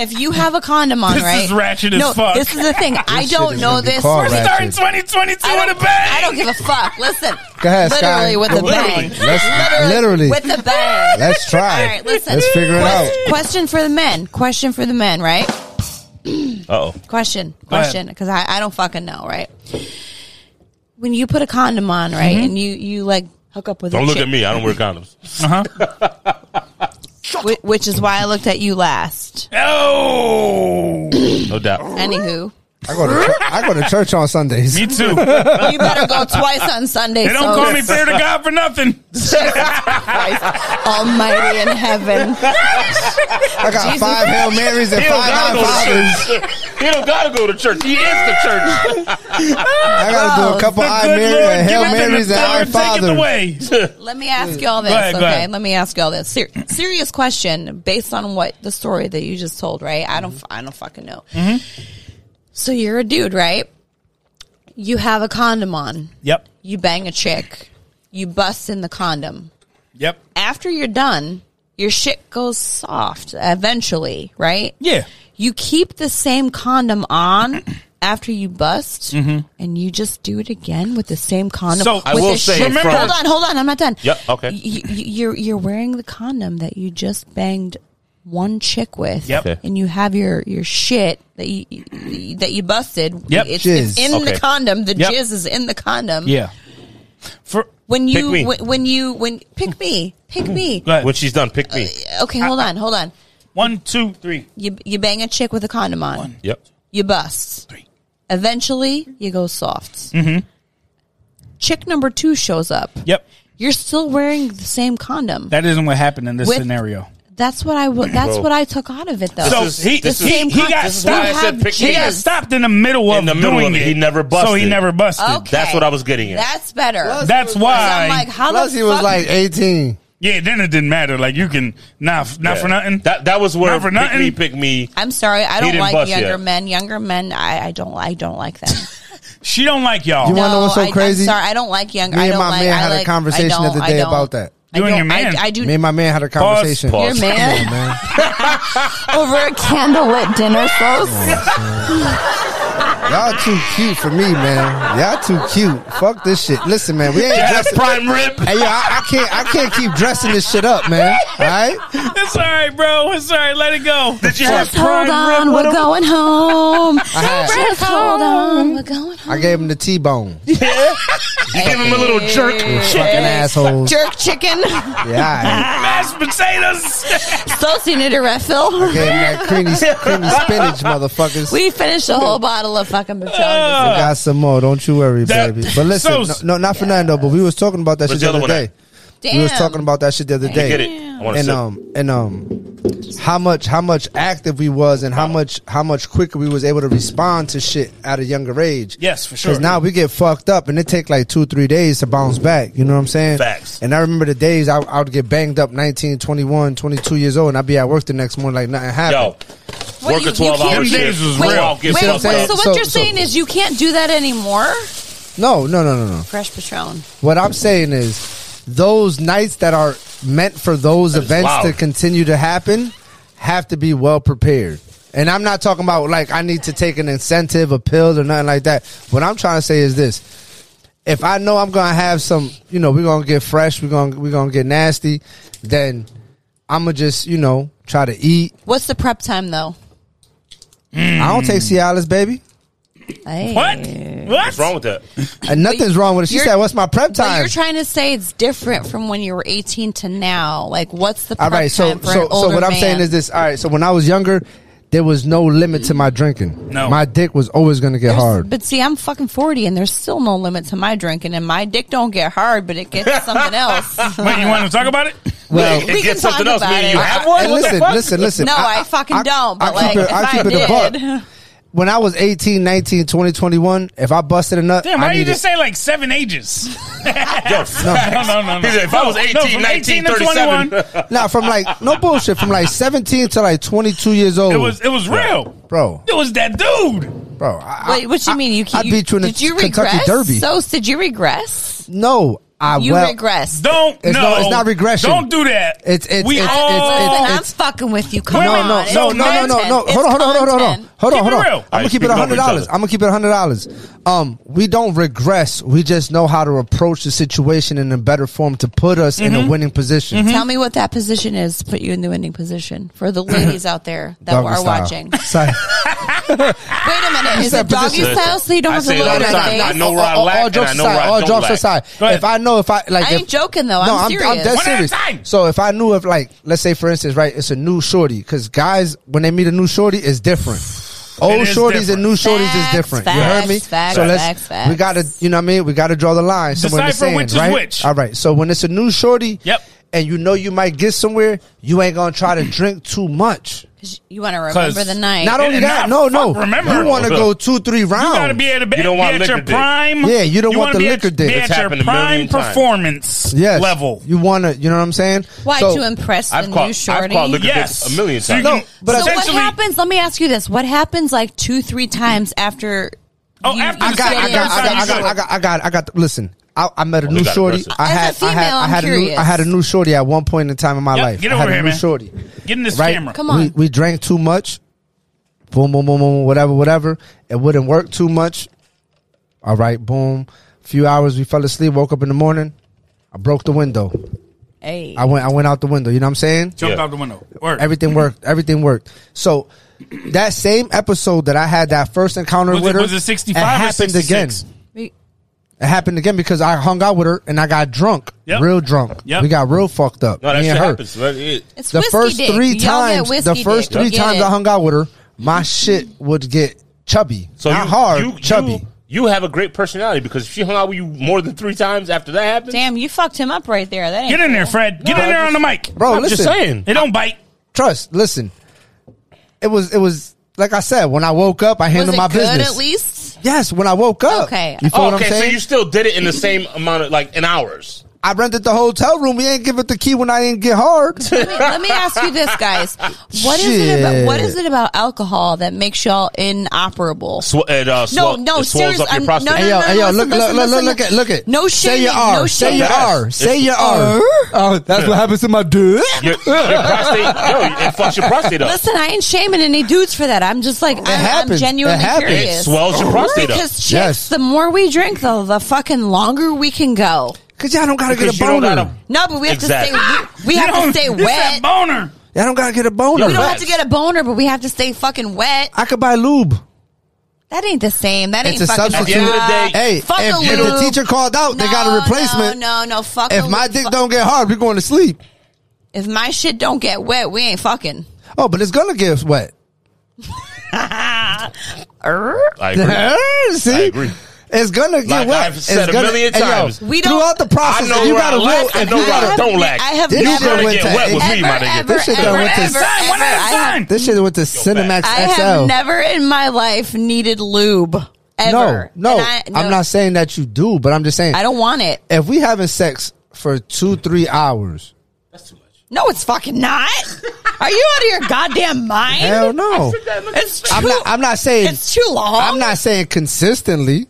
S2: If you have a condom on,
S1: This
S2: right?
S1: is ratchet as
S2: no,
S1: fuck.
S2: This is the thing. I
S4: shit
S2: don't
S4: is
S2: know
S4: gonna be
S2: this.
S4: called
S1: We're
S4: Ratchet.
S1: starting 2022
S2: I
S1: with
S2: don't,
S1: a bang.
S2: I don't give a fuck. Listen.
S4: Go ahead, Sky.
S2: literally with a
S3: Literally.
S2: bang.
S4: Let's- literally.
S2: with a bang.
S4: Let's
S2: All
S4: try.
S2: right, listen.
S4: Let's figure it out.
S2: Quest- Question for the men. Question for the men, right?
S3: Uh oh.
S2: Question,
S1: ahead.
S2: question, because I, I don't fucking know, right? When you put a condom on, right,
S1: Mm-hmm.
S2: and you you like hook up with a
S3: Don't look
S2: chick,
S3: at me. I don't wear condoms.
S1: Uh-huh.
S2: whi- which is why I looked at you last.
S1: Oh,
S3: No doubt.
S2: Anywho,
S4: I go to church, I go to church on Sundays.
S1: me too.
S2: you better go twice on Sunday.
S1: They don't
S2: so
S1: call me fear to God for nothing.
S2: Christ Almighty in heaven.
S4: I got five Hail Marys and
S3: He don't
S4: five
S3: gotta
S4: High
S3: go
S4: Fathers.
S3: to church. He don't gotta go to church. He is the church.
S4: I gotta do a couple
S1: The
S4: High
S1: good
S4: Mary
S1: Lord
S4: and Hail
S1: giveth and
S4: Marys
S1: the
S4: and High
S1: Lord taketh
S4: Fathers.
S1: away.
S2: Let me ask y'all this,
S1: ahead, go
S2: okay?
S1: ahead.
S2: Let me ask y'all this. Ser- serious question based on what the story that you just told, right? I don't, f-
S1: Mm-hmm.
S2: I don't fucking know. So you're a dude, right? You have a condom on.
S1: Yep,
S2: you bang a chick, you bust in the condom.
S1: yep,
S2: After you're done, your shit goes soft eventually, right?
S1: yeah.
S2: You keep the same condom on after you bust, and you just do it again with the same condom.
S1: So, I
S3: Mm-hmm.
S2: with
S3: will
S2: the
S3: say
S2: shit-
S3: from-
S2: hold on, hold on, I'm not done.
S3: Yep, okay.
S2: Y- y- you're you're wearing the condom that you just banged one chick with,
S1: Yep. Okay.
S2: and you have your your shit that you that you busted.
S1: Yep.
S2: it's, it's
S4: Jizz.
S2: in
S3: Okay.
S2: the condom. The
S1: Yep.
S2: jizz is in the condom
S1: Yeah. For
S2: when
S3: Pick
S2: you
S3: me. Mm-hmm.
S2: when, when you when pick me pick me
S1: go ahead.
S3: When she's done, pick me.
S2: okay hold on hold on
S1: one, two, three.
S2: you you bang a chick with a condom on
S3: Yep.
S2: you bust
S1: Three.
S2: eventually you go soft
S4: Mm-hmm.
S2: chick number two shows up
S1: Yep,
S2: you're still wearing the same condom
S1: that isn't what happened in this
S2: With-
S1: scenario.
S2: that's what I w- that's
S3: Bro.
S2: what I took out of it though
S1: So
S3: is-
S1: he,
S3: this
S1: he,
S2: is-
S1: he got
S2: this is
S3: why I
S1: stopped.
S3: said pick
S1: he got
S3: kids.
S1: stopped in the middle of
S3: the middle
S1: doing
S3: of it.
S1: it.
S3: He never
S1: So he
S3: busted.
S1: never busted.
S2: okay.
S3: That's what I was getting at.
S2: that's better
S1: That's why.
S2: I'm like how
S4: Plus,
S2: the
S4: he was
S2: fuck-
S4: like 18.
S1: yeah, then it didn't matter. Like you can not not
S3: Yeah.
S1: for nothing.
S3: That that was where
S1: Not for
S3: pick
S1: nothing.
S3: me, pick me.
S2: I'm sorry I don't
S3: didn't
S2: like
S3: bust
S2: younger
S3: yet.
S2: men younger men I, I don't I don't like them
S1: she don't like y'all.
S4: You wanna know what's so
S2: I,
S4: crazy?
S2: I'm sorry, I don't like young.
S4: Me
S2: I
S4: and
S2: don't
S4: my
S2: like,
S4: man
S2: I
S4: had a
S2: like-
S4: conversation
S2: I don't-
S4: the other
S2: I
S4: day
S2: don't-
S4: about that.
S2: I
S1: You and
S2: don't-
S1: your man.
S2: I, I do
S4: Me and my man had a conversation.
S3: Pause.
S2: your man
S4: Yeah, man.
S2: over a candlelit dinner toast.
S4: Y'all too cute for me, man. Y'all too cute. Fuck this shit. Listen, man, we ain't
S3: That's
S4: dressing.
S3: prime rib.
S4: Hey, yo, I, I can't, I can't keep dressing this shit up, man. All right.
S1: It's all right, bro. It's all right. Let it go.
S3: Did you
S2: Just
S3: have prime
S2: hold on,
S3: rib?
S2: we're going home.
S4: I had-
S2: Just hold on, we're going home.
S4: I gave him the T-bone. You
S3: You give him a little jerk.
S4: fucking assholes.
S2: Jerk chicken.
S4: Yeah.
S1: Mashed potatoes.
S2: Saucy need a refill.
S4: I gave him that creamy, creamy spinach, motherfuckers.
S2: We finished a whole bottle of fucking Patron.
S4: We got some more. Don't you worry,
S1: That-
S4: baby. But listen,
S1: So-
S4: no, no, not Fernando. But we was talking about that
S3: Where's
S4: shit
S3: the other
S4: the other
S3: one at?
S4: day. We was talking about that shit the other day.
S3: Get it? I want to
S4: and
S3: sip.
S4: um and um how much how much active we was and how much how much quicker we was able to respond to shit at a younger age.
S1: Yes, for sure.
S4: Because now we get fucked up and it take like two three days to bounce back. You know what I'm saying?
S3: Facts.
S4: And I remember the days I, I would get banged up 19, 21, 22 years old and I'd be at work the next morning like nothing
S3: Yo,
S4: happened.
S3: work a
S2: you- you
S3: 12 hour
S2: can't-
S3: shift.
S1: Days was
S3: Wait,
S1: real.
S3: I'll get
S2: Wait,
S3: fucked
S4: saying?
S3: up.
S2: so what
S4: So-
S2: you're
S4: so-
S2: saying is you can't do that anymore?
S4: No, no, no, no, no.
S2: Fresh Patron.
S4: What I'm saying is, those nights that are meant for those
S3: That is
S4: events
S3: wild.
S4: to continue to happen have to be well prepared. And I'm not talking about like I need to take an incentive, a pill, or nothing like that. What I'm trying to say is this: if I know I'm gonna have some, you know, we're gonna get fresh, we're gonna we're gonna get nasty, then I'm gonna just, you know, try to eat.
S2: What's the prep time though?
S4: I don't take Cialis, baby.
S1: What?
S3: What's wrong
S1: What?
S3: with that?
S4: And nothing's wrong with it. She
S2: you're-
S4: said, "What's my prep
S2: But
S4: time?"
S2: you're trying to say it's different from when you were 18 to now. Like, what's the
S4: All
S2: prep
S4: right, so
S2: time for an
S4: so so
S2: older
S4: what I'm
S2: man?
S4: saying is this. All right, so when I was younger, there was no limit to my drinking.
S1: No.
S4: my dick was always going to get
S2: There's-
S4: hard.
S2: But see, I'm fucking 40, and there's still no limit to my drinking, and my dick don't get hard, but it gets something else.
S1: Wait, you want to talk about it?
S4: Well,
S3: it
S2: can
S3: gets
S2: talk
S3: something else.
S2: about
S3: Man,
S2: it.
S3: you
S2: I-
S3: have one?
S4: and
S3: What the
S4: listen,
S3: fuck?
S4: listen, listen.
S2: No, I fucking don't, but, like, if I
S4: a
S2: did-
S4: buck. When I was 18, 19, 20, 21, if I busted a nut,
S1: Damn,
S4: I
S1: why you
S4: needed-
S1: just say like seven ages?
S3: Yo,
S1: No, no, no. no.
S3: He said, if I was
S1: No,
S3: 18,
S1: no, from
S3: 19,
S1: to
S3: 37.
S1: 21,
S4: Nah, from like no bullshit, from like 17 to like 22 years old.
S1: it was it was real.
S4: bro,
S1: It was that dude.
S4: bro. I, I-
S2: Wait, what you mean?
S4: I
S2: You can't?
S4: beat you in the
S2: did you
S4: Kentucky
S2: regress?
S4: Derby.
S2: So did you regress?
S4: no, I
S2: You
S4: well,
S2: regressed.
S1: Don't
S4: It's
S1: no,
S4: no- it's not regression.
S1: Don't do that.
S4: It's- it's-
S1: we
S4: it's-
S2: Listen,
S1: all.
S4: it's-
S2: I'm fucking with you. Come
S1: No,
S2: on,
S1: no,
S2: It's
S4: No, no, no, no,
S2: content.
S4: no.
S2: It's
S4: Hold on, hold on, hold on, hold on,
S2: content.
S4: hold on,
S1: Keep
S4: hold
S1: it
S4: on.
S1: real.
S4: I'm gonna
S3: Alright,
S4: keep it
S3: speak it over
S4: hundred
S3: each other.
S4: dollars. I'm gonna keep it hundred dollars. Um, we don't regress. We just know how to approach the situation in a better form to put us in
S2: Mm-hmm.
S4: a winning position.
S2: Tell me what that position is. to Put you in the winning position for the ladies out there that
S4: Doggy
S2: are
S4: style.
S2: watching.
S4: Sorry.
S2: Wait a minute. Is
S4: said
S2: it doggy
S4: position.
S2: style so you don't
S3: I
S2: have to
S3: say it
S2: look
S3: all
S2: at
S3: the
S2: her
S3: time. I
S2: face?
S3: know where I
S4: all,
S3: lack
S4: all
S3: and
S4: jokes
S3: I know
S4: aside,
S3: where I
S4: all
S3: don't
S4: jokes
S3: lack.
S4: aside,
S1: Go ahead.
S4: if I know if I like,
S2: I
S4: if-
S2: ain't joking, though.
S4: No, I'm,
S2: I'm
S4: I'm
S2: serious.
S4: dead
S1: One at a
S4: serious.
S1: time.
S4: So if I knew if like, let's say for instance, right, it's a new shorty because guys when they meet a new shorty it's different. Old
S1: is
S4: shorties
S1: different.
S4: and new shorties
S2: Facts,
S4: is different. you
S2: facts,
S4: heard me?
S2: facts,
S4: so let's
S2: facts, facts.
S4: we gotta, you know what I mean? We gotta draw the line somewhere
S1: Decipher
S4: in the sand,
S1: which is
S4: right?
S1: which.
S4: All right. So when it's a new shorty,
S1: Yep.
S4: and you know you might get somewhere, you ain't gonna try to drink too much.
S2: 'Cause Oh, You want to remember the night.
S4: Not only
S1: And
S4: that,
S1: now,
S4: no, no.
S1: fuck, remember-
S4: you want to go two, three rounds.
S1: You gotta be at, a,
S3: You don't
S1: be
S3: want
S1: at your
S3: liquor dick.
S1: prime.
S4: Yeah, you don't want
S1: wanna
S4: the
S1: be at-
S4: liquor dick.
S1: Be
S4: It's
S1: at your
S3: happened a
S1: prime
S3: million times.
S1: performance
S4: yes.
S1: level.
S4: You want to, you know what I'm saying?
S2: Why
S4: So-
S2: to impress the
S3: I've
S2: new
S3: caught,
S2: shorty?
S3: I've caught liquor
S1: Yes.
S3: dicks a million
S1: So
S3: times.
S1: you
S4: No,
S1: can-
S4: but I-
S2: so what
S1: essentially-
S2: happens? Let me ask you this: What happens like two, three times after?
S1: Oh, after
S4: I
S1: the
S4: got,
S1: second
S4: I got, I
S1: time
S4: got,
S1: you
S4: I got, I
S1: it.
S4: got, I got, I got- Listen, I, I
S1: Oh,
S4: met a
S3: we
S4: new
S3: got
S4: shorty.
S3: aggressive.
S4: I
S2: As a
S4: had, I had,
S2: female,
S4: I
S2: I'm
S4: had a new,
S2: curious.
S4: I had a new shorty at one point in time in my
S1: Yep,
S4: life.
S1: get
S4: I had
S1: over
S4: a
S1: here,
S4: new
S1: man.
S4: shorty.
S1: Get in this
S4: right?
S1: camera.
S2: Come on.
S4: We, we drank too much. Boom, boom, boom, boom, whatever, whatever. It wouldn't work too much. All right, boom. Few hours, we fell asleep. Woke up in the morning. I broke the window.
S2: Hey,
S4: I went, I went out the window. You know what I'm saying?
S1: Jumped
S3: Yeah.
S1: out the window. Word.
S2: Mm-hmm.
S4: Everything worked. Everything worked. So that same episode that I had that first encounter
S1: Was it-
S4: with her,
S1: was it 65 or
S4: happened again.
S1: 66?
S2: we-
S4: It happened again because I hung out with her and I got drunk,
S1: Yep.
S4: real drunk.
S1: Yep.
S4: We got real fucked up.
S3: No, that
S4: me
S3: shit
S4: and her.
S3: happens. Let it-
S2: it's
S4: The
S2: whiskey
S4: first
S2: dick.
S4: three
S2: Y'all get
S4: times,
S2: whiskey
S4: the first
S2: dick.
S4: three
S2: Get
S4: times
S2: it. Mm-hmm.
S4: I hung out with her, my shit would get chubby.
S3: So
S4: Not
S3: you,
S4: hard,
S3: you,
S4: chubby.
S3: You, you have a great personality because if she hung out with you more than three times after that happened,
S2: Damn, you fucked him up right there. That ain't
S1: Get in there,
S2: cool.
S1: Fred. Get
S3: No,
S1: in there on the mic.
S4: Bro,
S3: I'm
S4: Oh, listen.
S3: just saying.
S1: It don't bite.
S4: Trust. Listen. It was. It was like I said. When I woke up, I
S2: Was
S4: handled
S2: it
S4: my
S2: good
S4: business.
S2: at least?
S4: Yes. When I woke up.
S2: Okay.
S4: You feel
S3: Oh,
S4: what I'm
S3: okay, so
S4: saying?
S3: you still did it in the same amount of like in hours.
S4: I rented the hotel room. We ain't give it the key when I didn't get hard.
S2: Let me, let me ask you this, guys. What is it about? What is it about alcohol that makes y'all inoperable?
S3: Sw- it, uh,
S2: No,
S3: swell-
S2: no,
S3: it swells
S2: seriously.
S3: up your
S2: I'm-
S3: prostate.
S2: No, no,
S4: Hey yo,
S2: no, no,
S4: hey yo,
S2: listen,
S4: look, look,
S2: listen,
S4: look, look,
S2: listen.
S4: look at, look at.
S2: No
S4: Say your
S2: shaming,
S4: R.
S2: no
S4: say
S2: shaming.
S4: your R.
S3: Yes.
S4: Say your R. Oh, that's what happens to my dude.
S3: your, your prostate, yo, it fucks your prostate up.
S2: Listen, I ain't shaming any dudes for that. I'm just like, I'm, I'm
S4: happens. It
S2: genuinely
S4: happens.
S3: it
S2: curious.
S3: swells your prostate up.
S2: Because chicks,
S4: Yes.
S2: the more we drink, the, the fucking longer we can go.
S4: Cause y'all don't gotta get
S3: Because
S4: a
S3: you don't
S4: boner.
S3: gotta-
S2: No, but we have
S3: Exactly.
S2: to stay. We, we have to
S1: don't-
S2: stay
S1: it's that
S2: wet.
S1: boner.
S4: y'all don't gotta get a boner.
S2: We don't
S3: Facts.
S2: have to get a boner, but we have to stay fucking wet.
S4: I could buy lube.
S2: That ain't the same. That ain't
S4: It's a
S2: fucking.
S4: substitute.
S3: At the end of the day-
S4: Hey,
S2: Fuck
S4: if,
S2: a
S4: if the
S2: lube.
S4: teacher called out, they got a
S2: No,
S4: replacement.
S2: No, no, no fuck.
S4: If
S2: a
S4: my
S2: lube.
S4: dick
S2: Fuck-
S4: don't get hard, we're going to sleep.
S2: if my shit don't get wet, we ain't fucking.
S4: Oh, but it's gonna get wet.
S3: I
S4: See,
S3: agree. I agree.
S4: it's gonna get
S3: Like
S4: wet.
S3: I've said
S4: it's
S3: a
S4: gonna,
S3: million
S4: hey, yo,
S3: times.
S2: We don't-
S4: throughout the process,
S3: I know
S4: if you
S3: where
S4: got a
S3: I lack,
S4: will.
S3: I
S4: If
S3: know
S4: you
S3: where I
S4: got a
S3: don't lack.
S2: I have
S4: This
S3: you
S4: shit
S3: gonna
S4: went
S3: get
S4: to-
S3: wet with me, my
S2: Ever,
S3: nigga.
S2: ever,
S4: This shit
S2: ever,
S4: done went to-
S2: ever,
S1: Sign, when
S2: ever. I
S1: I
S2: have
S1: sign.
S4: this shit went to Cinemax
S2: I
S4: XL.
S2: have never in my life needed lube ever.
S4: No, no,
S2: And I,
S4: I'm not saying that you do, but I'm just saying
S2: I don't want it.
S4: if we having sex for two, three hours,
S2: No, it's fucking not. Are you out of your goddamn mind?
S4: hell no.
S2: It's too,
S4: I'm not. I'm not saying.
S2: it's too long.
S4: I'm not saying consistently.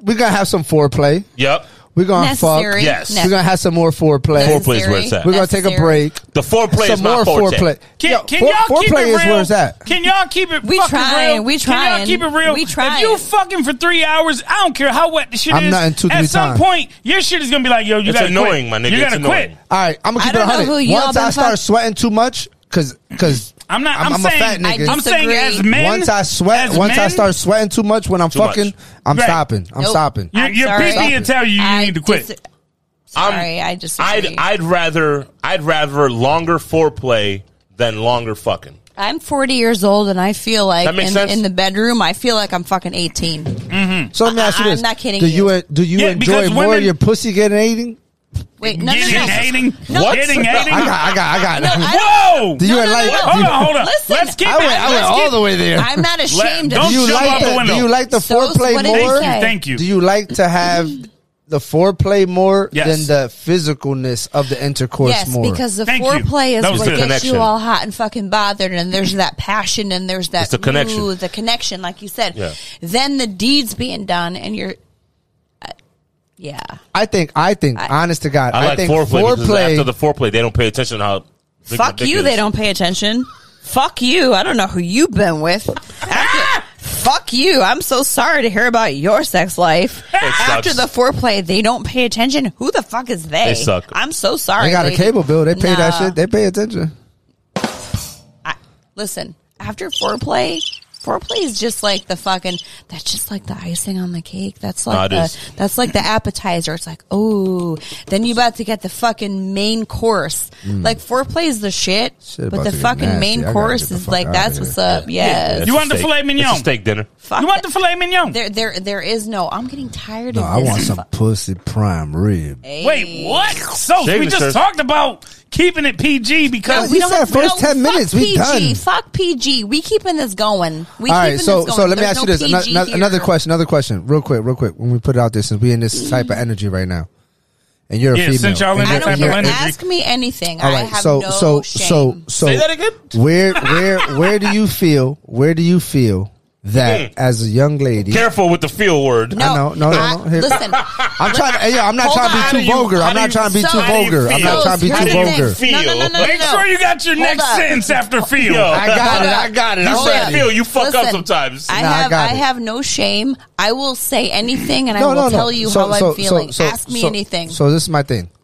S4: We're gonna have some foreplay.
S3: Yep.
S4: We're gonna
S2: necessary.
S4: fuck.
S3: Yes.
S4: We're gonna have some more foreplay.
S3: Foreplay. Foreplay's where it's at.
S4: We're gonna take a break.
S3: The foreplay
S4: some
S3: is my
S4: more
S3: forte.
S4: foreplay.
S1: Can,
S4: Yo,
S1: can
S4: fore-
S1: y'all keep it
S4: foreplay
S1: real?
S4: is where it's at.
S1: Can y'all keep it?
S2: We
S1: fucking
S2: trying,
S1: Real?
S2: we
S1: Can y'all
S2: trying,
S1: keep it real?
S2: we
S1: If
S2: trying.
S1: you fucking for three hours, I don't care how wet the shit
S4: I'm
S1: is.
S4: not in two,
S1: at
S4: three
S1: some
S4: times.
S1: point, your shit is gonna be like, yo, you
S3: It's
S1: gotta
S3: annoying,
S1: quit.
S3: my nigga.
S1: You
S3: It's
S1: gotta quit.
S3: annoying.
S4: All right, I'm gonna keep
S2: I
S4: it
S2: don't know
S4: 100.
S2: who y'all
S4: Once
S2: been
S4: I start
S2: fuck-
S4: sweating too much, cause cause
S1: I'm not. I'm,
S4: I'm,
S1: saying.
S4: a fat nigga.
S1: I'm saying
S2: disagree.
S1: as men.
S4: once I sweat,
S1: as
S4: once I
S1: men,
S4: start sweating too much when I'm
S3: Too much.
S4: fucking, I'm
S1: Right.
S4: stopping. I'm
S2: Nope.
S4: stopping.
S1: Your,
S2: I'm
S1: your
S2: sorry.
S1: PPE will tell you you
S2: I
S1: need to quit.
S2: dis-
S3: I'm-
S2: sorry, I just.
S3: I'd I'd rather I'd rather longer foreplay than longer fucking.
S2: I'm 40 years old and I feel like
S3: That makes
S2: in,
S3: sense?
S2: in the bedroom, I feel like I'm fucking 18.
S4: So let me ask you
S2: I-
S4: this:
S2: I'm not kidding
S4: Do you, uh,
S2: you.
S4: do you
S1: Yeah,
S4: enjoy
S1: because
S4: more
S1: women-
S4: your pussy getting eating?
S2: Wait, no, no,
S1: Getting
S2: no.
S1: hating.
S3: No. What?
S1: Getting
S3: I
S1: hating.
S4: I got, I got, I got.
S2: I don't-
S1: Whoa!
S4: do you
S2: no, no,
S4: like?
S2: no, no.
S4: do you-
S1: Hold on, hold on.
S2: Listen,
S1: Let's keep
S4: I
S1: it.
S4: went, I went
S1: Let's
S4: all
S1: keep-
S4: the way there.
S2: I'm not ashamed
S1: don't
S4: do
S2: of
S4: you
S1: jump
S4: like
S1: out the
S4: the,
S1: window.
S4: Do you like the
S2: So Mm-hmm. it's
S4: foreplay
S2: what it
S4: more?
S2: is.
S1: Thank you. Thank you.
S4: Do you like to have the foreplay more
S1: Yes.
S4: than the physicalness of the intercourse
S2: Yes,
S4: more?
S2: because the
S1: Thank you.
S2: foreplay is
S1: That was
S2: what
S1: the
S2: gets
S3: connection.
S2: you all hot and fucking bothered, and there's that passion, and there's that
S3: It's the connection.
S2: ooh, the connection, like you said.
S3: Yeah.
S2: Then the deed's being done, and you're, uh, yeah,
S4: I think, I think,
S2: I-
S4: honest to God,
S3: I,
S4: I,
S3: like
S4: think
S3: foreplay, because
S4: foreplay.
S3: after the foreplay they don't pay attention to how big my
S2: fuck
S3: dick
S2: you.
S3: is.
S2: They don't pay attention. Fuck you. I don't know who you've been with.
S3: Ah!
S2: After- fuck you. I'm so sorry to hear about your sex life.
S3: sucks.
S2: After the foreplay, they don't pay attention. Who the fuck is they?
S3: They suck.
S2: I'm so sorry.
S4: they got a
S2: lady.
S4: cable bill. They pay that
S2: Nah.
S4: shit. They pay attention.
S2: I, listen, after foreplay, foreplay is just like the fucking. That's just like the icing on the cake. That's
S3: Nah, it
S2: like
S3: is.
S2: the, that's like the appetizer. It's like oh, then you about to get the fucking main course. Like foreplay is the shit,
S4: Mm. Shit about
S2: but the
S4: to get
S2: fucking
S4: nasty. I
S2: main
S4: gotta
S2: course
S4: get the
S2: is
S4: fuck
S2: like
S4: outta
S2: that's
S4: here.
S2: what's up.
S3: Yeah,
S2: Yes.
S3: it's
S1: You
S3: a
S1: want the
S3: steak.
S1: filet mignon?
S3: It's a steak dinner.
S2: Fuck
S1: You want
S2: that.
S1: the filet mignon?
S2: There, there, there is no. I'm getting tired
S4: No,
S2: of
S4: I
S2: this.
S4: want some pussy prime rib.
S2: Hey.
S1: Wait, what? So
S3: Shave
S1: we
S3: it,
S1: just
S3: sir.
S1: talked about keeping it PG because
S4: we said first 10
S2: fuck
S4: minutes, we
S2: PG,
S4: done.
S2: Fuck PG. We keeping this going. We
S4: All
S2: keeping
S4: right, so
S2: this going.
S4: so let me
S2: There's
S4: ask you
S2: no
S4: this. Ano-
S2: PG
S4: ano-
S2: here.
S4: another question. Another question. Real quick. Real quick. When we put it out there, since we in this type of energy right now, and you're a
S1: Yeah,
S4: female,
S1: since y'all in
S4: and
S1: this
S2: I
S4: you're-
S2: don't
S1: type of
S4: and
S2: care.
S4: you're-
S1: energy.
S2: Ask me anything.
S4: All
S2: I
S4: right.
S2: have
S4: so
S2: no
S4: so
S2: shame.
S4: so so
S3: Say that again?
S4: Where where where do you feel? Where do you feel
S3: Mm.
S4: that as a young lady?
S3: Careful with the feel word.
S4: I know, no, no, no. Here-
S2: listen,
S4: I'm trying. Hey, yo, I'm not
S2: Hold
S4: trying
S2: on.
S4: to be
S2: How do
S4: too
S3: you-
S4: vulgar.
S3: how
S4: I'm
S3: do
S4: not
S3: you-
S4: trying to be
S3: how
S4: too
S3: do you
S4: vulgar. I'm not
S3: feel?
S4: trying to be
S3: How
S4: too
S3: do you
S4: vulgar.
S3: feel?
S2: No, no, no, no, no,
S1: make
S2: no.
S1: sure you got your
S2: Hold
S1: next
S2: up.
S1: sentence after feel.
S3: Yo.
S4: I got it. I got it.
S3: You
S4: I'm
S2: Hold
S3: said
S2: up.
S4: ready.
S3: feel. You fuck up
S2: Listen,
S3: sometimes.
S2: I
S4: Nah, I
S2: have I,
S4: got it.
S2: have no shame. I will say anything, and I will tell you
S4: So-
S2: how
S4: so-
S2: I'm feeling.
S4: so- so-
S2: Ask me
S4: so-
S2: anything.
S4: So this is my thing.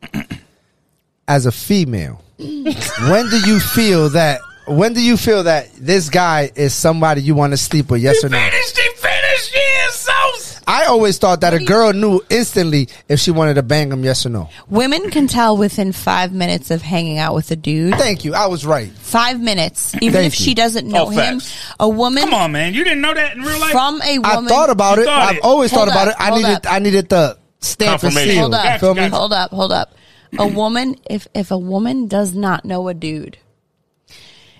S4: As a female, when do you feel that? When do you feel that this guy is somebody you want to sleep with? Yes or no?
S1: Finished, he finished, yeah, so
S4: I always thought that a girl knew instantly if she wanted to bang him. Yes or no?
S2: Women can tell within five minutes of hanging out with a dude.
S4: Thank you. I was right.
S2: Five minutes, even
S4: Thank
S2: if she
S4: you.
S2: doesn't know
S3: Oh,
S2: him.
S3: facts.
S2: A woman
S1: Come on, man. You didn't know that in real life?
S2: from a woman.
S4: I thought about
S1: You
S4: it.
S1: thought
S4: I've
S1: it.
S4: always thought
S2: Hold
S4: about it.
S2: up,
S4: I
S2: hold
S4: needed.
S2: up.
S4: I needed the stamp and
S3: Confirmation.
S4: seal.
S2: Hold
S4: You
S2: up,
S4: feel me?
S1: Gotcha.
S2: hold up, hold up. A woman, if if a woman does not know a dude,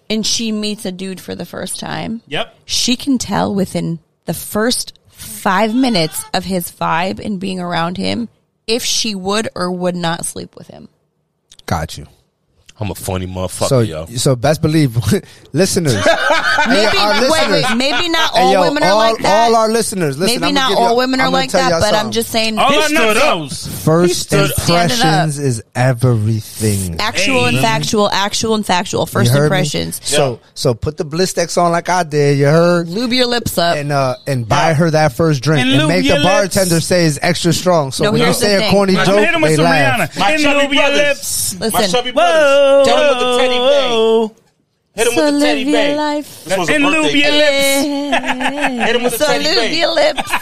S2: and she meets a dude for the first time,
S1: Yep.
S2: she can tell within the first five minutes of his vibe and being around him if she would or would not sleep with him.
S4: Got you.
S3: I'm a funny motherfucker,
S4: so,
S3: yo.
S4: so best believe, listeners,
S2: Maybe,
S4: our
S2: wait, wait,
S4: listeners-
S2: maybe not
S4: Hey,
S2: all
S4: yo,
S2: women are
S4: all-
S2: like that.
S4: all our listeners, listen,
S2: maybe
S4: I'ma
S2: not
S4: give
S2: all
S4: y'all-
S2: women are
S4: I'ma
S2: like
S4: tell
S2: that,
S4: y'all
S2: but I'm
S4: something.
S2: just saying
S1: All
S3: He
S1: our
S3: stood
S1: nut
S3: up.
S1: shows.
S4: First
S3: He stood up.
S4: impressions is everything.
S2: actual and factual, actual and factual,
S4: You
S2: first
S4: heard me?
S2: impressions.
S4: So so put the Blistex on like I did. You heard.
S2: Lube your lips up.
S4: And uh and buy her that first drink
S1: And
S4: and,
S1: lube
S4: make
S1: your
S4: the bartender
S1: lips.
S4: say it's extra strong. So
S2: No,
S4: when you
S2: here's the
S4: say a
S2: thing.
S4: corny
S2: I'm
S4: joke,
S1: I'm gonna hit him with
S4: they
S1: some
S4: laugh.
S1: Rihanna. In lube your lips.
S3: My
S2: Listen.
S3: chubby
S1: Whoa.
S3: brothers. Hit him with the teddy bang.
S1: whoa.
S3: Hit him
S2: So
S3: with the teddy
S2: live your
S3: bang.
S2: life.
S3: This was a
S1: And
S3: birthday
S1: lube your
S3: bang.
S1: lips.
S3: Hit him with the
S2: so
S3: teddy
S2: lube
S3: bang.
S2: your lips.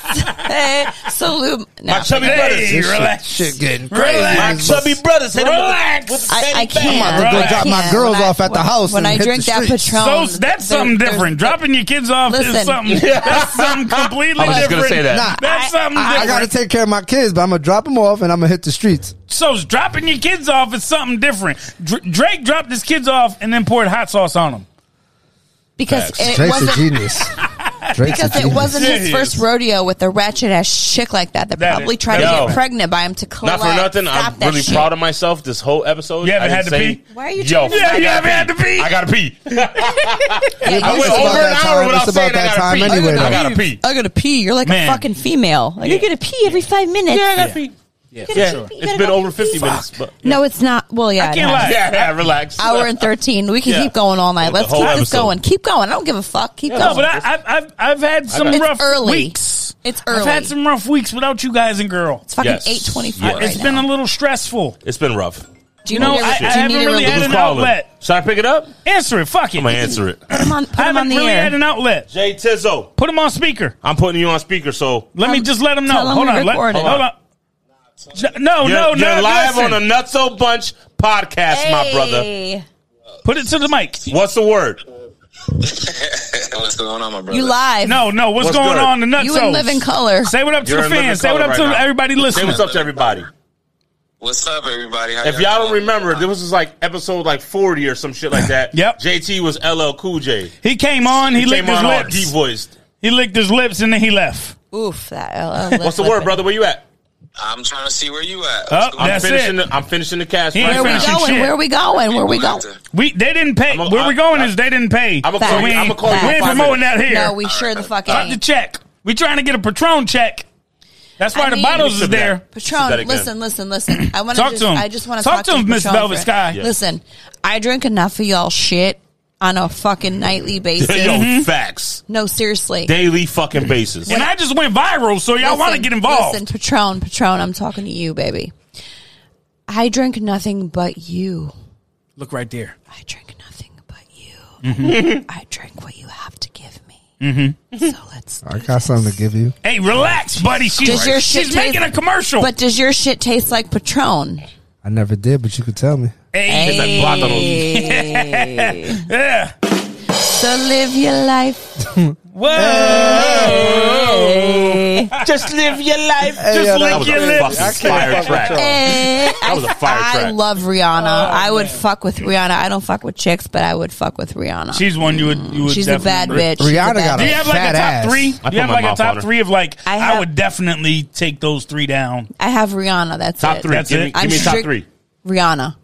S2: so lube.
S3: My
S2: No,
S3: chubby brothers.
S1: Hey,
S4: This shit-
S1: relax.
S4: shit getting
S3: My
S1: Relax.
S3: chubby brothers. Hit him with the-
S1: Relax.
S3: with the
S2: I,
S3: teddy
S2: I
S3: bang.
S2: can't.
S4: I'm about to go
S2: I
S4: drop my
S2: can't.
S4: girls
S2: When I-
S4: off at the
S2: when-
S4: house
S2: When
S4: and
S2: I
S4: hit
S2: drink
S4: the
S2: that
S4: streets.
S2: Patron,
S1: So that's
S2: there-
S1: something
S2: there's-
S1: different. Dropping your kids off is
S2: Listen.
S1: something. That's something completely
S3: I was just
S1: different.
S3: gonna say that.
S4: Nah,
S1: That's something
S4: I, I
S1: different.
S4: gotta take care of my kids, but I'm gonna drop them off and I'm gonna hit the streets.
S1: so dropping your kids off is something different. Dr- Drake dropped his kids off and then poured hot sauce on them.
S2: because
S3: Facts.
S2: it
S4: Drake's a
S2: wasn't
S4: genius. Drake's a
S2: because it
S4: genius.
S2: wasn't
S1: Serious.
S2: his first rodeo with a ratchet ass chick like that that,
S1: That is-
S2: probably tried to
S3: that is
S2: get
S3: fact.
S2: pregnant by him to collect.
S3: Not for nothing.
S2: Stop
S3: I'm
S2: that
S3: really
S2: shit.
S3: proud of myself this whole episode.
S1: You haven't
S3: I didn't
S1: had to
S3: say-
S1: pee?
S2: Why are you
S3: Yo,
S2: trying to-
S1: Yeah,
S3: I
S1: you
S3: gotta
S1: haven't had to pee.
S3: I gotta pee.
S4: It's
S3: I went
S4: about
S3: over
S4: that
S3: an hour
S4: time.
S3: without
S4: It's about
S3: saying I
S4: that
S3: gotta
S4: time
S3: pee.
S4: anyway,
S3: I
S4: though.
S3: gotta pee.
S2: I gotta pee. You're like
S1: Man.
S2: a fucking female. Like, You're gonna pee every five minutes.
S1: Yeah,
S3: Yeah, it's been over 50 minutes. But
S2: No, it's not. Well, yeah,
S1: can't
S2: it
S1: lie.
S2: has.
S3: yeah, yeah, relax.
S2: Hour and thirteen. We can
S3: Yeah.
S2: keep going all night.
S3: The
S2: Let's
S3: whole
S2: keep this
S3: episode.
S2: going. Keep going. I don't give a fuck. Keep
S1: No,
S2: going.
S1: but I, I've, I've I've had some
S3: got-
S2: It's
S1: rough
S2: early.
S1: weeks.
S2: It's
S1: I've
S2: early.
S1: had some rough weeks without you guys and girl.
S2: it's fucking
S3: Yes.
S2: eight twenty
S3: Yeah.
S2: five.
S1: It's been a little stressful.
S3: It's been rough.
S2: Do you,
S1: you know,
S2: need a-
S1: I- I
S2: do you
S1: haven't
S2: need a
S1: really
S2: release?
S1: had
S3: Who's
S1: an
S3: calling?
S1: outlet.
S3: Should I pick it up? I'm
S1: Answer it. Fuck it.
S3: gonna answer it.
S2: Put him on, put
S1: I
S2: him on
S1: haven't
S2: the
S1: really
S2: air.
S1: had an outlet.
S3: Jay Tizzo,
S1: Put them on speaker.
S3: I'm putting you on speaker, so
S1: Let me just let them know.
S2: tell 'em
S1: Hold
S2: to
S1: on. Let, hold
S2: record it.
S1: on. J- No,
S3: you're,
S1: no,
S3: you're
S1: no.
S3: live
S1: listen.
S3: on the Nutso Bunch podcast, my brother.
S2: Hey.
S1: Put it to the mic.
S3: What's the word?
S6: What's going on, my brother?
S2: You live.
S1: No, no. What's,
S3: What's
S1: going
S3: good?
S1: on? The nuts.
S2: You in living color.
S1: Say what up to
S3: You're
S1: the
S3: in living
S1: fans. Say
S3: color
S1: what up to
S3: right now.
S1: everybody
S3: Say
S1: listening.
S3: what's up to everybody.
S6: What's up, everybody? How
S3: If y'all don't
S6: doing?
S3: remember, this was like episode like 40 or some shit like that.
S1: Yep.
S3: JT was LL Cool J.
S1: He came on. He, licked
S3: Came
S1: his
S3: on all
S1: lips.
S3: deep voiced.
S1: He licked his lips and then he left.
S2: Oof. That. Uh,
S3: What's the word, brother? Where you at?
S6: I'm trying to see where you at.
S1: Oh,
S6: What's going
S1: that's
S6: on?
S3: finishing
S1: it.
S3: The, I'm finishing the cast.
S1: He ain't
S2: Where we
S1: finishing
S2: going?
S1: shit.
S2: Where we going? Where we
S6: We'll
S2: going?
S6: have to-
S1: We they didn't pay.
S3: I'ma-
S1: Where
S3: I-
S1: we're going
S3: I-
S1: is they didn't pay.
S3: I'ma
S2: call
S1: we
S2: you-
S1: ain't,
S2: I'ma call you
S1: we
S2: in
S1: ain't
S2: five
S1: promoting
S3: minutes.
S1: that here.
S2: No, we sure the fuck
S1: Cut the
S2: ain't.
S1: check. We trying to get a Patron check. That's why
S2: I
S1: the
S2: mean-
S1: bottles is
S3: Sip that.
S1: there.
S3: Say that
S2: Patron,
S3: again.
S2: listen, listen, listen. I want
S1: Talk
S2: just,
S1: to him.
S2: I just want to
S1: Talk
S2: talk,
S1: to him, Miss
S2: Patron
S1: Velvet
S2: for-
S1: Sky. Yeah.
S2: Listen, I drink enough of y'all shit on a fucking nightly basis.
S3: Yo, facts.
S2: No, seriously.
S3: Daily fucking basis.
S1: And I just went viral, so y'all
S2: Listen,
S1: want to get involved.
S2: Listen, Patron, Patron, I'm talking to you, baby. I drink nothing but you.
S1: Look right there.
S2: I drink nothing but you.
S1: Mm-hmm.
S2: I drink what you have to give me. So let's.
S4: I got something to give you.
S1: Hey, relax, buddy. She's,
S2: Oh, Does your shit
S1: she's making a
S2: taste-
S1: commercial.
S2: But does your shit taste like Patron?
S4: I never did, but you could tell me.
S1: hey,
S3: It's like Guadalupe.
S1: yeah.
S2: So live your life.
S1: Whoa.
S3: Just live your life.
S4: Hey, yo,
S1: lick
S4: that
S3: That was
S1: your
S3: a
S1: lips.
S3: fucking fire
S1: Oh.
S3: track.
S2: Eh, I,
S3: was a fire
S2: I
S3: track.
S2: love Rihanna.
S4: Oh,
S2: I would fuck with Rihanna. I don't fuck with chicks, but I would fuck with Rihanna.
S1: She's one you would. You would
S2: She's a bad
S1: definitely-
S2: bitch.
S4: Rihanna
S2: She's a bad
S4: got
S1: Do you
S2: bitch.
S1: have like a
S4: Fat
S1: top
S4: ass.
S1: three?
S3: I
S1: Do you
S3: put
S1: have
S3: my
S1: like a
S3: mouth on
S1: top
S3: her.
S1: three of like? I,
S2: I have-
S1: would definitely take those three down.
S2: I have Rihanna. That's
S3: Top
S2: it.
S3: three.
S1: That's
S3: Give me,
S1: it.
S3: give
S2: I'm
S3: me top
S2: strict-
S3: three.
S2: Rihanna.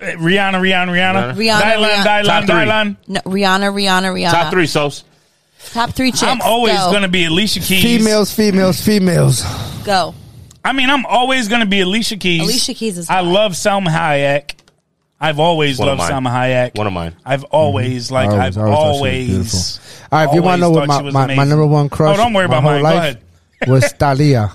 S1: Uh, Rihanna, Rihanna, Rihanna,
S3: Rihanna.
S2: Rihanna,
S1: Dylan,
S2: Rihanna.
S1: Dylan,
S3: Top three.
S1: Dylan.
S2: No, Rihanna, Rihanna, Rihanna.
S3: Top three, Sos.
S2: Top three chicks.
S1: I'm always
S2: go.
S1: gonna be Alicia Keys.
S4: Females, females, females.
S2: go.
S1: I mean, I'm always gonna be Alicia Keys.
S2: Alicia Keys is
S1: I
S2: hot.
S1: love Selma Hayek. I've always
S3: One of
S1: loved
S3: mine.
S1: Selma Hayek.
S3: One of mine.
S1: I've always like
S4: Mm-hmm. I always-
S1: I've
S4: I always thought she was
S1: always.
S4: beautiful. All right, if you want to know what
S1: always thought
S4: my,
S1: she was
S4: my, my
S1: amazing.
S4: number one crush?
S1: Oh, don't worry
S4: my
S1: about
S4: whole
S1: mine. Go
S4: life
S1: ahead.
S4: was Thalia.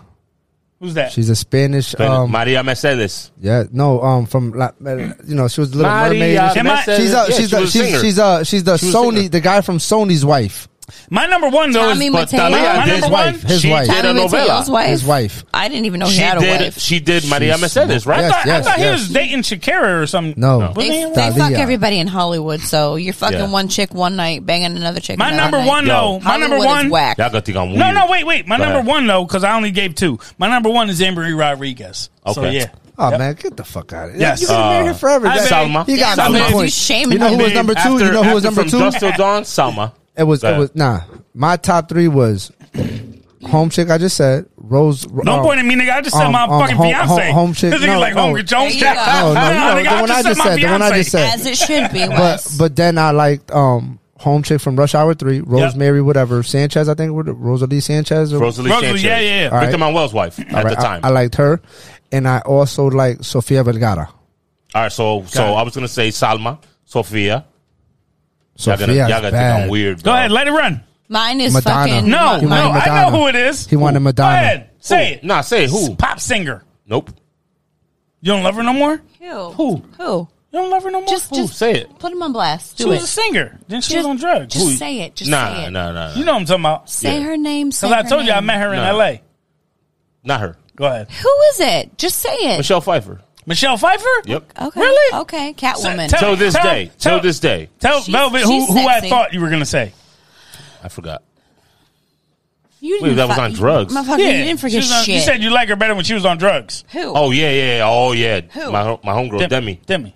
S1: Who's that?
S4: She's a Spanish.
S3: Um,
S4: Um,
S3: Maria Mercedes.
S4: yeah, no, um, from La- you know she was Little Mermaid.
S3: Maria
S1: Am I-
S3: Mercedes.
S4: She's uh,
S3: Yeah,
S4: she's,
S3: she
S4: the,
S3: was a
S4: she's
S3: singer.
S4: she's uh she's the
S3: She was a singer.
S4: Sony the guy from Sony's wife
S1: My number one though
S2: Tommy
S1: is
S3: But
S2: Mateo.
S3: Thalia
S1: My
S3: did-
S1: number one?
S4: His
S3: she
S4: wife.
S3: did a
S2: Tommy
S3: novella.
S2: Mateo's wife.
S4: His wife.
S2: I didn't even know
S3: She
S2: he had a
S3: did.
S2: wife.
S3: She did Maria
S4: She's-
S3: Mercedes, right?
S1: I thought, I
S4: Yes,
S1: thought he
S4: yes.
S1: was dating Shakira or something.
S4: No.
S1: Wasn't he?
S2: they,
S4: Really?
S2: they fuck
S4: Thalia.
S2: everybody in Hollywood, so you're fucking
S3: Yeah.
S2: one chick one night, banging another chick.
S1: My
S2: another
S1: number
S2: night.
S1: one
S3: Yo.
S1: though. My number
S2: Hollywood is
S1: one.
S2: whack.
S3: Y'all gonna think I'm weird.
S1: No, no, wait, wait. My
S3: Go
S1: number
S3: ahead.
S1: one though, because I only gave two. My number one is Ambery Rodriguez. So
S3: Okay.
S1: yeah.
S4: Oh man, get the fuck out of here!
S1: Yes.
S4: you been
S3: Uh,
S4: married here forever.
S1: I
S4: That's-
S3: bet-
S4: you got
S1: Salma.
S4: no
S1: You
S4: points.
S2: shaming
S4: You know
S2: me.
S4: who was number two?
S3: After-
S4: you know who was
S3: after from
S4: number two?
S3: Dust Till Dawn, Selma.
S4: It was
S3: Go
S4: it
S3: ahead.
S4: was nah. My top three was home chick. I just said Rose.
S1: Don't point at me, nigga. I just said
S4: um,
S1: my
S4: um,
S1: fucking
S4: home-
S1: fiance.
S4: home- home chick-
S1: This nigga
S4: no,
S1: like
S4: no.
S1: hungry Jones.
S2: There
S1: chick.
S2: you go.
S4: Oh, No, no, no, the
S1: nigga,
S4: one I just
S1: my
S4: said, the one I
S1: fiance.
S4: just said.
S2: As it should be.
S4: But
S2: Wes.
S4: but then I liked um home chick from Rush Hour Three, Rosemary, whatever Sanchez. I think what- Rosalie Sanchez. Or,
S3: Rosalie
S1: Rosalie,
S3: Sanchez.
S1: yeah, yeah, yeah.
S4: All right.
S3: Victor Manuel's wife at
S4: All right,
S3: the time.
S4: I, I liked her, and I also liked Sofia Vergara.
S3: All right, so so
S1: it.
S3: I was gonna say Salma, Sophia. Y'all
S4: Sophia's
S3: gonna, y'all gonna think I'm
S4: bad.
S3: weird.
S1: Go
S3: bro.
S1: ahead, let it run.
S2: Mine is
S4: Madonna.
S2: fucking.
S1: No,
S4: He
S1: no,
S4: wanted
S1: I know
S4: Madonna.
S1: who it is.
S4: He wanted Madonna.
S1: Go ahead, say it.
S3: Nah, say it. who?
S1: Pop singer.
S3: Nope.
S1: You don't love her no more. You
S2: Who?
S1: Who?
S2: Who?
S1: don't love her no more.
S2: Just,
S3: Who?
S2: just
S3: Say it.
S2: Put him on blast.
S1: she
S2: Do
S1: was a
S2: it.
S1: singer. Then she was
S2: Just-
S1: on drugs.
S2: Just
S1: Who-
S2: say it. Just say
S3: Nah,
S2: it.
S3: nah, nah,
S1: You
S3: nah.
S1: know what I'm talking about?
S2: Say
S3: Yeah.
S2: her name. Say
S1: Because I
S2: her
S1: told you I
S2: name.
S1: met her in
S3: Nah.
S1: L.A.
S3: Not her.
S1: Go ahead,
S2: Who is it? Just say it.
S3: Michelle Pfeiffer.
S1: Michelle Pfeiffer.
S3: Yep.
S2: Okay.
S1: Really?
S2: Okay. Catwoman.
S1: tell-
S3: Till this
S1: Tell-
S3: day.
S1: tell-
S3: Till this day.
S1: Tell
S2: She's-
S1: Velvet who,
S2: she's
S1: who I
S2: sexy.
S1: thought you were gonna say.
S3: I forgot.
S2: you
S3: Wait, that was
S2: fu-
S3: on drugs.
S2: Motherfucker, Oh, you didn't
S1: she
S2: forget
S1: was on-
S2: shit.
S1: You said you like her better when she was on drugs.
S2: who?
S3: Oh yeah, yeah, yeah. Oh yeah.
S2: Who?
S3: My ho- my homegirl
S1: Dem-
S3: Demi.
S1: Demi.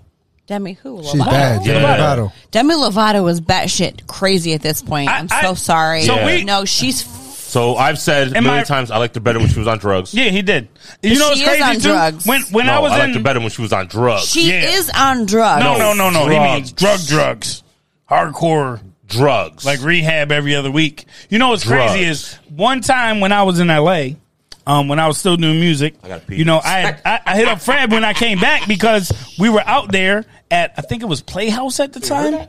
S2: Demi who?
S4: She's
S2: Lovato?
S4: bad.
S3: Yeah.
S4: Demi Lovato.
S2: Demi Lovato was batshit crazy at this point.
S1: I-
S2: I, am
S1: I-
S2: so sorry.
S1: so
S3: Yeah. we-
S2: no, she's. F-
S3: So I've said a
S1: Am
S3: million
S1: I-
S3: times I liked her better when she was on drugs.
S1: Yeah, he did. You
S2: But
S1: know what's
S2: she is
S1: crazy
S2: on
S1: too?
S2: drugs.
S1: When when
S3: No,
S1: I was in
S3: liked her better when she was on drugs.
S2: she
S1: Yeah.
S2: is on drugs.
S1: no, no, no, no. He
S3: Drugs.
S1: means drug drugs. Hardcore
S3: drugs.
S1: like rehab every other week. You know what's
S3: Drugs.
S1: crazy is one time when I was in LA, um, when I was still doing music,
S3: I gotta pee.
S1: you know, I, had- I I hit up Fred when I came back because we were out there at I think it was Playhouse at the time.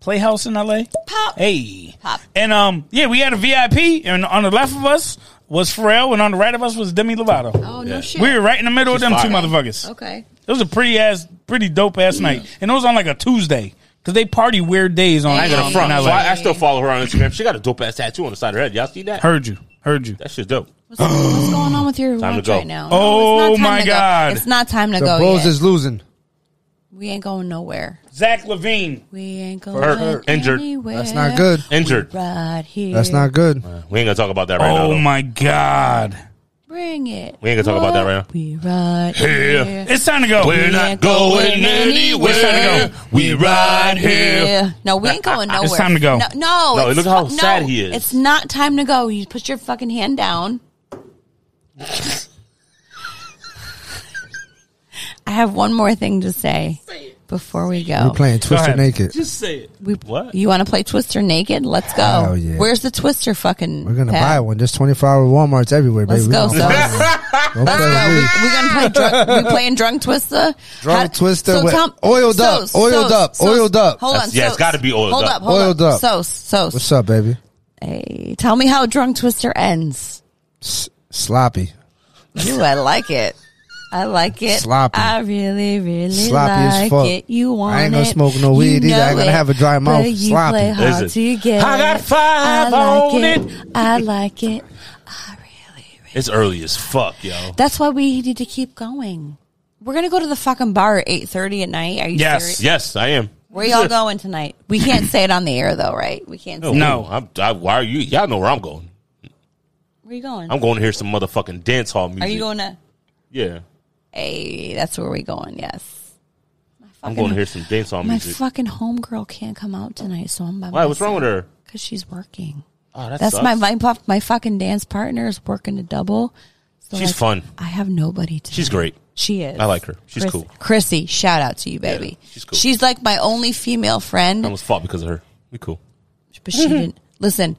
S1: Playhouse in LA.
S2: Pop.
S1: Hey.
S2: Pop.
S1: And um yeah, we had a VIP and on the left of us was Pharrell and on the right of us was Demi Lovato.
S2: Oh no
S3: Yeah.
S2: shit.
S1: We were right in the middle of them two
S3: fire.
S1: motherfuckers.
S2: Okay. Mm.
S1: It was a pretty ass, pretty dope ass night, and it was on like a Tuesday because they party weird days on.
S3: I ain't gonna
S1: um,
S3: front.
S1: in
S3: So
S1: LA.
S3: I, I still follow her on Instagram. She got a dope ass tattoo on the side of her head. Y'all see that?
S1: heard you, heard you.
S3: that shit's dope.
S2: What's, what's going on with your
S3: Time to
S2: watch
S3: go.
S2: right now?
S1: Oh,
S2: it's not time
S1: my
S2: to go.
S1: God.
S2: It's not time to
S4: The
S2: go
S4: Bros
S2: yet.
S4: is losing.
S2: we ain't going nowhere.
S1: Zach Levine.
S2: We ain't going
S3: Hurt. Hurt. Injured.
S2: anywhere.
S4: That's not good.
S3: Injured.
S2: Right here.
S4: That's not good.
S3: We ain't gonna talk about that right now.
S1: oh
S3: though.
S1: my god!
S2: Bring it.
S3: We ain't gonna talk about that right now.
S2: We right
S3: Yeah.
S2: here.
S1: It's time to go.
S3: We're not going anywhere.
S1: It's time to go.
S3: We ride here.
S2: Yeah. No, we ain't going nowhere.
S1: It's time to go.
S2: No, no,
S3: No,
S2: it's
S3: look how
S2: fu-
S3: sad
S2: no,
S3: he is.
S2: It's not time to go. You put your fucking hand down. I have one more thing to say before we
S4: We're
S2: go.
S4: playing Twister
S1: ahead.
S4: Naked.
S1: Just say it.
S2: We,
S3: What?
S2: You want to play Twister naked? Let's go.
S4: Hell yeah.
S2: Where's the Twister fucking?
S4: We're gonna
S2: pad?
S4: buy one. There's 24 hour WalMarts everywhere,
S2: Let's
S4: baby.
S2: go, Ah,
S4: We gonna buy one.
S2: so.
S4: Don't play with me.
S2: We're gonna play drunk. We playing drunk twister.
S4: Drunk
S2: How-
S4: Twister with oiled up, oiled up, oiled up.
S2: Hold on,
S3: That's- yeah, it's
S2: Sos.
S3: gotta be oiled
S2: hold
S3: up.
S2: up. hold
S4: Oiled up.
S2: So, so,
S4: What's up, baby?
S2: hey, tell me how drunk twister ends.
S4: Sloppy.
S2: Ooh, I like it. I like it.
S4: Sloppy.
S2: I really, really
S4: Sloppy as
S2: like
S4: fuck.
S2: it. You want it.
S4: I ain't gonna smoke no
S2: You
S4: weed either. I ain't
S2: know
S4: gonna
S2: it.
S4: have a dry mouth.
S2: But you
S4: Sloppy.
S2: play hard
S3: Listen.
S2: to get.
S3: I got five
S2: I like
S3: on
S2: it. I like it.
S3: It's early as fuck, yo.
S2: That's why we need to keep going. We're gonna go to the fucking bar at eight thirty at night. Are you
S1: Yes.
S2: serious?
S3: Yes, I am.
S2: Where y'all going tonight? We can't say it on the air though, right? We can't. Say it.
S1: No.
S3: I'm, I, why are you? Y'all know where I'm going.
S2: Where you going?
S3: I'm going to hear some motherfucking dance hall music.
S2: Are you going to?
S3: Yeah,
S2: Hey, that's where we going. Yes. My fucking,
S3: I'm going to hear some dance hall
S2: My
S3: music.
S2: fucking homegirl can't come out tonight, so I'm by
S3: Why? What's wrong with her?
S2: Because she's working.
S3: Oh, that
S2: That's
S3: sucks.
S2: my my fu- my fucking dance partner is working a double. So
S3: She's fun.
S2: I have nobody to.
S3: She's great.
S2: She is.
S3: I like her. She's
S2: Chrissy-
S3: cool.
S2: Chrissy, shout out to you, baby.
S3: she's cool.
S2: She's like my only female friend.
S3: I almost fought because of her. We cool.
S2: but she didn't listen.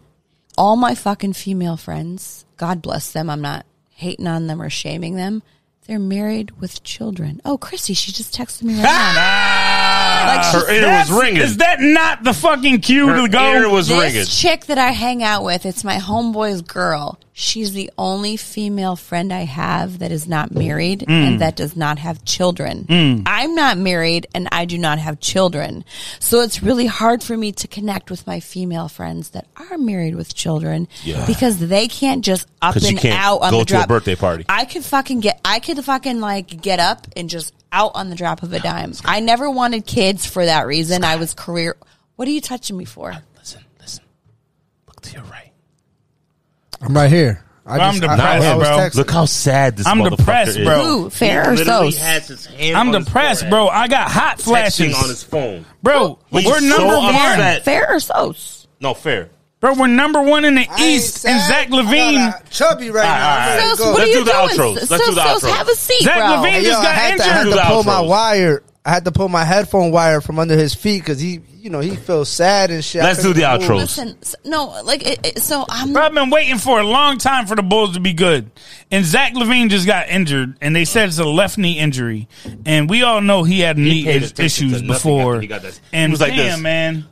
S2: All my fucking female friends, God bless them. I'm not hating on them or shaming them. They're married with children. Oh, Chrissy, she just texted me right now.
S1: Ah,
S2: Like,
S3: Her ear was
S1: That's-
S3: ringing.
S1: Is that not the fucking cue
S3: Her
S1: to go?
S3: ear was
S2: This
S3: ringing.
S2: chick that I hang out with, it's my homeboy's girl. She's the only female friend I have that is not married
S3: Hmm.
S2: and that does not have children. I'm not married and I do not have children. So it's really hard for me to connect with my female friends that are married with children
S3: Yeah.
S2: because they can't just up
S3: 'Cause
S2: and
S3: you can't
S2: out on
S3: go
S2: the
S3: to a
S2: drop.
S3: birthday party.
S2: I could fucking get I could fucking like get up and just out on the drop of a dime. I never wanted kids for that reason. I was career What are you touching me for?
S3: Listen, listen. Look to your right.
S4: I'm right here. I
S1: I'm depressed,
S4: I, was
S1: bro.
S4: texting.
S3: Look how sad this
S1: I'm
S3: motherfucker
S1: depressed,
S3: is.
S1: bro.
S2: Who? Fair or so?
S1: I'm depressed, bro. I got hot
S3: Flashing
S1: flashes,
S3: on his phone.
S1: bro.
S3: He's
S1: we're
S3: so
S1: number one,
S3: upset.
S2: Fair or so?
S3: No, fair.
S1: Bro, we're number one in the
S4: I ain't
S1: East, and
S4: sad.
S1: Zach
S4: I got
S1: Levine.
S4: a chubby right now. I'm
S3: right,
S4: ready
S2: So,
S4: to
S2: what
S4: go.
S2: are
S3: Let's
S2: you
S3: do the
S2: doing?
S3: outros. Let's do the
S2: so, so
S3: outros.
S2: have a seat,
S1: Zach
S2: bro.
S1: Levine-
S4: Hey,
S1: just
S4: yo, I
S1: got
S4: had to, I
S1: injured.
S4: had
S3: Do
S4: to
S3: the
S4: pull my
S3: outros.
S4: wire. I had to pull my headphone wire from under his feet because he, you know, he feels sad and shit. I
S3: Let's do the
S4: couldn't move.
S3: outros.
S2: Listen, s- no, like, it, it, so I'm
S1: Bro, I've been waiting for a long time for the Bulls to be good. And Zach Levine just got injured, and they said it's a left knee injury. And we all know he had knee
S3: paid
S1: is-
S3: attention to
S1: issues
S3: nothing
S1: before.
S3: after he got that.
S1: And
S3: He was like
S1: damn,
S3: this.
S1: man.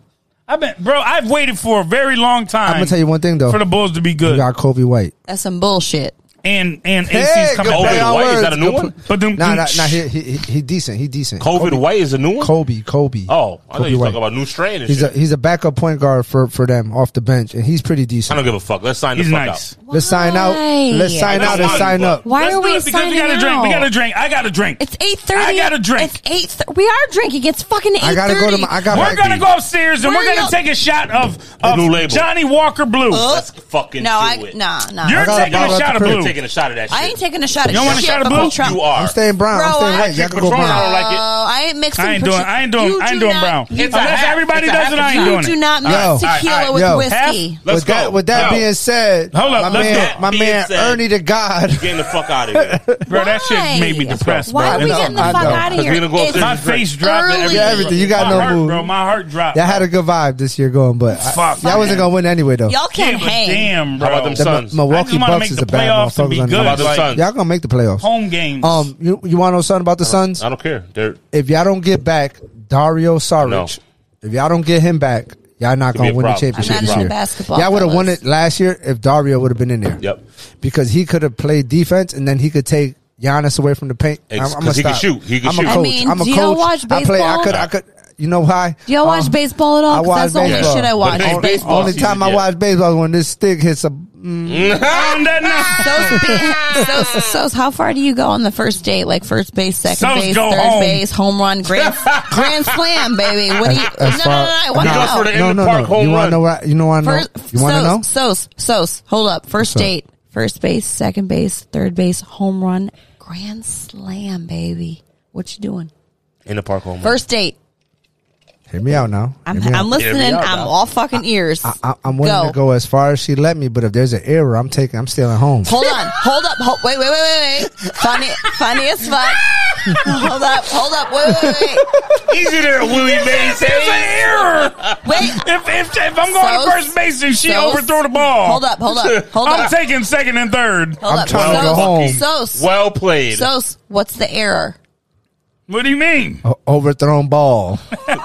S1: I've been, bro, I've waited for a very long time.
S4: I'm gonna tell you one thing though.
S1: For the Bulls to be
S4: You
S1: good.
S4: got Kobe White.
S2: that's some bullshit.
S1: And, and
S4: Hey,
S1: AC's coming
S4: good
S3: Kobe
S4: play
S1: back.
S4: on
S3: White, is that
S4: words.
S3: a new
S4: Good
S3: one?
S4: play-
S1: But then,
S4: Nah, nah, nah. He, he, he he decent. He decent.
S3: COVID
S4: Kobe-
S3: White is a new one.
S4: Kobe. Kobe.
S3: Oh, I thought
S4: Kobe
S3: you were
S4: White.
S3: talking about new strain and
S4: He's a
S3: shit.
S4: he's a backup point guard for for them off the bench, and he's pretty
S3: I
S4: decent.
S3: don't give a fuck. Let's sign
S1: he's
S3: the fuck
S1: nice.
S3: out.
S4: Let's sign out. Let's sign
S3: I
S4: out
S3: don't
S4: and
S3: want
S4: sign
S3: you,
S4: up.
S2: Why
S1: Let's
S2: are
S1: do
S2: we
S1: it because
S2: signing
S1: we got a drink.
S2: out?
S1: We got a drink. I got a drink.
S2: It's eight thirty.
S1: I got a drink.
S2: It's eight. Th- we are drinking. It's fucking eight thirty.
S4: I gotta go to my. I got
S1: We're
S4: my.
S1: gonna go upstairs and
S2: Where
S1: we're gonna
S2: y'all- Uh,
S1: take a shot of, of
S3: new label.
S1: Johnny Walker Blue.
S3: Let's fucking
S2: Oh. No,
S3: do
S2: I
S3: it.
S2: nah nah.
S1: You're
S4: I got a
S1: taking a
S4: bottle at
S1: shot
S4: the
S1: of
S4: crib.
S1: blue.
S3: You're taking a shot of that shit.
S2: I ainain't taking a shot of
S1: You don't want a
S2: shit
S1: shot of
S2: before
S1: blue?
S2: Trump.
S3: You are.
S4: I'm staying brown.
S2: Bro,
S4: I'm staying
S2: I-
S4: white. Y'all can go
S3: Patron, I
S4: brown.
S3: don't like it.
S2: Oh, I ain't mixing.
S1: I ain't doing. I ain't doing.
S2: You
S1: I ain't
S2: do
S1: doing
S2: not-
S1: brown.
S2: You,
S3: It's a
S1: Unless
S3: hat.
S1: everybody
S3: It's a
S1: does it, I
S3: hat.
S1: ain't
S2: you
S1: doing
S2: do
S1: it.
S2: not mix
S4: Yo.
S2: tequila
S3: Alright,
S2: with
S4: yo.
S2: whiskey.
S3: Let's
S4: with
S3: go.
S4: that, with that
S3: Yo.
S4: being said,
S1: Hold up,
S4: my
S1: let's
S4: man,
S1: go.
S4: my
S3: Being
S4: man
S3: said.
S4: Ernie the God.
S3: Getting the fuck out of here.
S1: Bro, that shit made me
S2: Why?
S1: depressed.
S2: Why
S1: bro.
S2: are we
S4: know,
S2: getting the
S4: I
S2: fuck
S4: know.
S2: out of
S4: 'Cause
S3: we're
S2: here?
S3: gonna go
S2: It's
S3: upstairs
S1: My
S3: and drink.
S1: face dropped. and
S2: early.
S1: Everything.
S2: Yeah,
S4: everything. You got
S1: my
S4: no
S1: heart,
S4: mood.
S1: bro. My heart dropped.
S4: Y'all had a good vibe this year going, but I-
S1: Fuck,
S4: y'all
S1: man.
S4: wasn't gonna win anyway though.
S2: Y'all
S1: yeah,
S2: can't
S1: but
S2: hang.
S1: damn, bro.
S3: How about them
S4: The
S3: Suns?
S4: M- Milwaukee
S1: I just wanna
S4: Bucks
S1: make
S4: is
S1: the
S4: a bad
S1: playoffs and
S4: motherfucker.
S1: be
S4: on the
S1: good.
S4: Bucks.
S3: How about them
S1: Like,
S3: Suns?
S4: Y'all gonna make the playoffs.
S1: Home games.
S4: Um, you you want to know something about the Suns?
S3: I don't care. They're
S4: If y'all don't get back Dario Saric,
S3: No.
S4: if y'all don't get him back, y'all
S3: Could
S4: not
S3: be a
S4: gonna win the
S3: problem.
S4: championship
S2: I'm not
S4: this
S2: into
S4: year.
S2: basketball,
S4: y'all would have won
S2: fellas.
S4: it last year if Dario would have been in there.
S3: Yep.
S4: because he could have played defense and then he could take. Giannis away from the paint. I'm,
S3: Ex-
S4: I'm
S3: 'cause
S4: gonna
S3: he can
S4: stop.
S3: shoot. He can
S4: I'm a
S3: shoot.
S4: coach.
S3: I
S2: mean,
S4: I'm a
S2: do
S4: coach.
S2: y'all watch
S4: I play. I
S2: baseball?
S4: could. I could. You know why?
S2: Do y'all watch
S4: Um,
S2: baseball at all?
S4: I
S2: 'Cause
S4: watch
S2: that's the only
S4: baseball.
S2: shit I
S4: But
S2: watch.
S3: it's
S2: Only,
S3: baseball.
S4: Only
S3: season,
S4: time I
S3: yeah.
S4: watch baseball is when this stick hits a. mm,
S1: Found that nothing.
S2: so, so, so how far do you go on the first date? Like first base, second
S1: So's
S2: base,
S1: go
S2: third
S1: home.
S2: base, home run, grand, grand slam, baby. What do you? No,
S4: as
S2: no, no,
S4: far-
S2: no. I want
S4: He
S2: to
S4: goes
S3: for
S2: know.
S3: the
S4: No,
S3: in
S4: no,
S3: park
S4: no.
S3: home
S4: you wanna
S3: run.
S4: know? What I, you know what I know?
S2: First,
S4: you want to
S2: Sos-
S4: know?
S2: Sos, Sos, hold up. First
S4: up?
S2: date, first base, second base, third base, home run, grand slam, baby. What you doing?
S3: in the park home.
S2: First date.
S4: Hear me out now.
S2: I'm,
S4: Hear me out.
S2: I'm listening.
S3: Here we are,
S2: I'm
S3: dog.
S2: all fucking ears.
S4: I, I'm willing to go as far as she let me, but if there's an error, I'm taking. I'm stealing home.
S2: Hold on. Hold up. Hold, wait, wait, wait, wait, wait. Funny, funny as fuck. Hold up. Hold up. Wait, wait, wait, wait.
S3: Easy there, Willie
S1: It's
S3: Mays.
S1: an error.
S2: Wait.
S1: If, if, if I'm going to
S2: Sos-
S1: first base and she
S2: Sos-
S1: overthrow the ball,
S2: Hold up. Hold up. Hold
S1: I'm
S2: up.
S1: taking second and third.
S2: hold
S4: I'm
S2: up.
S4: trying to go home.
S2: Sos.
S3: Well played.
S2: Sos. What's the error?
S1: What do you mean?
S4: O- Overthrown ball.
S2: Sorry,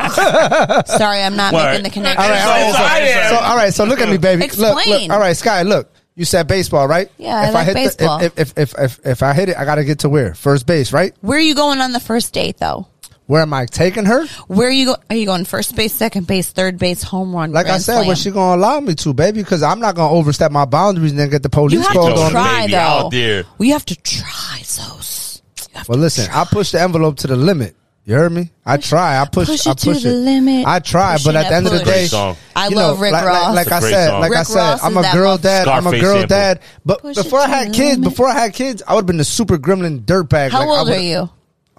S2: I'm not
S3: Word.
S2: making the connection.
S4: All right, all right,
S3: It's
S4: so,
S3: all right.
S4: so- all right, so look at me, baby. Look,
S2: Explain.
S4: look, all right, Sky, look. You said baseball, right?
S2: Yeah, I like
S4: hit the- if-
S2: baseball.
S4: if, if, if, if, if I hit it, I got to get to where? First base, right?
S2: Where are you going on the first date, though?
S4: Where am I taking her?
S2: Where are you go? Are you going first base, second base, third base, home run?
S4: Like I
S2: grand
S4: said,
S2: slam?
S4: when she gonna allow me to, baby? Because I'm not gonna overstep my boundaries and then get the
S2: you
S4: police
S2: have
S4: called
S2: to
S4: on me.
S2: try
S3: Baby,
S2: though.
S3: out there.
S2: We have to try, Sos. You have
S4: Well,
S2: to
S4: listen,
S2: try.
S4: I push the envelope to the limit. You heard me? I try. I push.
S2: push
S4: I
S2: it to
S4: push
S2: the
S4: it.
S2: limit.
S4: I try,
S2: Pushing
S4: but at
S2: that
S4: the end of the
S2: push.
S4: day,
S3: Great song.
S2: I
S4: you
S2: love Rick
S4: like, like-
S2: Ross.
S4: Like,
S3: It's a
S4: I
S3: great
S4: said,
S3: song.
S4: like I
S2: Rick
S4: said,
S2: Ross
S4: I'm
S2: is
S4: a
S2: that
S4: girl
S2: motherfucker.
S4: dad. I'm a
S3: Scarface
S4: girl
S3: sample.
S4: dad. But
S2: Push it
S4: before
S2: to
S4: I had
S2: the
S4: kids,
S2: limit.
S4: before I had kids, I would have been a super gremlin dirtbag.
S2: How
S4: Like, I
S2: old are
S4: would've-
S2: you?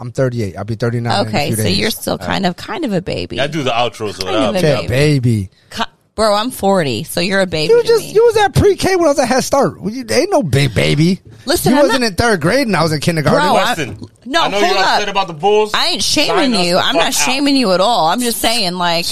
S4: I'm 38. I'll be 39.
S2: Okay,
S4: in a few
S2: so
S4: days. Uh,
S2: you're still kind of kind of a baby.
S3: I do the outros
S2: Kind
S3: without.
S2: of a-
S4: yeah, baby.
S2: Ki- Bro, I'm 40, so you're a baby.
S4: You
S2: to
S4: just
S2: me.
S4: you was at pre-K when I was at Head Start. Well, you, ain't no big baby.
S2: Listen,
S4: you
S2: I'm
S4: wasn't
S2: not-
S4: in third grade and I was in kindergarten.
S2: Bro, I-
S3: Listen,
S2: No,
S3: I know
S2: hold
S3: you're
S2: up.
S3: upset about the Bulls.
S2: I ain't
S3: Sign
S2: shaming
S3: us
S2: you.
S3: the
S2: I'm
S3: fuck
S2: not
S3: out.
S2: shaming you at all. I'm just saying, like,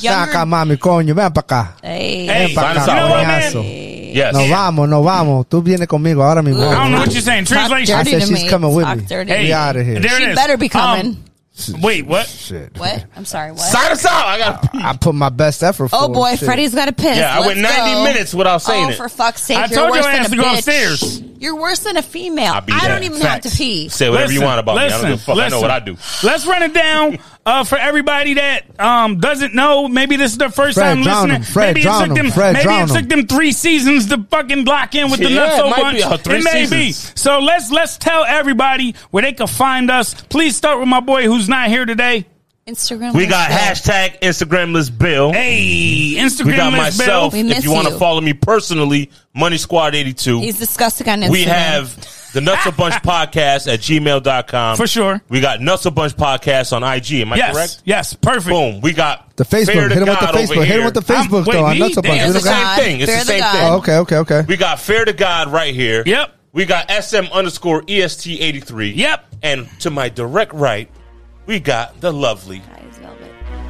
S2: younger.
S4: Saca, mami, coño, ven pa' acá.
S2: Hey,
S1: Hey,
S4: Ven pa'
S3: sign
S4: acá,
S3: us out, bro.
S4: coñazo.
S3: Yes.
S4: Nos vamos, nos vamos. Tú vienes conmigo ahora mismo.
S1: I don't know what you're saying.
S2: Talk
S1: Translation.
S4: I
S2: dirty
S4: said
S2: to
S4: she's
S2: me.
S4: coming with
S2: Talk
S4: me.
S2: dirty.
S1: Hey,
S4: We out of here.
S1: There
S2: She
S1: it is.
S2: better be coming.
S1: Um, wait, what?
S4: Shit.
S2: what? I'm sorry. What?
S3: Sign us out. I got.
S4: I put my best effort
S2: Oh
S4: forward,
S2: boy,
S4: shit.
S2: Freddie's got a piss.
S3: Yeah, I
S2: Let's
S3: went 90
S2: go.
S3: minutes without saying
S2: oh,
S3: it.
S2: for fuck's sake!
S1: I
S2: you're
S1: told your
S2: worse than
S1: ass
S2: a
S1: to go
S2: bitch.
S1: upstairs.
S2: You're worse than a female.
S3: I'll
S2: I
S3: be there.
S2: don't even have
S1: Facts.
S2: to pee.
S3: Say whatever you
S1: Listen,
S3: want about me. I don't give a fuck. I know
S1: listen.
S3: what I do.
S1: Let's run it down uh, for everybody that um, doesn't know. Maybe this is their first
S4: Fred,
S1: time
S4: drown
S1: listening.
S4: him. Fred,
S1: maybe it
S4: drown
S1: took
S4: him.
S1: them.
S4: Fred,
S1: maybe
S4: drown
S1: it took
S4: him.
S1: them three seasons to fucking lock in with the
S3: Yeah,
S1: nuts
S3: it
S1: so
S3: might
S1: bunch.
S3: be, uh, three
S1: it may
S3: seasons.
S1: be. So let's let's tell everybody where they can find us. Please start with my boy who's not here today.
S7: Instagram.
S3: We
S7: list
S3: got
S7: Bill.
S3: hashtag Instagramless Bill.
S1: Hey, Instagram
S3: we got
S1: list
S3: myself.
S1: Bill.
S7: We
S3: If
S7: miss
S3: you want to
S7: you.
S3: follow me personally, Money Squad 82.
S7: He's disgusting on Instagram.
S3: we have the Nuts a Bunch podcast at gmail.com.
S1: For sure.
S3: We got Nuts a Bunch podcast on IG. Am I
S1: Yes,
S3: correct?
S1: yes, perfect.
S3: Boom. We got
S4: The
S3: Fear
S4: Facebook.
S3: to
S4: Hit him with the
S3: God over
S4: Facebook. Hit
S3: here.
S4: him with the
S1: I'm-
S4: Facebook,
S1: wait,
S4: though. I
S1: me?
S4: nuts a bunch.
S1: Damn.
S4: We
S3: It's the same
S4: don't
S7: Fear to
S4: got-
S7: God.
S3: thing. It's
S7: Fear
S3: the
S7: to
S3: same
S7: God.
S3: thing.
S4: Oh, okay, okay, okay.
S3: We got Fair to God right here.
S1: Yep.
S3: We got SM underscore E EST83.
S1: Yep.
S3: And to my direct right, we got the lovely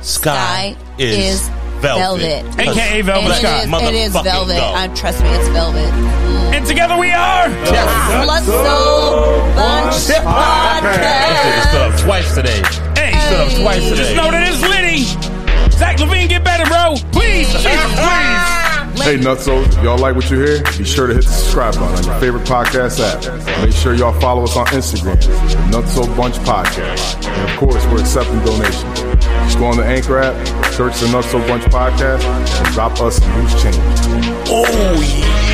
S3: Sky,
S7: Sky
S3: is,
S7: is
S3: Velvet.
S7: Velvet.
S1: AKA Velvet
S7: And
S3: Let's
S7: it
S1: Sky.
S7: is, it is
S3: motherfucking
S7: velvet.
S3: go.
S7: I, trust me, it's velvet.
S1: And together we are.
S7: Let's go bunch
S3: This nigga
S7: podcast.
S3: stood up twice today.
S1: Hey,
S3: Stood up twice today.
S1: just know that it's Liddy. Zach Levine, get better, bro. Please, Jesus, please.
S5: Hey, Nutso, y'all like what you hear? Be sure to hit the subscribe button on your favorite podcast app. Make sure y'all follow us on Instagram, the Nutso Bunch Podcast. And of course, we're accepting donations. Just go on the Anchor app, search the Nutso Bunch Podcast, and drop us some loose change.
S1: Oh yeah.